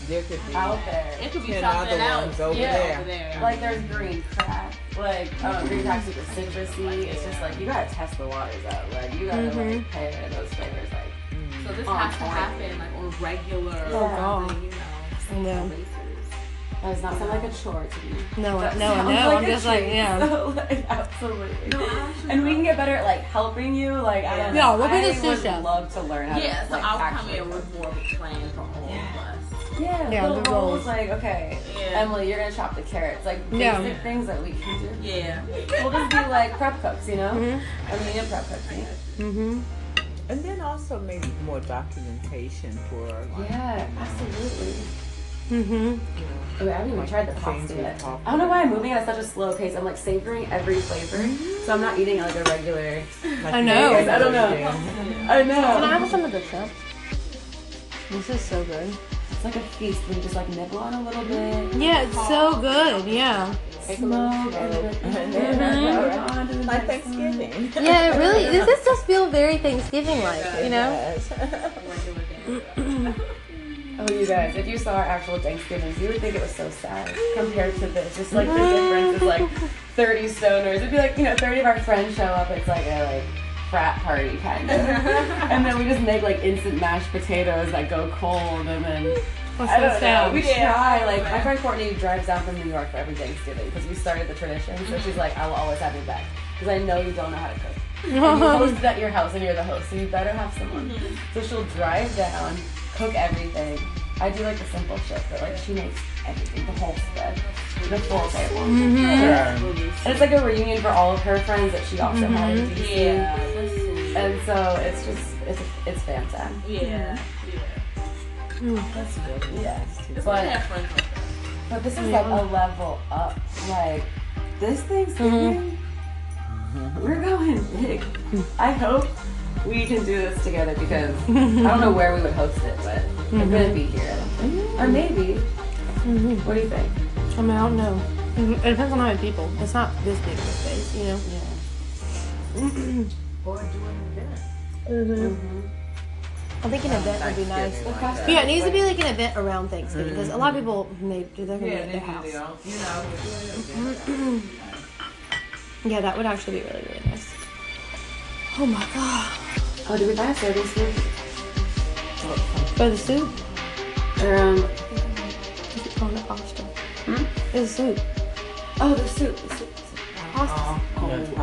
There could be
out there.
Mm-hmm. It could be
ten
something
other
else.
ones over
yeah,
there.
over there.
Like there's green crack, like uh, green crack's super citrusy. It's just like you gotta test the waters out. Like you gotta like pair those flavors. Like
so this
on
has to
point.
happen like on regular.
Oh, God.
You know.
No,
that does not sound like a chore to me.
no,
That
I- no, I
sounds
know.
like
I'm
a
just like,
treat.
yeah.
So, like, absolutely. and we can get better at like helping you. Like I don't
Yeah,
know.
we'll be the
I
sous
would
chef.
love to learn how
Yeah,
to
so
like,
I'll come
actually
in with more of a plan for all of us.
Yeah,
Yeah,
little
the
roles.
roles.
Like okay,
Yeah.
Emily, you're gonna chop the carrots. Like basic
Yeah.
things that we can do.
Yeah.
We'll just be like prep cooks, you know. I mean, and prep cooks. yeah.
Mm-hmm.
And then also maybe more documentation for like,
Yeah, absolutely.
Mm-hmm.
Wait, I haven't even tried the
things
pasta
we
yet.
talked
I don't know why I'm moving at such a slow pace. I'm like savoring every flavor, so I'm not eating like a regular.
like
I know.
days
I don't know.
over
I
Can I
know.
have some of this now? This is so good.
It's like a feast. We just like nibble on a little bit,
Yeah, it's so good. Yeah.
smoke, and then- and then
Mhm.
on to the
there. Like Thanksgiving.
Yeah, it really. This, this does feel very Thanksgiving like, you know?
Yes.
Oh, you guys, if you saw our actual Thanksgivings, you would think it was so sad compared to this. Just like the difference is like 30 stoners. It'd be like, you know, 30 of our friends show up. It's like a like frat party kind of. and then we just make like instant mashed potatoes that go cold and then.
What's
I
so
don't know. We
sad?
try. Like my friend Courtney drives down from New York for every Thanksgiving because we started the tradition. So she's like, I will always have your back because I know you don't know how to cook. And you host at your house and you're the host, so you better have someone.
Mm-hmm.
So she'll drive down, cook everything. I do like the simple shit, but like she makes everything, the whole spread, the full table.
Mm-hmm.
And it's like a reunion for all of her friends that she also had in DC.
Yeah. let's see.
And so it's just it's it's fam time.
Yeah.
Yes.
Yeah.
But
Yeah. friends like that.
But this is like a level up. Like this
Mm-hmm.
Thanksgiving, we're going big. I hope we can do this together because I don't know where we would host it, but it
Mm-hmm.
wouldn't be here. I don't think. Or maybe. What do you think?
I mean, I don't know. Mm-hmm. It depends on how many people. It's not this big of a space, you
Yeah.
know?
Or do an event.
I think an event would be nice.
Thanksgiving like that.
Yeah, it needs to be like an event around Thanksgiving because a lot of people may do they're gonna be at their house.
You know,
Yeah, that would actually be really really nice. Oh my god.
Oh, did we buy a soda stream?
For the soup?
Um, Hmm?
Is it going to pasta? It's soup.
oh, the soup. The soup.
Oh,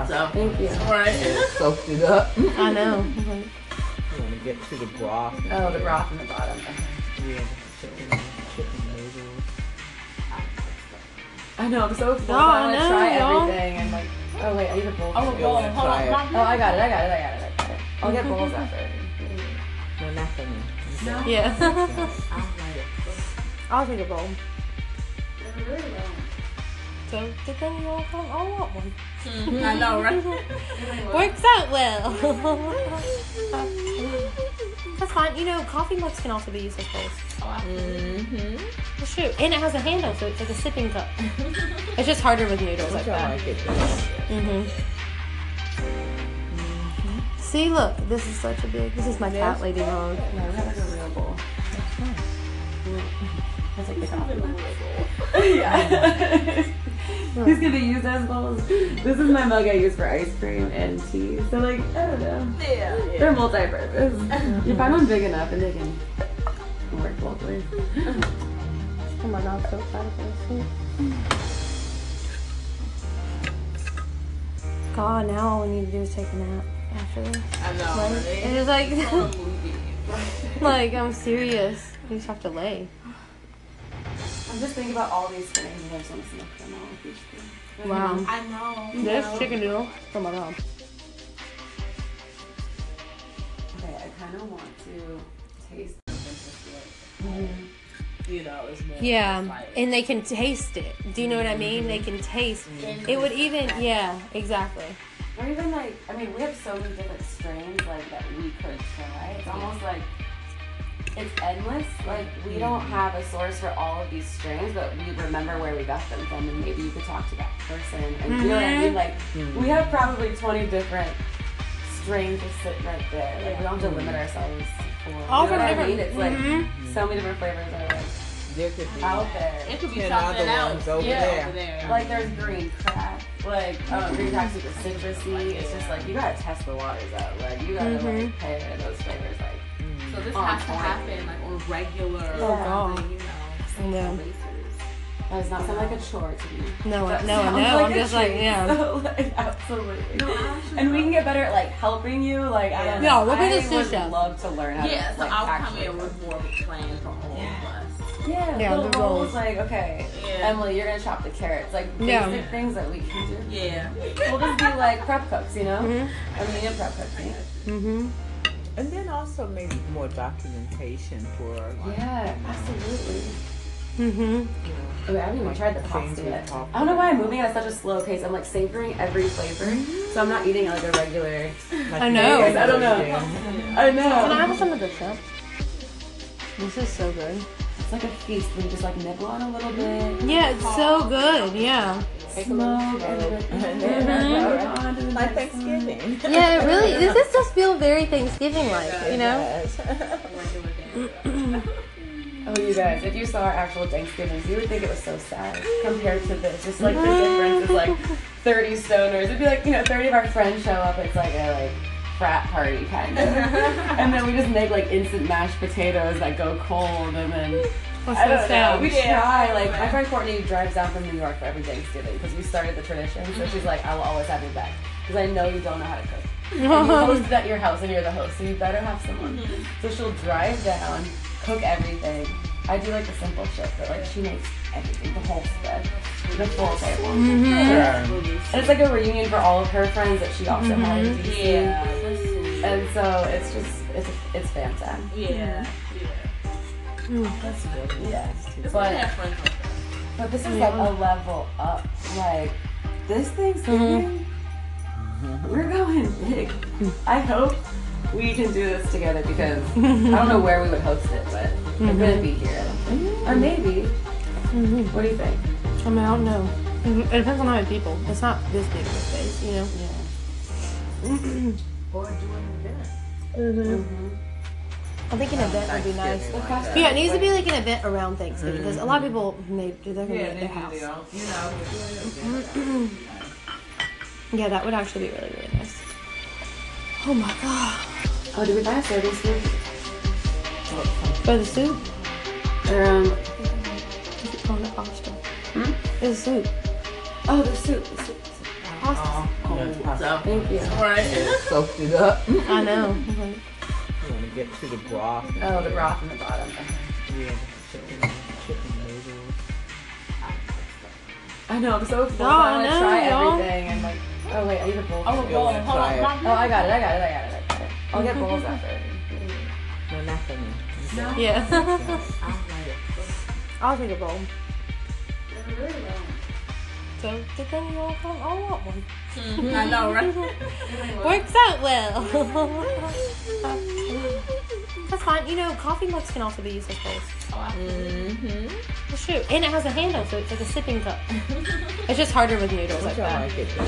So,
Thank you.
right.
soaked it up. You
I know.
want to get to the broth.
Oh, the broth in the bottom.
Yeah, chicken, chicken noodles.
I know, I'm so full.
No,
I
Oh, I
want to
know,
try
y'all.
everything. And like, oh wait, I need a bowl.
Oh,
Go
well,
and
hold
try
on.
it.
Mom,
Oh, I got it. I got it. I got it. I got it. I'll get bowls after.
No, not for me.
Yeah. I'll take a bowl. So the thing you all come, I want one.
I know, right?
Works out well. That's fine. You know, coffee mugs can also be used as bowls. Well, shoot, and it has a handle, so it's like a sipping cup. it's just harder with noodles like
Y'all
that.
like it though.
Mm-hmm. See, look, this is such a big. This is my cat lady mug.
Yeah, we have like a real bowl. That's like the coffee mug. yeah. These can be used as bowls. This is my mug I use for ice cream and tea. So like, I don't know. Yeah. They're multi-purpose. you find
Mm-hmm.
one big enough and they can work both ways.
Oh my god, I'm so excited for this soup. God, now all we need to do is take a nap after this.
I know.
Like,
right?
it is like,
It's a movie.
Mm-hmm.
like I'm serious. You just have to lay.
I'm just thinking about all these things and I just want to smoke them all. with each thing.
Wow.
I know.
This chicken noodle. Oh my god.
Okay, I kind of want to taste.
You know, it's more
Yeah,
like-
and they can taste it. Do you know what I mean? They can taste. It would even, yeah, exactly.
Or even like, I mean, we have so many different strains like that we could try. It's almost like it's endless. Like
Mm-hmm.
we don't have a source for all of these strains, but we remember where we got them from, and maybe you could talk to that person. And you know what I mean?
Mm-hmm.
Like we have probably twenty different strains just sitting right there. Like we don't
Mm-hmm.
have to limit ourselves. to four.
All
you know
from
what I
different-
mean? It's like so many different flavors are like
There could be
out there.
It could be
Ten
something
other
else.
ones over
yeah,
there.
over there.
Like there's green crack, like uh, green crack's super citrusy. It's just like you gotta test the waters out. Like you gotta
Mm-hmm.
like pair those flavors. Like
so this
on
has to
point.
happen like on regular.
Oh, God.
You know.
No,
it's not sound like a chore to me.
no, I-
That
no, I
sounds
know.
like
I'm
a
just like,
treat.
yeah.
So, like, absolutely. and we can get better at like helping you. Like I don't
Yeah,
know.
we'll be the
I
sous
would
chef.
love to learn how
Yeah,
to
so
like,
I'll come
actually.
in with more of a plan for all of us.
yeah,
Yeah,
little
the
roles.
roles.
Like okay,
Yeah.
Emily, you're gonna chop the carrots. Like basic
Yeah.
things that we can do.
Yeah.
We'll just be like prep cooks, you know. I mean, and prep cooks. Yeah.
Mm-hmm.
And then also maybe more documentation for like,
Yeah, absolutely.
Mm-hmm.
I, mean, I haven't even
Like
tried the
the
pasta
things we
yet.
talked
I don't know why I'm moving at such a slow pace. I'm like savoring every flavor, so I'm not eating like a regular.
like
Mm-hmm. I know.
you
I don't know.
everything.
I
Can I
know.
have some of this stuff? This is so good.
It's like a feast when you just like nibble on a little bit,
Yeah, it's so good. Yeah.
smoke, and then
Mm-hmm.
Mhm.
on to the
Like
next one.
Thanksgiving.
Yeah, it really. This is just feel very Thanksgiving like, you know?
Yes.
Oh, you guys, if you saw our actual Thanksgivings, you would think it was so sad compared to this. Just like the difference is like 30 stoners. It'd be like, you know, 30 of our friends show up. It's like a like frat party kind of. and then we just make like instant mashed potatoes that go cold and then.
What's
I don't
so
know.
sad?
We try. Like my friend Courtney drives down from New York for every Thanksgiving because we started the tradition. So she's like, I will always have your back because I know you don't know how to cook. And you host at your house and you're the host, so you better have someone.
Mm-hmm.
So she'll drive down, cook everything. I do like the simple shit, but like she makes everything, the whole spread, the full table.
Mm-hmm.
And it's like a reunion for all of her friends that she also had in DC.
Mm-hmm. Yeah.
And so it's just it's it's fam time.
Yeah.
Yes.
I
But
have friends like that.
But this is like a level up. Like this Thanksgiving,
Mm-hmm.
we're going big. I hope we can do this together because I don't know where we would host it, but I'm
Mm-hmm.
gonna be here, or maybe. What do you think?
I mean, I don't know. Mm-hmm. It depends on how many people. It's not this big of a space, you know?
Yeah.
Or do an event.
I think an event would be nice.
Thanksgiving like that.
Yeah, it needs to be like an event around Thanksgiving because a lot of people may do their gonna be at their house.
You know,
Yeah, that would actually be really really nice. Oh my god.
Oh, did we buy a soda stream?
For the soup?
Um, hmm?
Is it going to pasta? It's soup.
oh, the soup. The soup.
Oh,
Thank you.
soaked it up. You
I know.
want to get to the broth.
Oh, the broth in the bottom.
Yeah, chicken, chicken noodles.
I know, I'm so full.
No,
I want
I know,
to try
y'all.
everything. And like, oh wait, I need a bowl. Oh,
You wanna try it?
I got it. I got it. I got it. I got it. I'll get bowls after.
No, not for me.
Yeah. I'll take a bowl. So, the thing you all come, I want one.
I know, right?
Works out well. That's fine. You know, coffee mugs can also be used as bowls. Well, shoot. And it has a handle, so it's like a sipping cup. it's just harder with noodles like
Try
that.
like it. though.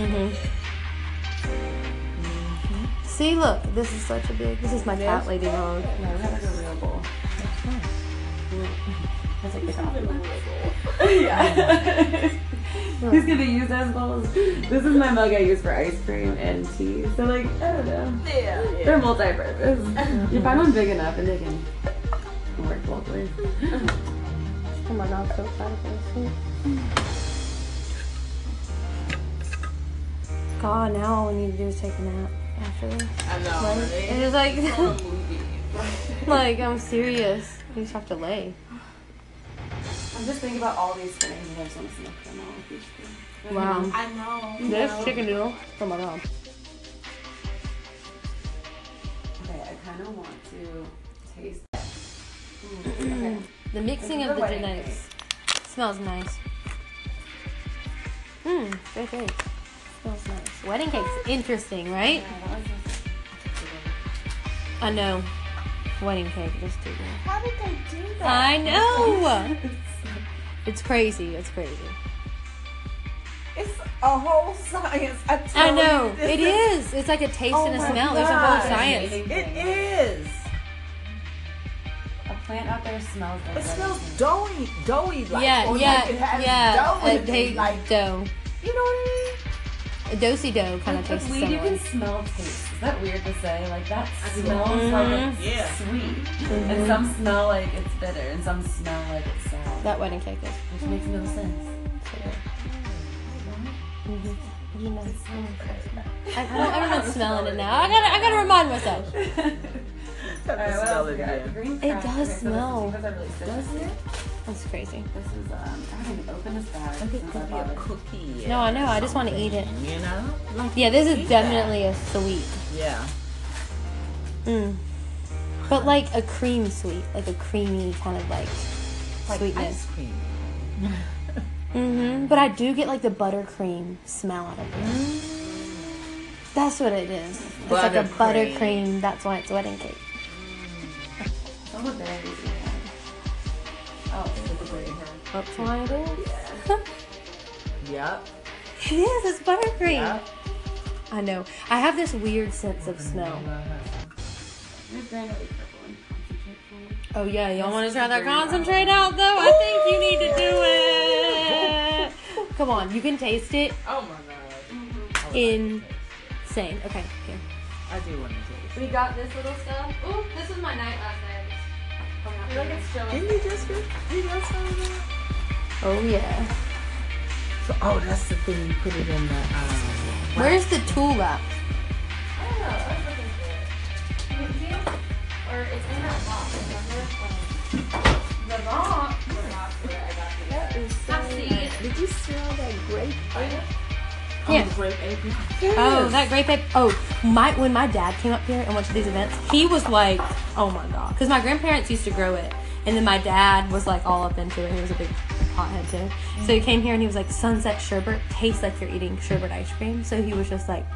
Mm-hmm. See, look, this is such a big. This is my cat lady mug.
Yeah, we have like a real bowl. That's like the coffee mug. yeah. These can be used as bowls. This is my mug I use for ice cream and tea. So like, I don't know. Yeah. They're multi-purpose. you find one big enough and they can work both ways.
Oh my god, I'm so excited for this soup. God, now all we need to do is take a nap after this.
I know.
Like,
right?
it's like,
Mm-hmm.
like I'm serious. You just have to lay.
I'm just thinking about all these things and I just want to smoke them all with each thing.
Wow.
I know.
This chicken noodle. Oh my god.
Okay, I kind of want to taste that.
Mm.
Mm. The mixing
This is
of
a
the
wedding
genetics smells nice. Mmm, great cake. Smells nice. Wedding cake's interesting, right? I know. Wedding cake is too good.
How did they do that?
I know. it's crazy. It's crazy.
It's a whole science. I, tell
I know.
You, this
It
is-
is. It's like a taste
Oh
and a
my
smell. There's a whole
God.
science.
It is.
A plant out there smells like
It smells doughy, doughy like.
Yeah,
or
yeah,
Like it has
yeah.
dough in
A
it,
date
like
dough.
you know what I mean.
A dosey dough kind of tastes
Weed, you
similar.
can smell taste. Is that weird to say? Like that smells like it's
Yeah.
sweet,
Mm-hmm.
and some smell like it's bitter, and some smell like it's sour,
That wedding cake is.
which makes no sense.
Mm.
You know, Mm-hmm. I, I don't, everyone's smelling it now. I gotta, I gotta remind myself.
Got to smell it again.
Green
It does smell.
Those are really does it?
That's crazy.
This is um, I haven't even opened this bag.
I think
since
it
I
could be
bought
a
it.
cookie.
No, I know. I just want to eat it.
You know? Like,
Yeah, this is
eat that.
definitely a sweet.
Yeah.
Mm. But like a cream sweet, like a creamy kind of like sweetness.
Ice cream.
hmm But I do get like the buttercream smell out of it.
Mm.
That's what it is. It's like a
Buttercream.
buttercream. That's why it's wedding cake.
Some of the berries we had. Oh, it's with the berry here.
That's why it is.
Yep.
It is. It's buttercream.
Yep.
I know. I have this weird sense of smell.
There's granite purple and concentrate. one.
Oh yeah, y'all want to try that concentrate out though? I think you need to do it. Come on, you can taste it. Mm-hmm.
Oh my
Insane. Okay, here.
I do want to taste.
We got this little stuff. Ooh, this was my night last night.
Didn't you just get? You got some of that?
Oh yeah.
So, oh, that's the thing you put it in the. Um, Oh,
Where's the tool at?
Did you smell that grape?
Yeah.
god. Grape apron.
Oh, that grape paper. Oh, my when my dad came up here and went to these events, he was like, "Oh my god," because my grandparents used to grow it, and then my dad was like all up into it. He was a big pothead too, so he came here and he was like, "Sunset sherbet tastes like you're eating sherbet ice cream." So he was just like,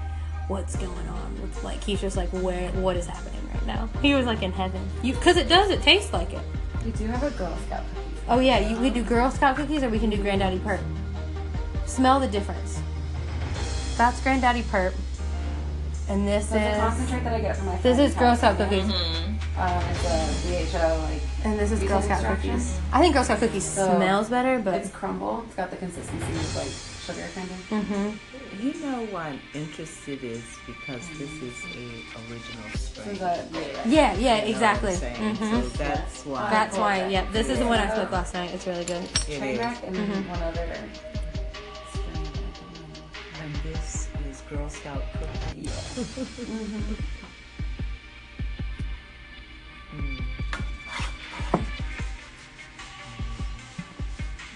"What's going on?" What's like he's just like, "Where? What is happening right now?" He was like in heaven, you because it does. It tastes like it.
We do have a Girl Scout cookie.
Oh yeah, you could do Girl Scout cookies or we can do Granddaddy Perp. Smell the difference. That's Granddaddy Perp. And this
So it's a
is
concentrate that I get from my.
this
friend's
is Girl
house.
Scout cookies.
Mm-hmm.
Um, it's a VHO like.
And this is
These
Girl
are
Scout
instructions.
cookies. I think Girl Scout cookies
So,
smells better, but
It's crumble. It's got the consistency of like sugar kind of.
Mm-hmm.
You know why I'm interested is because this is a original strain.
Is that-
Yeah, yeah,
You know Mm-hmm. what I'm
exactly.
saying?
hmm
So that's why
That's why. Yeah, this is the one I smoked last night. It's really good. Mm-hmm.
it is.
Trainwreck and then one other.
And this is Girl Scout cookie.
Mm-hmm.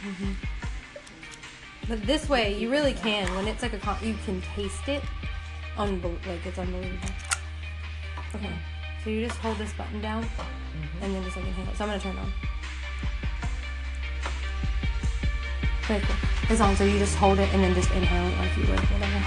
Mm-hmm.
Mm-hmm. But this way, you really can. When it's like a, con- you can taste it. Unbel- like it's unbelievable. Okay, so you just hold this button down, and then just like inhale it. So I'm gonna turn it on. Very cool. It's on. So you just hold it and then just inhale it like you would whatever.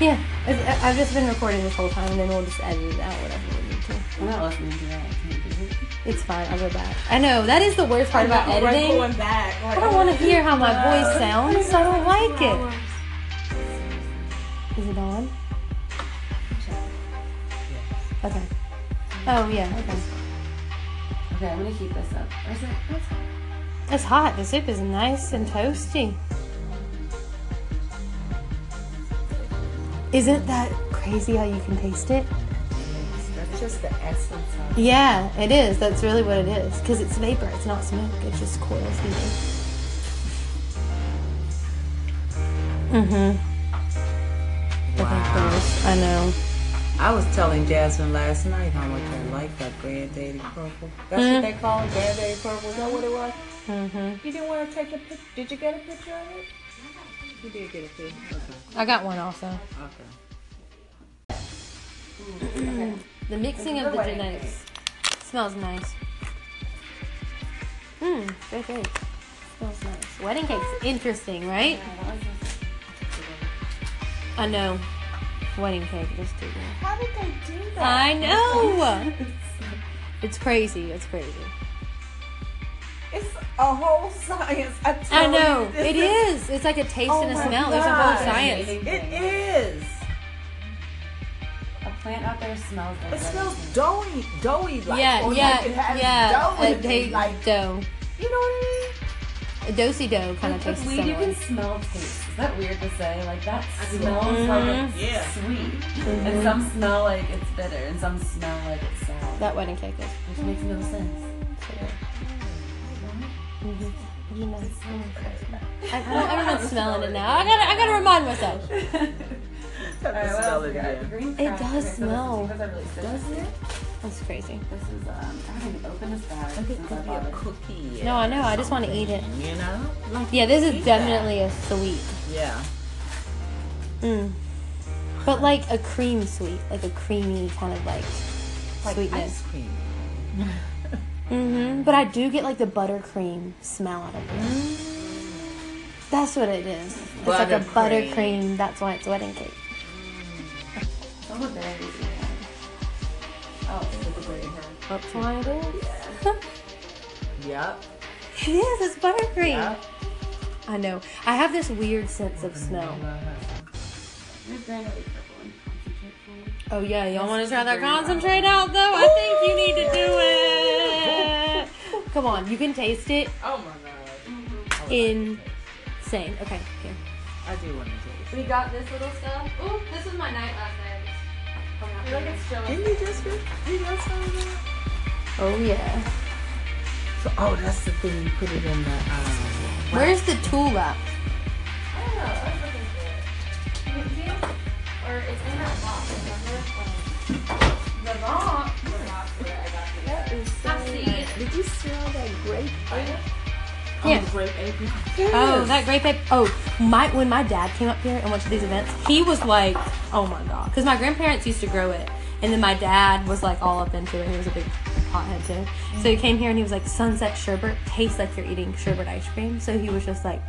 Yeah, it's, I- I've just been recording this whole time, and then we'll just edit it out whatever we need to.
I'm not listening to that. I can't do it.
It's fine. I'll go back. I know that is the worst part about editing.
back.
I don't want to hear how my voice sounds. I don't like it. Is it on? Okay. Oh yeah. Okay.
Okay, I'm gonna heat this up. Or is it? What's
It's hot. The soup is nice and toasty. Isn't that crazy how you can taste it?
That's just the essence of
Yeah, it is. That's really what it is. Because it's vapor. It's not smoke. It's just coils heating. Mm-hmm.
Wow.
I know.
I was telling Jasmine last night how much I like that granddaddy purple. That's what they call it, granddaddy purple. Is that what it was?
Hmm. Mm-hmm.
You didn't want to take a picture. Did you get a picture of it? You did get a picture. Okay.
I got one also.
Okay. Mm-hmm.
Hmm. The mixing of the genetics smells nice.
Hmm,
Mmm, very good. Smells nice. Wedding cake's interesting, right? I know. Wedding cake, just too good.
How did they do that?
I know. it's crazy. It's crazy.
Oh, It's a whole science. I, tell
I know.
You, this
It
is-
is. It's like a taste
Oh
and a
my
smell. There's a
God.
whole science.
It is.
A plant out there smells like
It smells doughy, doughy like.
Yeah,
or
yeah,
Like it has
yeah.
dough
A
in it,
taste
like
dough.
you know what
A dosey dough kind of tastes
weed, you
similar.
can smell taste. Is that weird to say? Like that smells
I
like it's
mean? Yeah.
sweet,
Mm-hmm.
and some smell like it's bitter, and some smell like it's sour,
That wedding cake is
which makes no sense.
You know, I, I don't, everyone's smelling it now. I gotta, I gotta remind myself.
Have to
All right, what
smell
else
it
we got?
again.
Green
It
crap.
does
Okay, so this is-
smell.
These are really citrusy.
That's crazy.
This is um, I haven't even opened this bag
Like it
since I
could be a
bought it.
cookie.
No, I know. I just want to eat it.
You know? Like,
Yeah, this is
eat that.
definitely a sweet.
Yeah.
Mm. But like a cream sweet, like a creamy kind of like
Like
sweetness.
ice cream.
hmm But I do get like the buttercream smell out of it. That's what it is. It's like a
Buttercream.
buttercream. That's why it's wedding cake.
Some of the berries. we had. Oh, it's with the berry here.
That's why it is.
Yep.
it is. It's buttercream.
Yep.
I know. I have this weird sense of smell.
There's granite purple and concentrate form.
Oh yeah, y'all want to try that concentrate out though? I think you need to do it. Come on, you can taste it.
Oh my
Mm-hmm.
Insane. Okay, here.
I do want to taste.
We got this little stuff. Ooh, this was my night last night.
it. Didn't you just get you got some of that?
Oh yeah.
So, oh, that's the thing you put it in the um,
Where's the tool at?
Did you smell that grape?
Yeah.
Grape apron.
Oh, that grape paper. Oh, my when my dad came up here and went to these events, he was like, "Oh my god," because my grandparents used to grow it, and then my dad was like all up into it. He was a big pothead too, so he came here and he was like, "Sunset sherbet tastes like you're eating sherbet ice cream." So he was just like,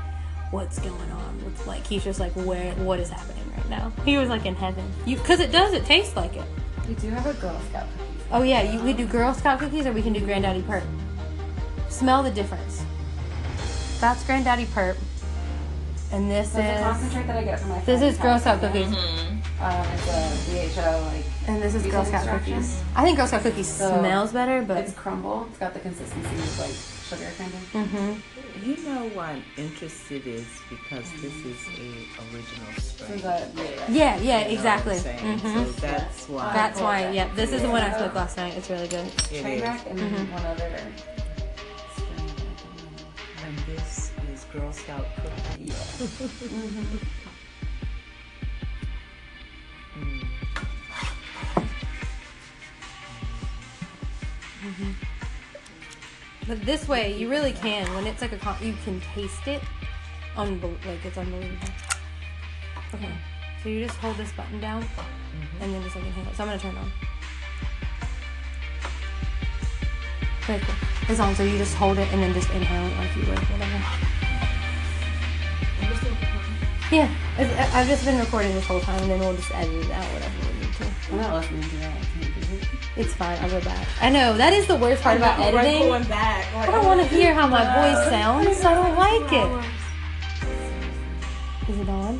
"What's going on?" What's like he's just like, "Where? What is happening right now?" He was like in heaven, you because it does. It tastes like it.
We do have a Girl Scout cookie.
Oh yeah, you we do Girl Scout cookies or we can do Granddaddy Perp. Smell the difference. That's Granddaddy Perp, and this
So it's a
is
concentrate that I get from my
this
friend's
is Girl
house.
Scout cookies.
Um, it's a VHO like
And this is
These
Girl
are the
Scout
instructions.
cookies. I think Girl Scout cookies
So,
smells better, but
It's crumble. It's got the consistency of like sugar kind of.
mm-hmm.
You know why I'm interested is because this is a original strain.
Is that-
yeah, yeah,
You know what I'm
exactly.
saying?
hmm
So that's why
That's why. Yeah, this is the one I smoked last night. It's really good.
it is.
Trainwreck and
Mhm.
one other.
And this is Girl Scout cookie.
mm-hmm.
Mm.
Mm-hmm. But this way, you really can. When it's like a, con- you can taste it. Unbel- like it's unbelievable. Okay, so you just hold this button down,
Mm-hmm.
and then just like inhale. it. So I'm gonna turn it on. Very cool. It's on. So you just hold it and then just inhale it like you would whatever. Yeah, it's, I- I've just been recording this whole time, and then we'll just edit it out whatever we need to.
I'm not listening to that. I can't do it.
It's fine. I'll go back. I know that is the worst part about editing.
back.
I don't want to hear how my voice sounds. I don't like it. Is it on?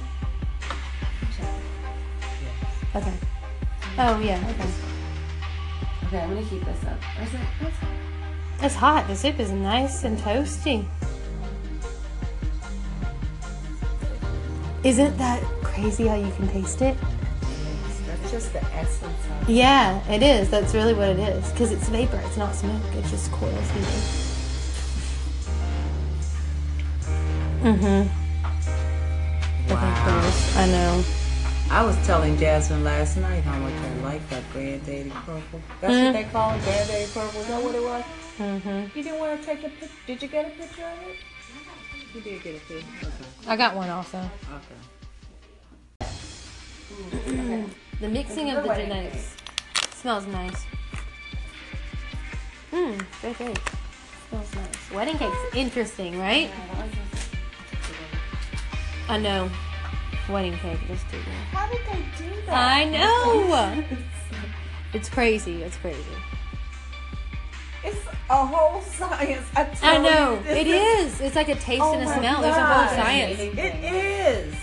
Okay. Oh yeah. Okay.
Okay, I'm gonna heat this up. Or is it? What's
It's hot. The soup is nice and toasty. Isn't that crazy how you can taste it?
That's just the essence of
Yeah, it is. That's really what it is. Because it's vapor. It's not smoke. It's just coils heating. Mm-hmm.
Wow.
I know.
I was telling Jasmine last night how much I like that granddaddy purple. That's
Mm.
what they call it, granddaddy purple. Is that what it was?
Mm-hmm.
You didn't want to take a picture. Did you get a picture of it? You did get a picture. Okay.
I got one also.
Okay.
Hmm. Mm. The mixing of the genetics smells nice. Mmm, very good. Smells nice. Wedding cake's interesting, right? I know. Wedding cake, just do that.
How did they do that?
I know. It's crazy. It's crazy.
It's a whole science. I, tell
I know.
you, this
It
is-
is. It's like a taste
Oh
and a
my
smell. There's a
God.
whole science.
It is.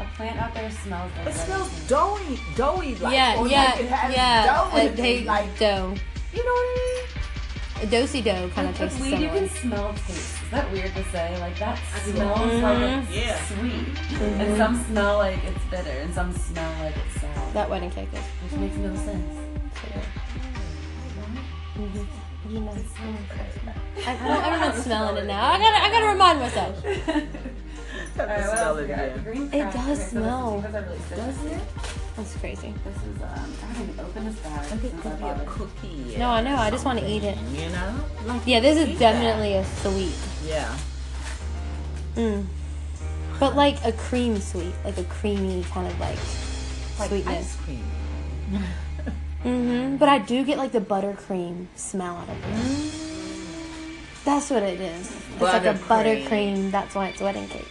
A plant out there smells like
It smells doughy, doughy like.
Yeah,
or
yeah,
like it has
yeah.
dough in
A
it,
taste
like
dough.
you know what
A dosey dough kind of
Like
tastes
weed, you
similar.
can smell taste. Is that weird to say? Like that smells like it's
Yeah.
sweet,
Mm-hmm.
and some smell like it's bitter, and some smell like it's sour,
That wedding cake is.
which makes no sense.
You know, Mm-hmm. I, I don't, everyone's smelling it now. I gotta, I gotta remind myself.
I mean?
All right, what
Smell
else we
it
got?
again.
Green
It
crap.
does
Okay, so this is-
smell.
These are really
Does
citrusy.
it?
That's crazy.
This is um, I haven't even opened this bag
Like it
since I
could be
bought
a
it.
cookie.
No, I know. I just want to eat it.
You know? Like,
Yeah, this is
eat that.
definitely a sweet.
Yeah.
Mm. But like a cream sweet, like a creamy kind of like
Like
sweetness.
ice cream.
hmm But I do get like the buttercream smell out of it.
Mm.
That's what it is. It's like a
Buttercream.
buttercream. That's why it's wedding cake.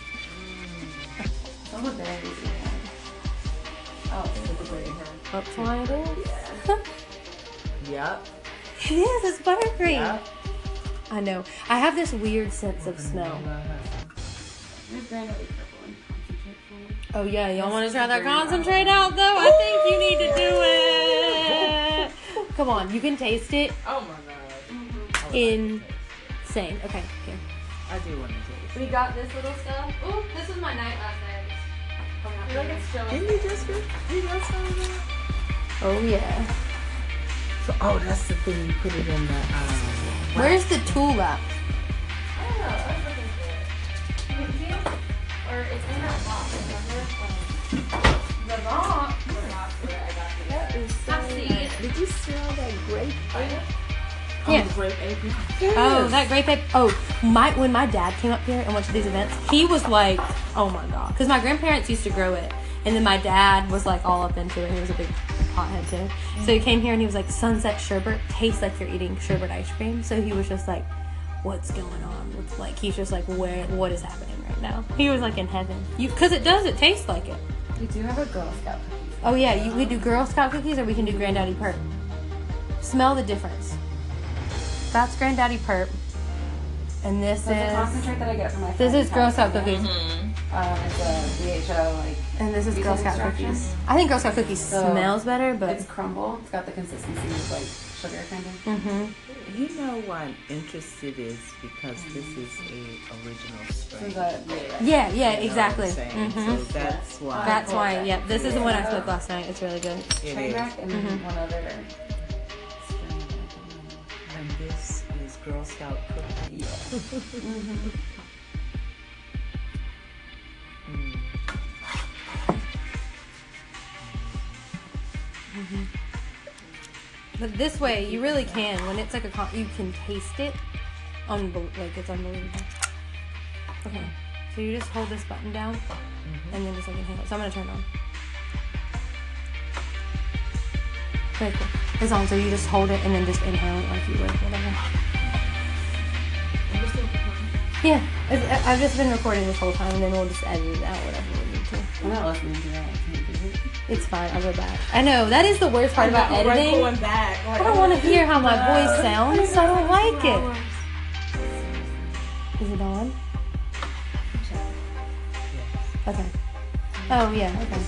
Some of the berries. we had. Oh, it's with the berry here.
That's why it is.
Yep.
it is. It's buttercream.
Yep.
I know. I have this weird sense of smell.
There's granary purple and concentrate form.
Oh yeah, y'all want to try that concentrate out though? I think you need to do it. Come on, you can taste it. Mm-hmm.
Oh my god.
Insane. Okay, here.
I do want to taste.
We got this little stuff. Ooh, this was my night last night.
Didn't you just get you got some of that?
Oh yeah.
So, oh, that's the thing you put it in the um,
Where's the tool at?
Did you smell that grape?
Yeah.
Grape apron.
Oh, that grape paper. Oh, my when my dad came up here and went to these events, he was like, "Oh my god," because my grandparents used to grow it, and then my dad was like all up into it. He was a big pothead too, so he came here and he was like, "Sunset sherbet tastes like you're eating sherbet ice cream." So he was just like, "What's going on?" What's like he's just like, "Where? What is happening right now?" He was like in heaven, you because it does. It tastes like it.
We do have a Girl Scout cookie.
Oh yeah, you we do Girl Scout cookies or we can do Granddaddy Perp. Smell the difference. That's Granddaddy Perp. And this
So it's a
is
concentrate that I get from my
this
friend
is Girl Scout
California.
cookies,
Um, it's a VHO like
and this is
these
Girl
are
Scout
instructions.
cookies. I think Girl Scout cookies
So,
smells better, but
It's crumble. It's got the consistency of like sugar kind of.
hmm
You know why I'm interested is because this is a original strain.
Is that-
yeah, yeah,
You know
exactly.
what I'm saying?
hmm
So that's why.
That's why. Yeah, this is the one I smoked last night. It's really good.
it
train
is.
wreck and
Mhm.
one other.
And this is Girl Scout cookie. Mm,
Mm-hmm. But this way, you really can. When it's like a, con- you can taste it. Unbel- like it's unbelievable. Okay, so you just hold this button down, and then just like inhale. it. So I'm gonna turn it on. Very cool. It's on. So you just hold it and then just inhale it like you would whatever. Yeah, it's, I- I've just been recording this whole time, and then we'll just edit it out whatever we need to.
I'm
Oh.
not listening to that. I can't do it.
It's fine. I'll go back. I know that is the worst part about editing.
back.
I don't want to hear how my voice sounds. I don't like it. Is it on? Okay. Oh yeah. Okay.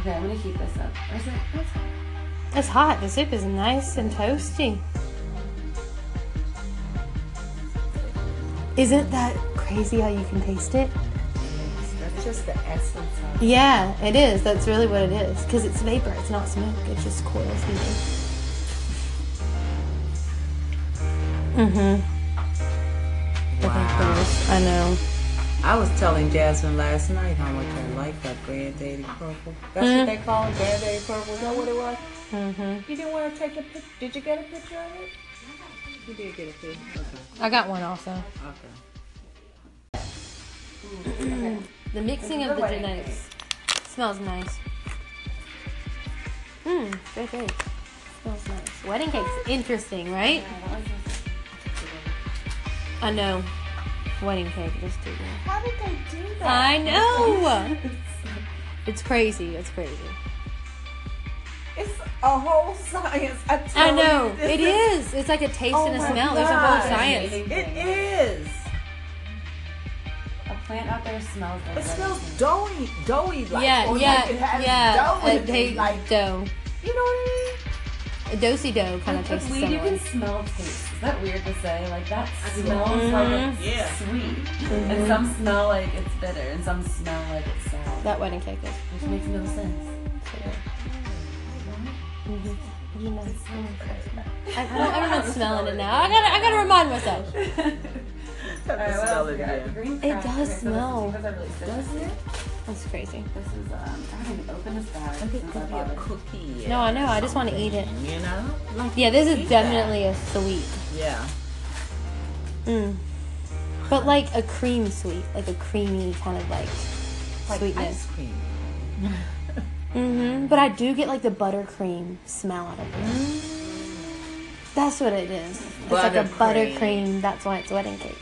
Okay, I'm gonna heat this up. Or is it? That's
It's hot. The soup is nice and toasty. Isn't that crazy how you can taste it?
That's just the essence of
Yeah, it is. That's really what it is. Because it's vapor. It's not smoke. It's just coils heating. Mm-hmm.
Wow.
I know.
I was telling Jasmine last night how much I like that granddaddy purple. That's
Mm.
what they call it, granddaddy purple. Is that what it was?
Mm-hmm.
You didn't want to take a picture. Did you get a picture of it? You did get a picture. Okay.
I got one also.
Okay.
Mm. The mixing of the genetics smells nice. Mmm, very good. Smells nice. Wedding cake's interesting, right? I know. Wedding cake, just do that.
How did they do that?
I know. It's crazy. It's crazy.
It's a whole science. I, tell
I know.
you, this
It
is-
is. It's like a taste
Oh
and a
my
smell. There's a
God.
whole science.
It is.
a plant out there smells like
It smells doughy, doughy like.
Yeah,
or
yeah,
Like it has
yeah.
dough in
A
it,
day
like
dough,
you know what
a dosey dough kind of
Like
tastes
weed, you
similar.
can smell taste. Is that weird to say? Like that smells like
I
it's
mean? Yeah.
sweet,
Mm-hmm.
and some smell like it's bitter, and some smell like it's sour,
That wedding cake is. Mm-hmm.
which makes no sense. Mm-hmm.
You know, Mm-hmm. I, I don't, everyone's smelling it now. I gotta, I gotta remind myself.
Have to smell it again.
It does smell.
Does it?
That's crazy.
This is um, I haven't even opened this bag since I
Could be
bought
a
it.
cookie.
No, I know. I just want to eat it.
You know? Like,
Yeah, this is
eat that.
definitely a sweet.
Yeah.
Mm. But like a cream sweet, like a creamy kind of like sweetness.
Ice cream.
hmm But I do get like the buttercream smell out of it. That's what it is. It's like a
Buttercream.
buttercream. That's why it's wedding cake.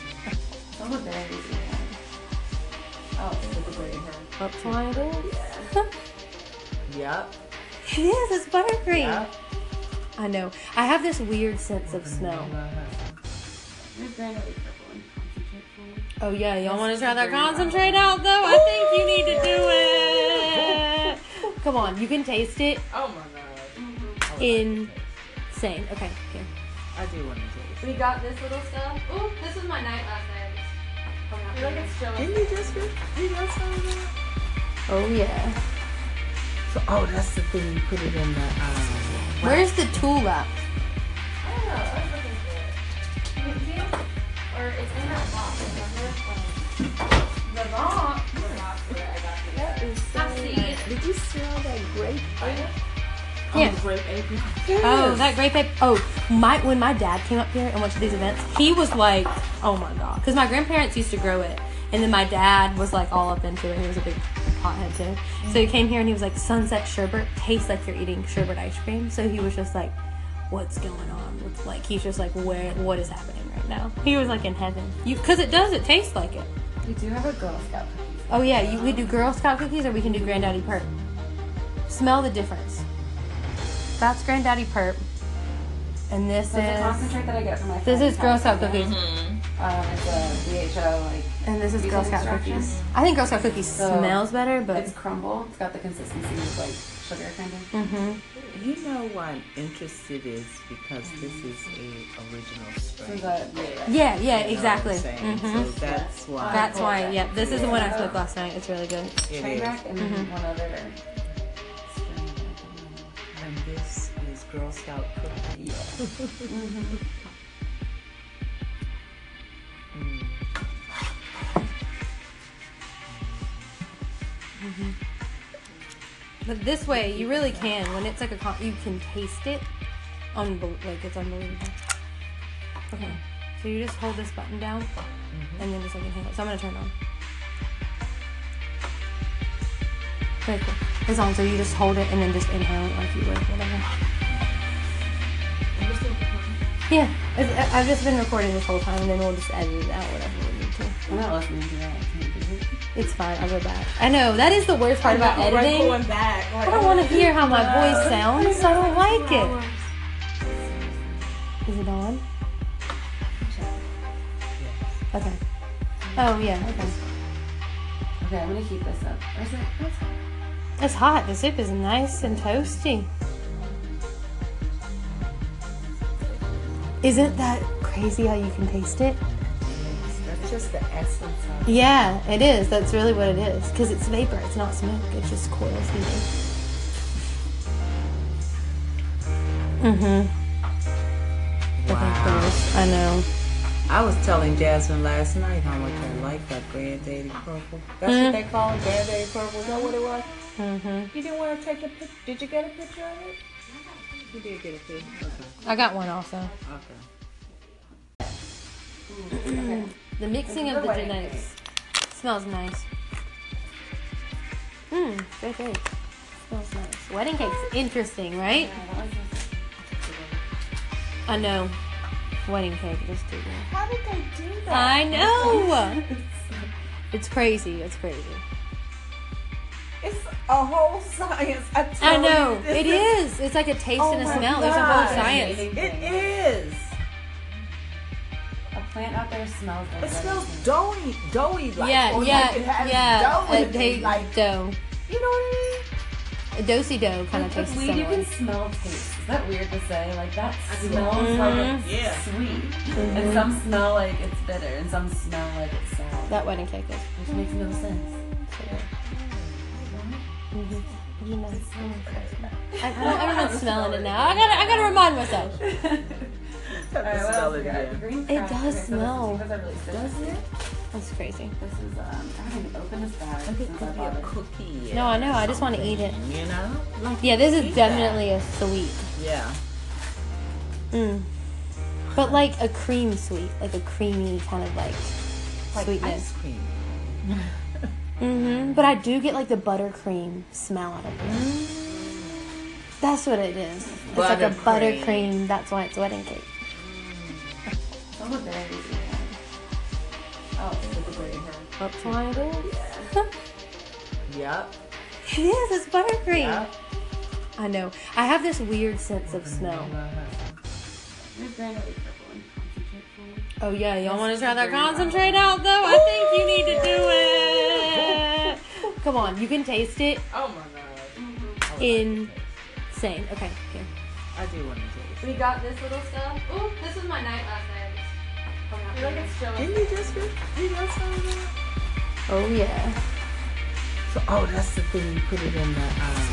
Some of it is, yeah. Oh, it's with the braid hair.
That's why it is.
Yep.
it is. It's buttercream.
Yep.
I know. I have this weird sense of smell.
There's granary purple and concentrate form.
Oh yeah, y'all want to try that concentrate out though? I think you need to do it. Come on, you can taste it.
Oh my
Insane. Okay, here.
I do want to taste.
We got this little stuff. Ooh, this was my night last night.
Didn't you just get you got some of that?
Oh yeah.
So, oh, that's the thing you put it in the. Um,
Where's the tool at?
did you smell that grape?
Yeah.
The grape apron.
Oh, that grape paper. Oh, my when my dad came up here and went to these events, he was like, "Oh my god," because my grandparents used to grow it, and then my dad was like all up into it. He was a big pothead too, so he came here and he was like, "Sunset sherbet tastes like you're eating sherbet ice cream." So he was just like, "What's going on?" What's like he's just like, "Where? What is happening right now?" He was like in heaven, you because it does. It tastes like it.
We do have a Girl Scout cookie.
Oh yeah, you we do Girl Scout cookies or we can do Granddaddy Perp. Smell the difference. That's Granddaddy Perp. And this
So it's a
is
concentrate that I get from my
this
friend
is Girl Scout
California.
cookies,
Mm-hmm.
Um, it's a VHO like
and this is
These
Girl
are the
Scout
instructions.
cookies. I think Girl Scout cookies
So,
smells better, but
it's crumble. It's got the consistency of like sugar kind of.
hmm
Mm-hmm.
You know why I'm interested is because this is a original
So
strain.
that
yeah,
You
yeah,
know what I'm
exactly.
saying?
hmm
So that's why.
That's why. Yeah, this is the one I smoked last night. It's really good.
it
train
is.
wreck and
Mhm.
one other.
And this is Girl Scout cookie.
Mm-hmm.
Mm,
Mm-hmm. But this way, you really can. When it's like a, con- you can taste it. Unbel- like it's unbelievable. Okay, so you just hold this button down, and then just like inhale. it. So I'm gonna turn it on. Very cool. It's on. So you just hold it and then just inhale it like you would whatever. Yeah, it's, I- I've just been recording this whole time, and then we'll just edit it out whatever we need to.
I'm not listening to that. I can't do it.
It's fine. I'll go back. I know that is the worst part about editing.
back.
I don't want to hear how my voice sounds. I don't like it. Is it on? Okay. Oh yeah. Okay.
Okay, I'm gonna heat this up. Or is it? What's
It's hot. The soup is nice and toasty. Isn't that crazy how you can taste it?
That's just the essence of
Yeah, it is. That's really what it is. Because it's vapor. It's not smoke. It's just coils heating. Mm-hmm.
Wow.
I know.
I was telling Jasmine last night how much I like that granddaddy purple. That's
Mm.
what they call it, granddaddy purple. Is that what it was?
Mm-hmm.
You didn't want to take a picture. Did you get a picture of it? You did get a picture. Okay.
I got one also.
Okay.
Mm. The mixing of the genetics smells nice.
Hmm,
Mmm, very good. Smells nice. Wedding cake's interesting, right?
Uh-huh.
I know. Wedding cake, just do that.
How did they do that?
I know. It's crazy. It's crazy.
It's a whole science. I, tell
I know.
you, this
It is. It's like a taste
Oh
and a
my
smell. There's a
God.
whole science.
Amazing
It
thing.
is.
A plant out there smells like
It
that.
smells doughy, doughy like.
Yeah,
or Like it
yeah,
has
yeah.
dough in
A
it,
day
like
dough.
you know what I
A dosey dough kind of
With
tastes
weed, you
similar.
can smell taste. Is that weird to say? Like that smells like it's
mean? Yeah.
sweet,
Mm-hmm.
and some smell like it's bitter, and some smell like it's sour,
That wedding cake is.
which makes no sense.
You know, I, I don't, I don't smelling it now. I gotta, I gotta remind myself.
Alright, what
smell
else
it,
we got?
yeah.
Green
It
crap.
does
Okay, so this is-
smell.
These are really
Does
citrusy.
it?
That's crazy.
This is um, I haven't even opened this bag
It
since I
could be
bought
a
it.
cookie.
No, I know. I just want to eat it.
You know? Like,
Yeah, this is
eat that.
definitely a sweet.
Yeah.
Mm. But like a cream sweet, like a creamy kind of like
Like
sweetness.
ice cream.
hmm But I do get like the buttercream smell out of it. That's what it is. It's like a
Buttercream.
Mm. buttercream. That's why it's wedding cake.
Some of theirs we have. Oh, it's a great hair.
That's why it is.
Yep.
it is. It's buttercream.
Yep.
I know. I have this weird sense of smell.
There's granary purple and concentrate form.
Oh yeah, y'all want to try that concentrate out though? I think you need to do it. Come on, you can taste it.
Oh my
Insane. Okay, here.
I do want to taste.
We got this little stuff. Ooh, this was my night last night.
Didn't you just get you got some of that?
Oh yeah.
So, oh, that's the thing you put it in the. Um,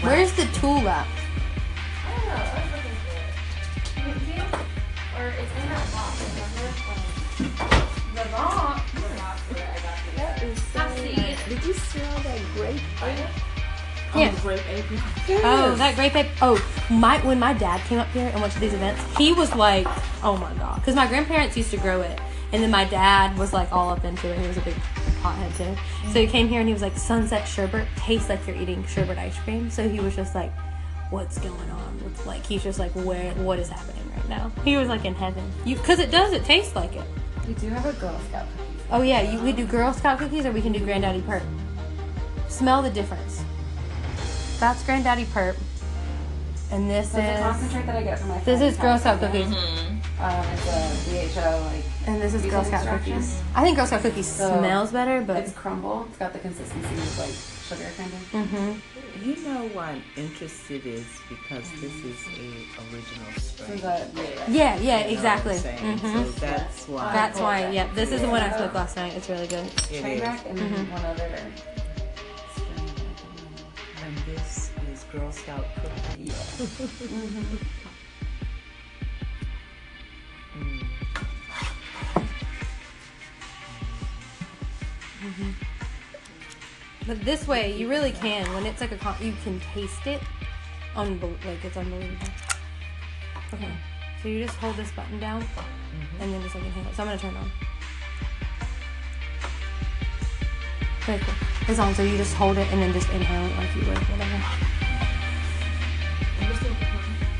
Where's the tool at?
did you smell that grape?
Yeah.
The grape apron.
Oh, that great paper. Oh, my when my dad came up here and went to these events, he was like, "Oh my god," because my grandparents used to grow it, and then my dad was like all up into it. He was a big pothead too, so he came here and he was like, "Sunset sherbet tastes like you're eating sherbet ice cream." So he was just like, "What's going on?" What's like he's just like, "Where? What is happening right now?" He was like in heaven, you because it does. It tastes like it.
We do have a Girl Scout cookie.
Oh yeah, you we do Girl Scout cookies or we can do Granddaddy Perp. Smell the difference. That's Granddaddy Perp. And this
So it's a
is
concentrate that I get from my
this
friend
is Girl Scout
California.
cookies,
Mm-hmm.
Um, it's a VHO, like,
and this is
These
Girl
are the
Scout
instructions.
cookies. I think Girl Scout cookies
So,
smells better, but
it's crumble. It's got the consistency of, like, sugar kind of.
hmm
Mm-hmm.
You know why I'm interested is because this is a original strain.
So that, yeah.
yeah, yeah,
You know
exactly.
what I'm saying?
hmm
So that's why.
That's why. Yep, this is the one I smoked last night. It's really good.
it
Train
is.
wreck and
Mhm.
one other.
Mm. And this is Girl Scout cookie.
Mm-hmm.
Mm.
Mm-hmm. But this way, you really can. When it's like a, con- you can taste it. Unbel- like it's unbelievable. Okay, so you just hold this button down, and then just like inhale. it. So I'm gonna turn it on. Very cool. It's on. So you just hold it and then just inhale it like you would whatever.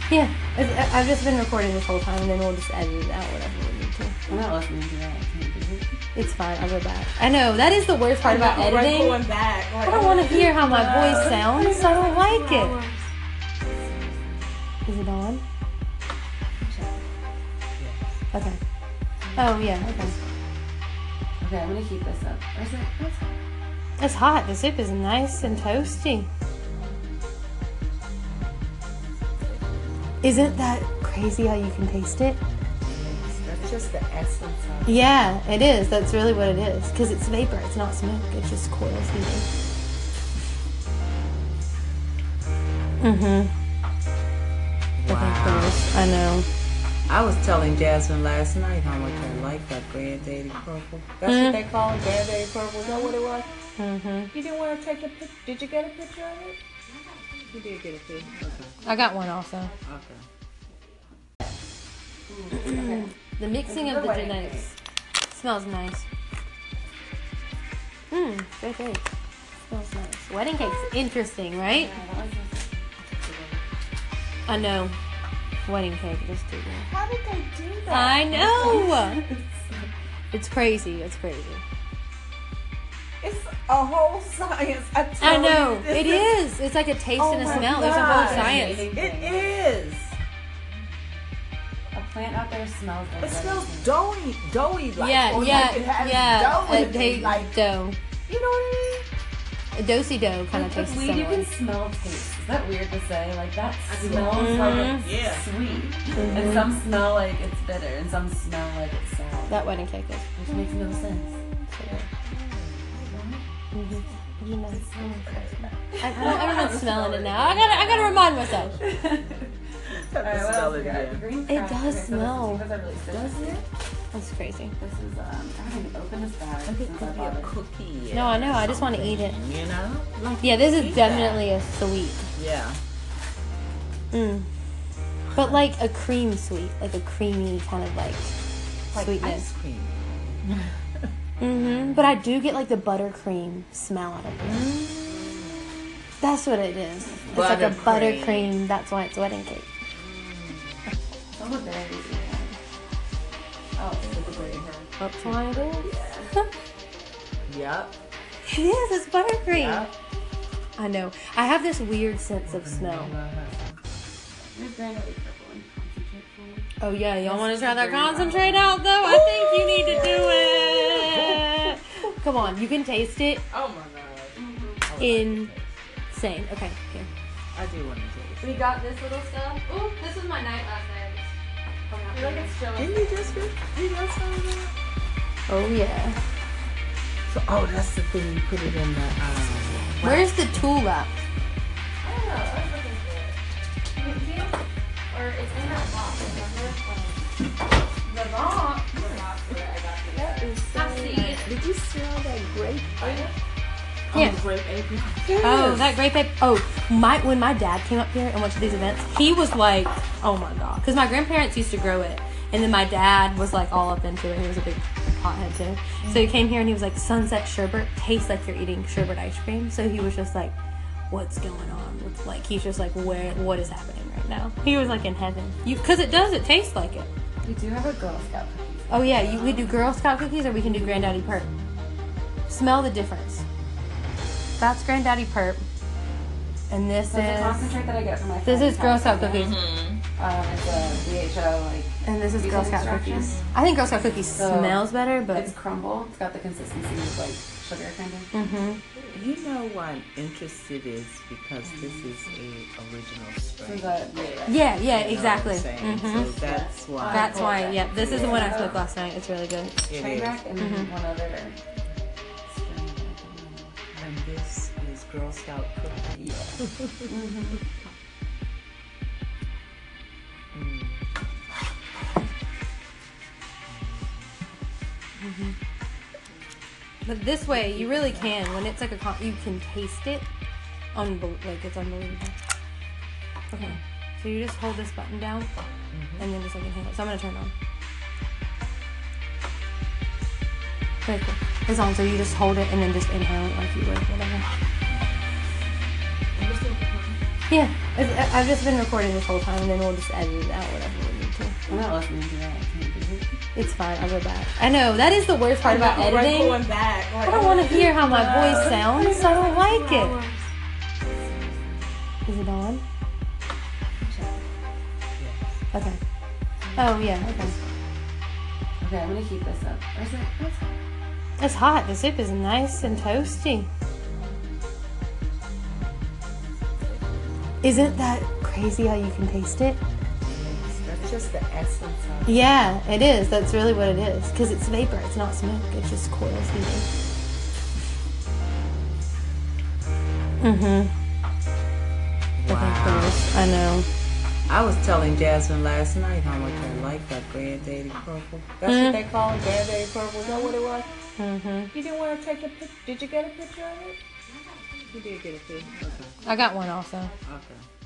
Yeah, it's, I- I've just been recording this whole time, and then we'll just edit it out whatever we need to.
I'm
Oh.
not listening to that. I can't do it.
It's fine. I'll go back. I know that is the worst part about editing.
back.
I don't want to hear how my voice sounds. I don't like it. Is it on? Okay. Oh yeah. Okay.
Okay, I'm gonna heat this up. Or is it? That's
It's hot. The soup is nice and toasty. Isn't that crazy how you can taste it?
That's just the essence of
Yeah, it is. That's really what it is. Because it's vapor. It's not smoke. It's just coils heating. Mm-hmm.
Wow.
I know.
I was telling Jasmine last night how much I like that granddaddy purple. That's
Mm.
what they call it, granddaddy purple. Is that what it was?
Mm-hmm.
You didn't want to take a picture. Did you get a picture of it? You did get a picture. Okay.
I got one also.
okay.
Mm-hmm. Mm. The mixing of the genetics smells nice. Mmm, very good. Smells nice. Wedding cake's interesting, right? I know. Wedding cake, just do that.
How did they do that?
I know. It's crazy. It's crazy.
It's a whole science. I, tell
I know.
You, this
It
is-
is. It's like a taste
Oh
and a
my
smell. There's a whole
God.
science.
It is.
a plant out there smells like
It smells doughy, doughy like.
Yeah,
or
yeah,
Like it has
yeah.
dough in
A
it,
taste
like
dough.
you know what
A dosey dough kind of
Like
tastes
with weed, you
similar.
can smell taste. Is that weird to say? Like that smells
Mm-hmm.
like
I
it's
mean? Yeah.
sweet,
Mm-hmm.
and some smell like it's bitter, and some smell like it's sour,
That wedding cake is.
which makes no sense.
You know, Mm-hmm. I, I don't, I don't know smelling it now. I gotta, I gotta remind myself.
All right, what
smell
else
it,
we got?
yeah.
Green
It
crap.
does
Okay, so this is-
smell.
These are really does it?
That's crazy.
This is um, I haven't opened this bag
I think it
since I
could be
bought
a
it.
cookie.
No, I know. I just want to eat it.
You know? Like,
Yeah, this is
eat that.
definitely a sweet.
Yeah.
Mm. But like a cream sweet, like a creamy kind of like
Like
sweetness.
ice cream.
hmm But I do get like the buttercream smell out of it. That's what it is. It's like a
Buttercream.
Mm. buttercream. That's why it's wedding cake.
Some of theirs we have. Oh, it's a great hair.
That's why it is.
Yep.
it is. It's buttercream.
Yep.
I know. I have this weird sense of smell.
There's granite purple and concentrate form.
Oh yeah, y'all want to try that concentrate out though? I think you need to do it. Come on, you can taste it.
Oh my
Insane. Okay, here.
I do want to taste.
We got this little stuff. Ooh, this was my night last night.
it. Didn't you just get you got some of that?
Oh yeah.
So, oh, that's the thing. You put it in the. Um,
Where's the tool at?
did you smell that grape?
Yeah.
The grape apron.
Oh, that grape ape. Oh, my when my dad came up here and went to these events, he was like, "Oh my god," because my grandparents used to grow it, and then my dad was like all up into it. He was a big pothead too, so he came here and he was like, "Sunset sherbet tastes like you're eating sherbet ice cream." So he was just like, "What's going on?" What's like he's just like, "Where? What is happening right now?" He was like in heaven, you because it does. It tastes like it.
We do have a Girl Scout cookie.
Oh yeah, you we do Girl Scout cookies or we can do Granddaddy Perp. Smell the difference. That's Granddaddy Perp. And this
So it's a
is
concentrate that I get from my
this
friend
is Girl Scout
California.
cookies,
Um, it's a VHO, like,
and this is
These
Girl
are the
Scout
instructions.
cookies. I think Girl Scout cookies
So,
smells better, but
it's crumble. It's got the consistency of, like, sugar kind of.
hmm
You know why I'm interested is because this is a original
So
strain.
that, yeah.
yeah, yeah,
You know what I'm
exactly.
saying?
hmm
So that's why.
That's why. Yeah, this is the one I smoked last night. It's really good.
it
Train
is.
wreck and
Mhm.
one other.
And this is Girl Scout cookie. Yeah.
Mm-hmm.
Mm,
Mm-hmm. But this way, you really can. When it's like a, con- you can taste it. Unbel- like it's unbelievable. Okay, so you just hold this button down, and then just like inhale. So I'm gonna turn it on. Very cool. It's on. So you just hold it and then just inhale it like you would whatever. Yeah, it's, I- I've just been recording this whole time, and then we'll just edit it out whatever we need to.
I'm not listening to that. I can't do it.
It's fine. I'll go back. I know that is the worst part about editing.
back.
I don't want to hear how my voice sounds. I don't like it. Is it on? Okay. Oh yeah. Okay.
Okay, I'm gonna heat this up. Or is it? That's
It's hot. The soup is nice and toasty. Isn't that crazy how you can taste it?
That's just the essence of
Yeah, it is. That's really what it is. Because it's vapor. It's not smoke. It's just coils heating. Mm-hmm.
Wow.
I know.
I was telling Jasmine last night how much I like that granddaddy purple. That's
Mm.
what they call it, granddaddy purple. Is that what it was?
Mm-hmm.
You didn't want to take a picture. Did you get a picture of it? You did get a picture. Okay.
I got one also.
Okay.